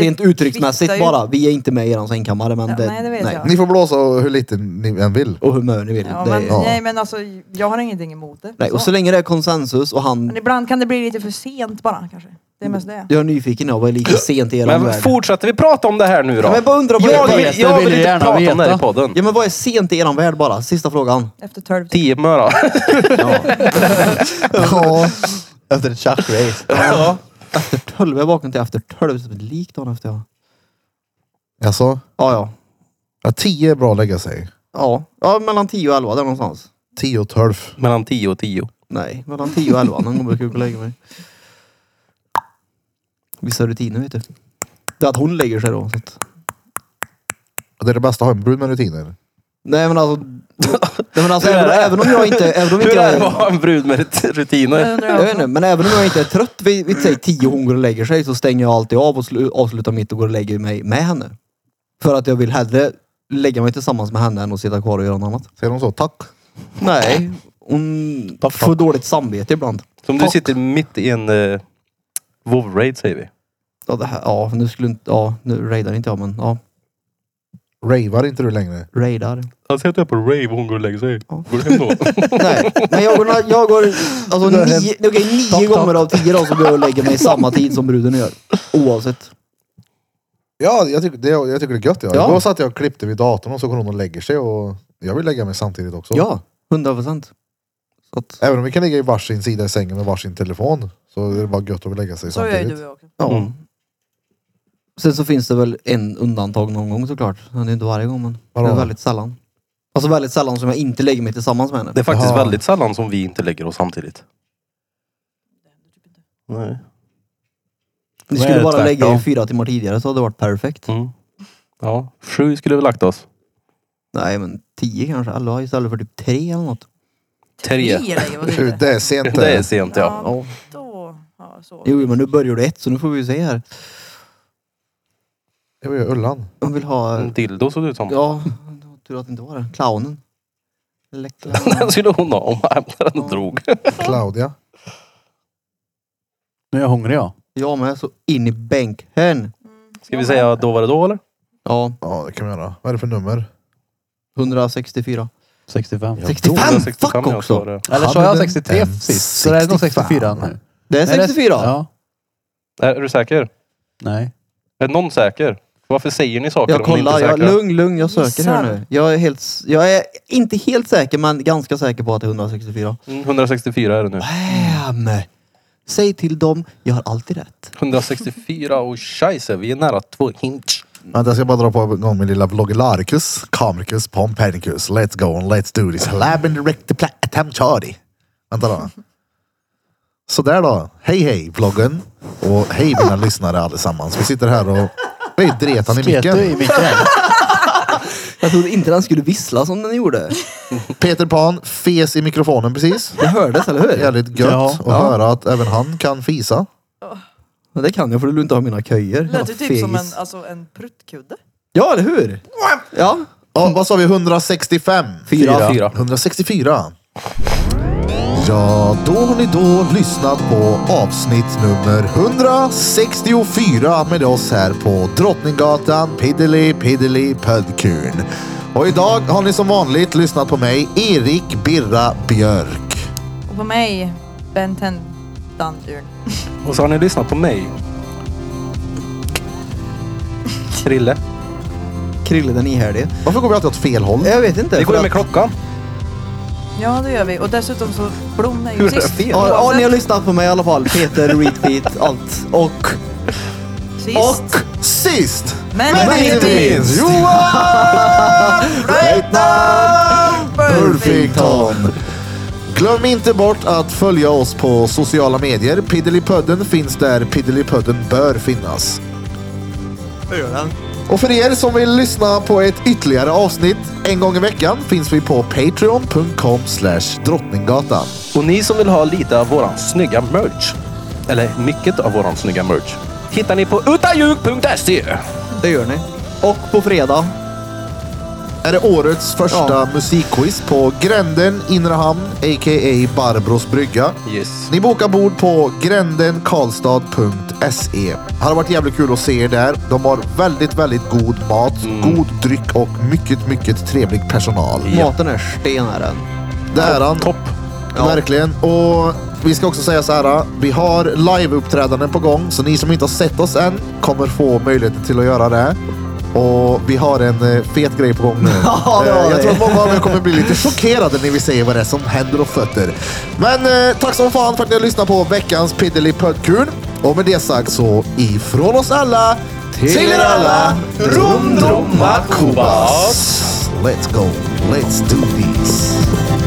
Rent uttrycksmässigt kvittar ju. bara. Vi är inte med i er sängkammare men Ja, det, nej, det vet jag. Ni får blåsa hur lite ni än vill. Och humör ni vill. Ja, det, men, ja. Nej men alltså jag har ingenting emot det. Nej, och Så. så länge det är konsensus och han... Men ibland kan det bli lite för sent bara kanske. Det är mest det. Jag är nyfiken jag var lika sent i er Men värld. fortsätter vi prata om det här nu då? Ja, men bara undra vad jag, det vill, är. Det jag vill vill jag gärna inte prata om det här i veta. podden. Ja men vad är sent i eran värld bara? Sista frågan. Efter 12 Tio då. Ja. Efter ett tjackrace. Ja. Efter tolv. Jag vaknade till efter tolv. Som ett lik dagen efter jag. Alltså, Ja ja. ja, tio är bra att lägga sig. Ja, ja mellan tio och elva där någonstans. Tio och tolv. Mellan tio och tio. Nej, mellan 10 och 11 någon gång brukar jag gå och lägga mig. Vissa rutiner vet du. Det är att hon lägger sig då. Så att... Det är det bästa att ha en brud med rutiner. Nej men alltså. Nej, men alltså Hur är även, det? även om jag inte... Även om inte Hur jag, är det att ha en brud med rut- rutiner? undrar jag jag vet inte, också. men även om jag inte är trött vid, vid säg 10 och hon går och lägger sig så stänger jag alltid av och slu- avslutar mitt och går och lägger mig med henne. För att jag vill hellre lägga mig tillsammans med henne än att sitta kvar och göra något annat. Säger de så? Tack. Nej, hon Tack, får tack. dåligt samvete ibland. Som du sitter mitt i en uh, WoW-raid säger vi. Ja, det här, ja, nu skulle inte... Ja, nu raidar inte jag men ja, Ravar inte du längre? raidar. Jag sätter upp på rave och hon går och lägger sig. Ja. Går du hem då? Nej, men jag går, jag går alltså Det är nio, okej, nio topp. gånger av tio då så går jag och lägger mig samma tid som bruden gör. Oavsett. Ja, jag tycker det, jag tycker det är gött. Ja. Ja. Igår satt jag och klippte vid datorn och så går hon och lägger sig och jag vill lägga mig samtidigt också. Ja, hundra procent. Så att, Även om vi kan ligga i varsin sida i sängen med varsin telefon så är det bara gött att lägga sig Så gör samtidigt. ju du också. ja. Mm. Sen så finns det väl en undantag någon gång såklart. Det är inte varje gång men det Vadå? är väldigt sällan. Alltså väldigt sällan som jag inte lägger mig tillsammans med henne. Det är faktiskt Ja. väldigt sällan som vi inte lägger oss samtidigt. Nej. Ni Nej, skulle bara tvärtom. lägga er fyra timmar tidigare så hade det varit perfekt. Mm. Ja, sju skulle vi lagt oss. Nej men tio kanske, elva istället för typ tre eller något. Tre. Nio lägger vi oss Fy, inte. Det är sent eh. det. Det är sent ja. Ja, Ja. då. Ja, så. Jo men nu börjar du ett så nu får vi ju se här. Det var ju Ullan. Hon vill ha... En dildo såg det ut som. Ja, det var tur att det inte var det. Clownen. Eller clownen. Den skulle hon ha om den och drog. Claudia. Nu är jag hungrig ja. Jag med, så in i bänken. Mm. Ska vi säga då var det då eller? Ja, Ja, det kan vi göra. Vad är det för nummer? 164. 65. 65! 65, Fuck jag också! tror det. Eller sa Hade jag den 63 en sist? Så det är nog 65. 64 nu. Det är 64. Ja. Är du säker? Nej. Är någon säker? Varför säger ni saker Jag om ni inte är kollar, säkra? jag, lugn, lugn, jag söker Gissar. här nu. Jag är, helt, s- jag är inte helt säker men ganska säker på att det är 164. Mm, 164 är det nu. Bam! Säg till dem, jag har alltid rätt. 164 och oh, scheisse, vi är nära två hinch. Vänta, jag ska bara dra på igång min lilla vloggelarkus, kamericus, pompernicus. Let's go and let's do this. Laben direct platam chari. Vänta då. Sådär då. Hej hej vloggen. Och hej mina lyssnare allesammans. Vi sitter här och... Nej, dret han i Sket du i micken. micken? Jag trodde inte den skulle vissla som den gjorde. Peter Pan fes i mikrofonen precis. Det hördes, eller hur? Jävligt gött Ja. att Ja. höra att även han kan fisa. Men det kan jag för du inte ha mina köjer. Lät ju Jävla typ som en, fegis. alltså, en pruttkudde. Ja, eller hur? Ja. Ja, vad sa vi? 165? Fyra. Fyra. 164. Ja, då har ni då lyssnat på avsnitt nummer 164 med oss här på Drottninggatan Piddly Piddly Pödkun. Och idag har ni som vanligt lyssnat på mig, Erik Birra Björk. Och på mig, Benten Dandurn. Och så har ni lyssnat på mig. Krille. Krille den ihärdige. Varför går vi alltid åt fel håll? Jag vet inte. för Vi går in att- med klockan. Ja, det gör vi. Och dessutom så, Blom är ju Hur är det sist. fel? Ja, ja, ni har Oavsett- lyssnat på mig i alla fall. Peter, Repeat, allt. Och... sist. Och sist, Men inte minst, Johan Reitnam Burfington. Glöm inte bort att följa oss på sociala medier. Piddelipödden finns där Piddelipödden bör finnas. Och för er som vill lyssna på ett ytterligare avsnitt en gång i veckan finns vi på patreon.com slash drottninggatan. Och ni som vill ha lite av våran snygga merch, eller mycket av våran snygga merch, hittar ni på utajuk.se. Det gör ni. Och på fredag. Är det årets första Ja. musikquiz på Gränden, Inre Hamn, a.k.a. Barbros brygga. Yes. Ni bokar bord på grändenkarlstad.se. Hade varit jävligt kul att se er där. De har väldigt, väldigt god mat, god dryck och mycket, mycket trevlig personal. Maten är sten är den. Det är han. Topp. Ja. Verkligen. Och vi ska också säga så här. Vi har liveuppträdanden på gång, så ni som inte har sett oss än kommer få möjligheten till att göra det. Och vi har en eh, fet grej på gång nu. Ja, det har Eh, jag vi. tror att många av er kommer bli lite chockerade när vi säger vad det är som händer och fötter. Men eh, tack som fan för att ni har lyssnat på veckans Piddly Pödkun. Och med det sagt så ifrån oss alla till er alla. Rum, drumma, kubas. Let's go. Let's do this.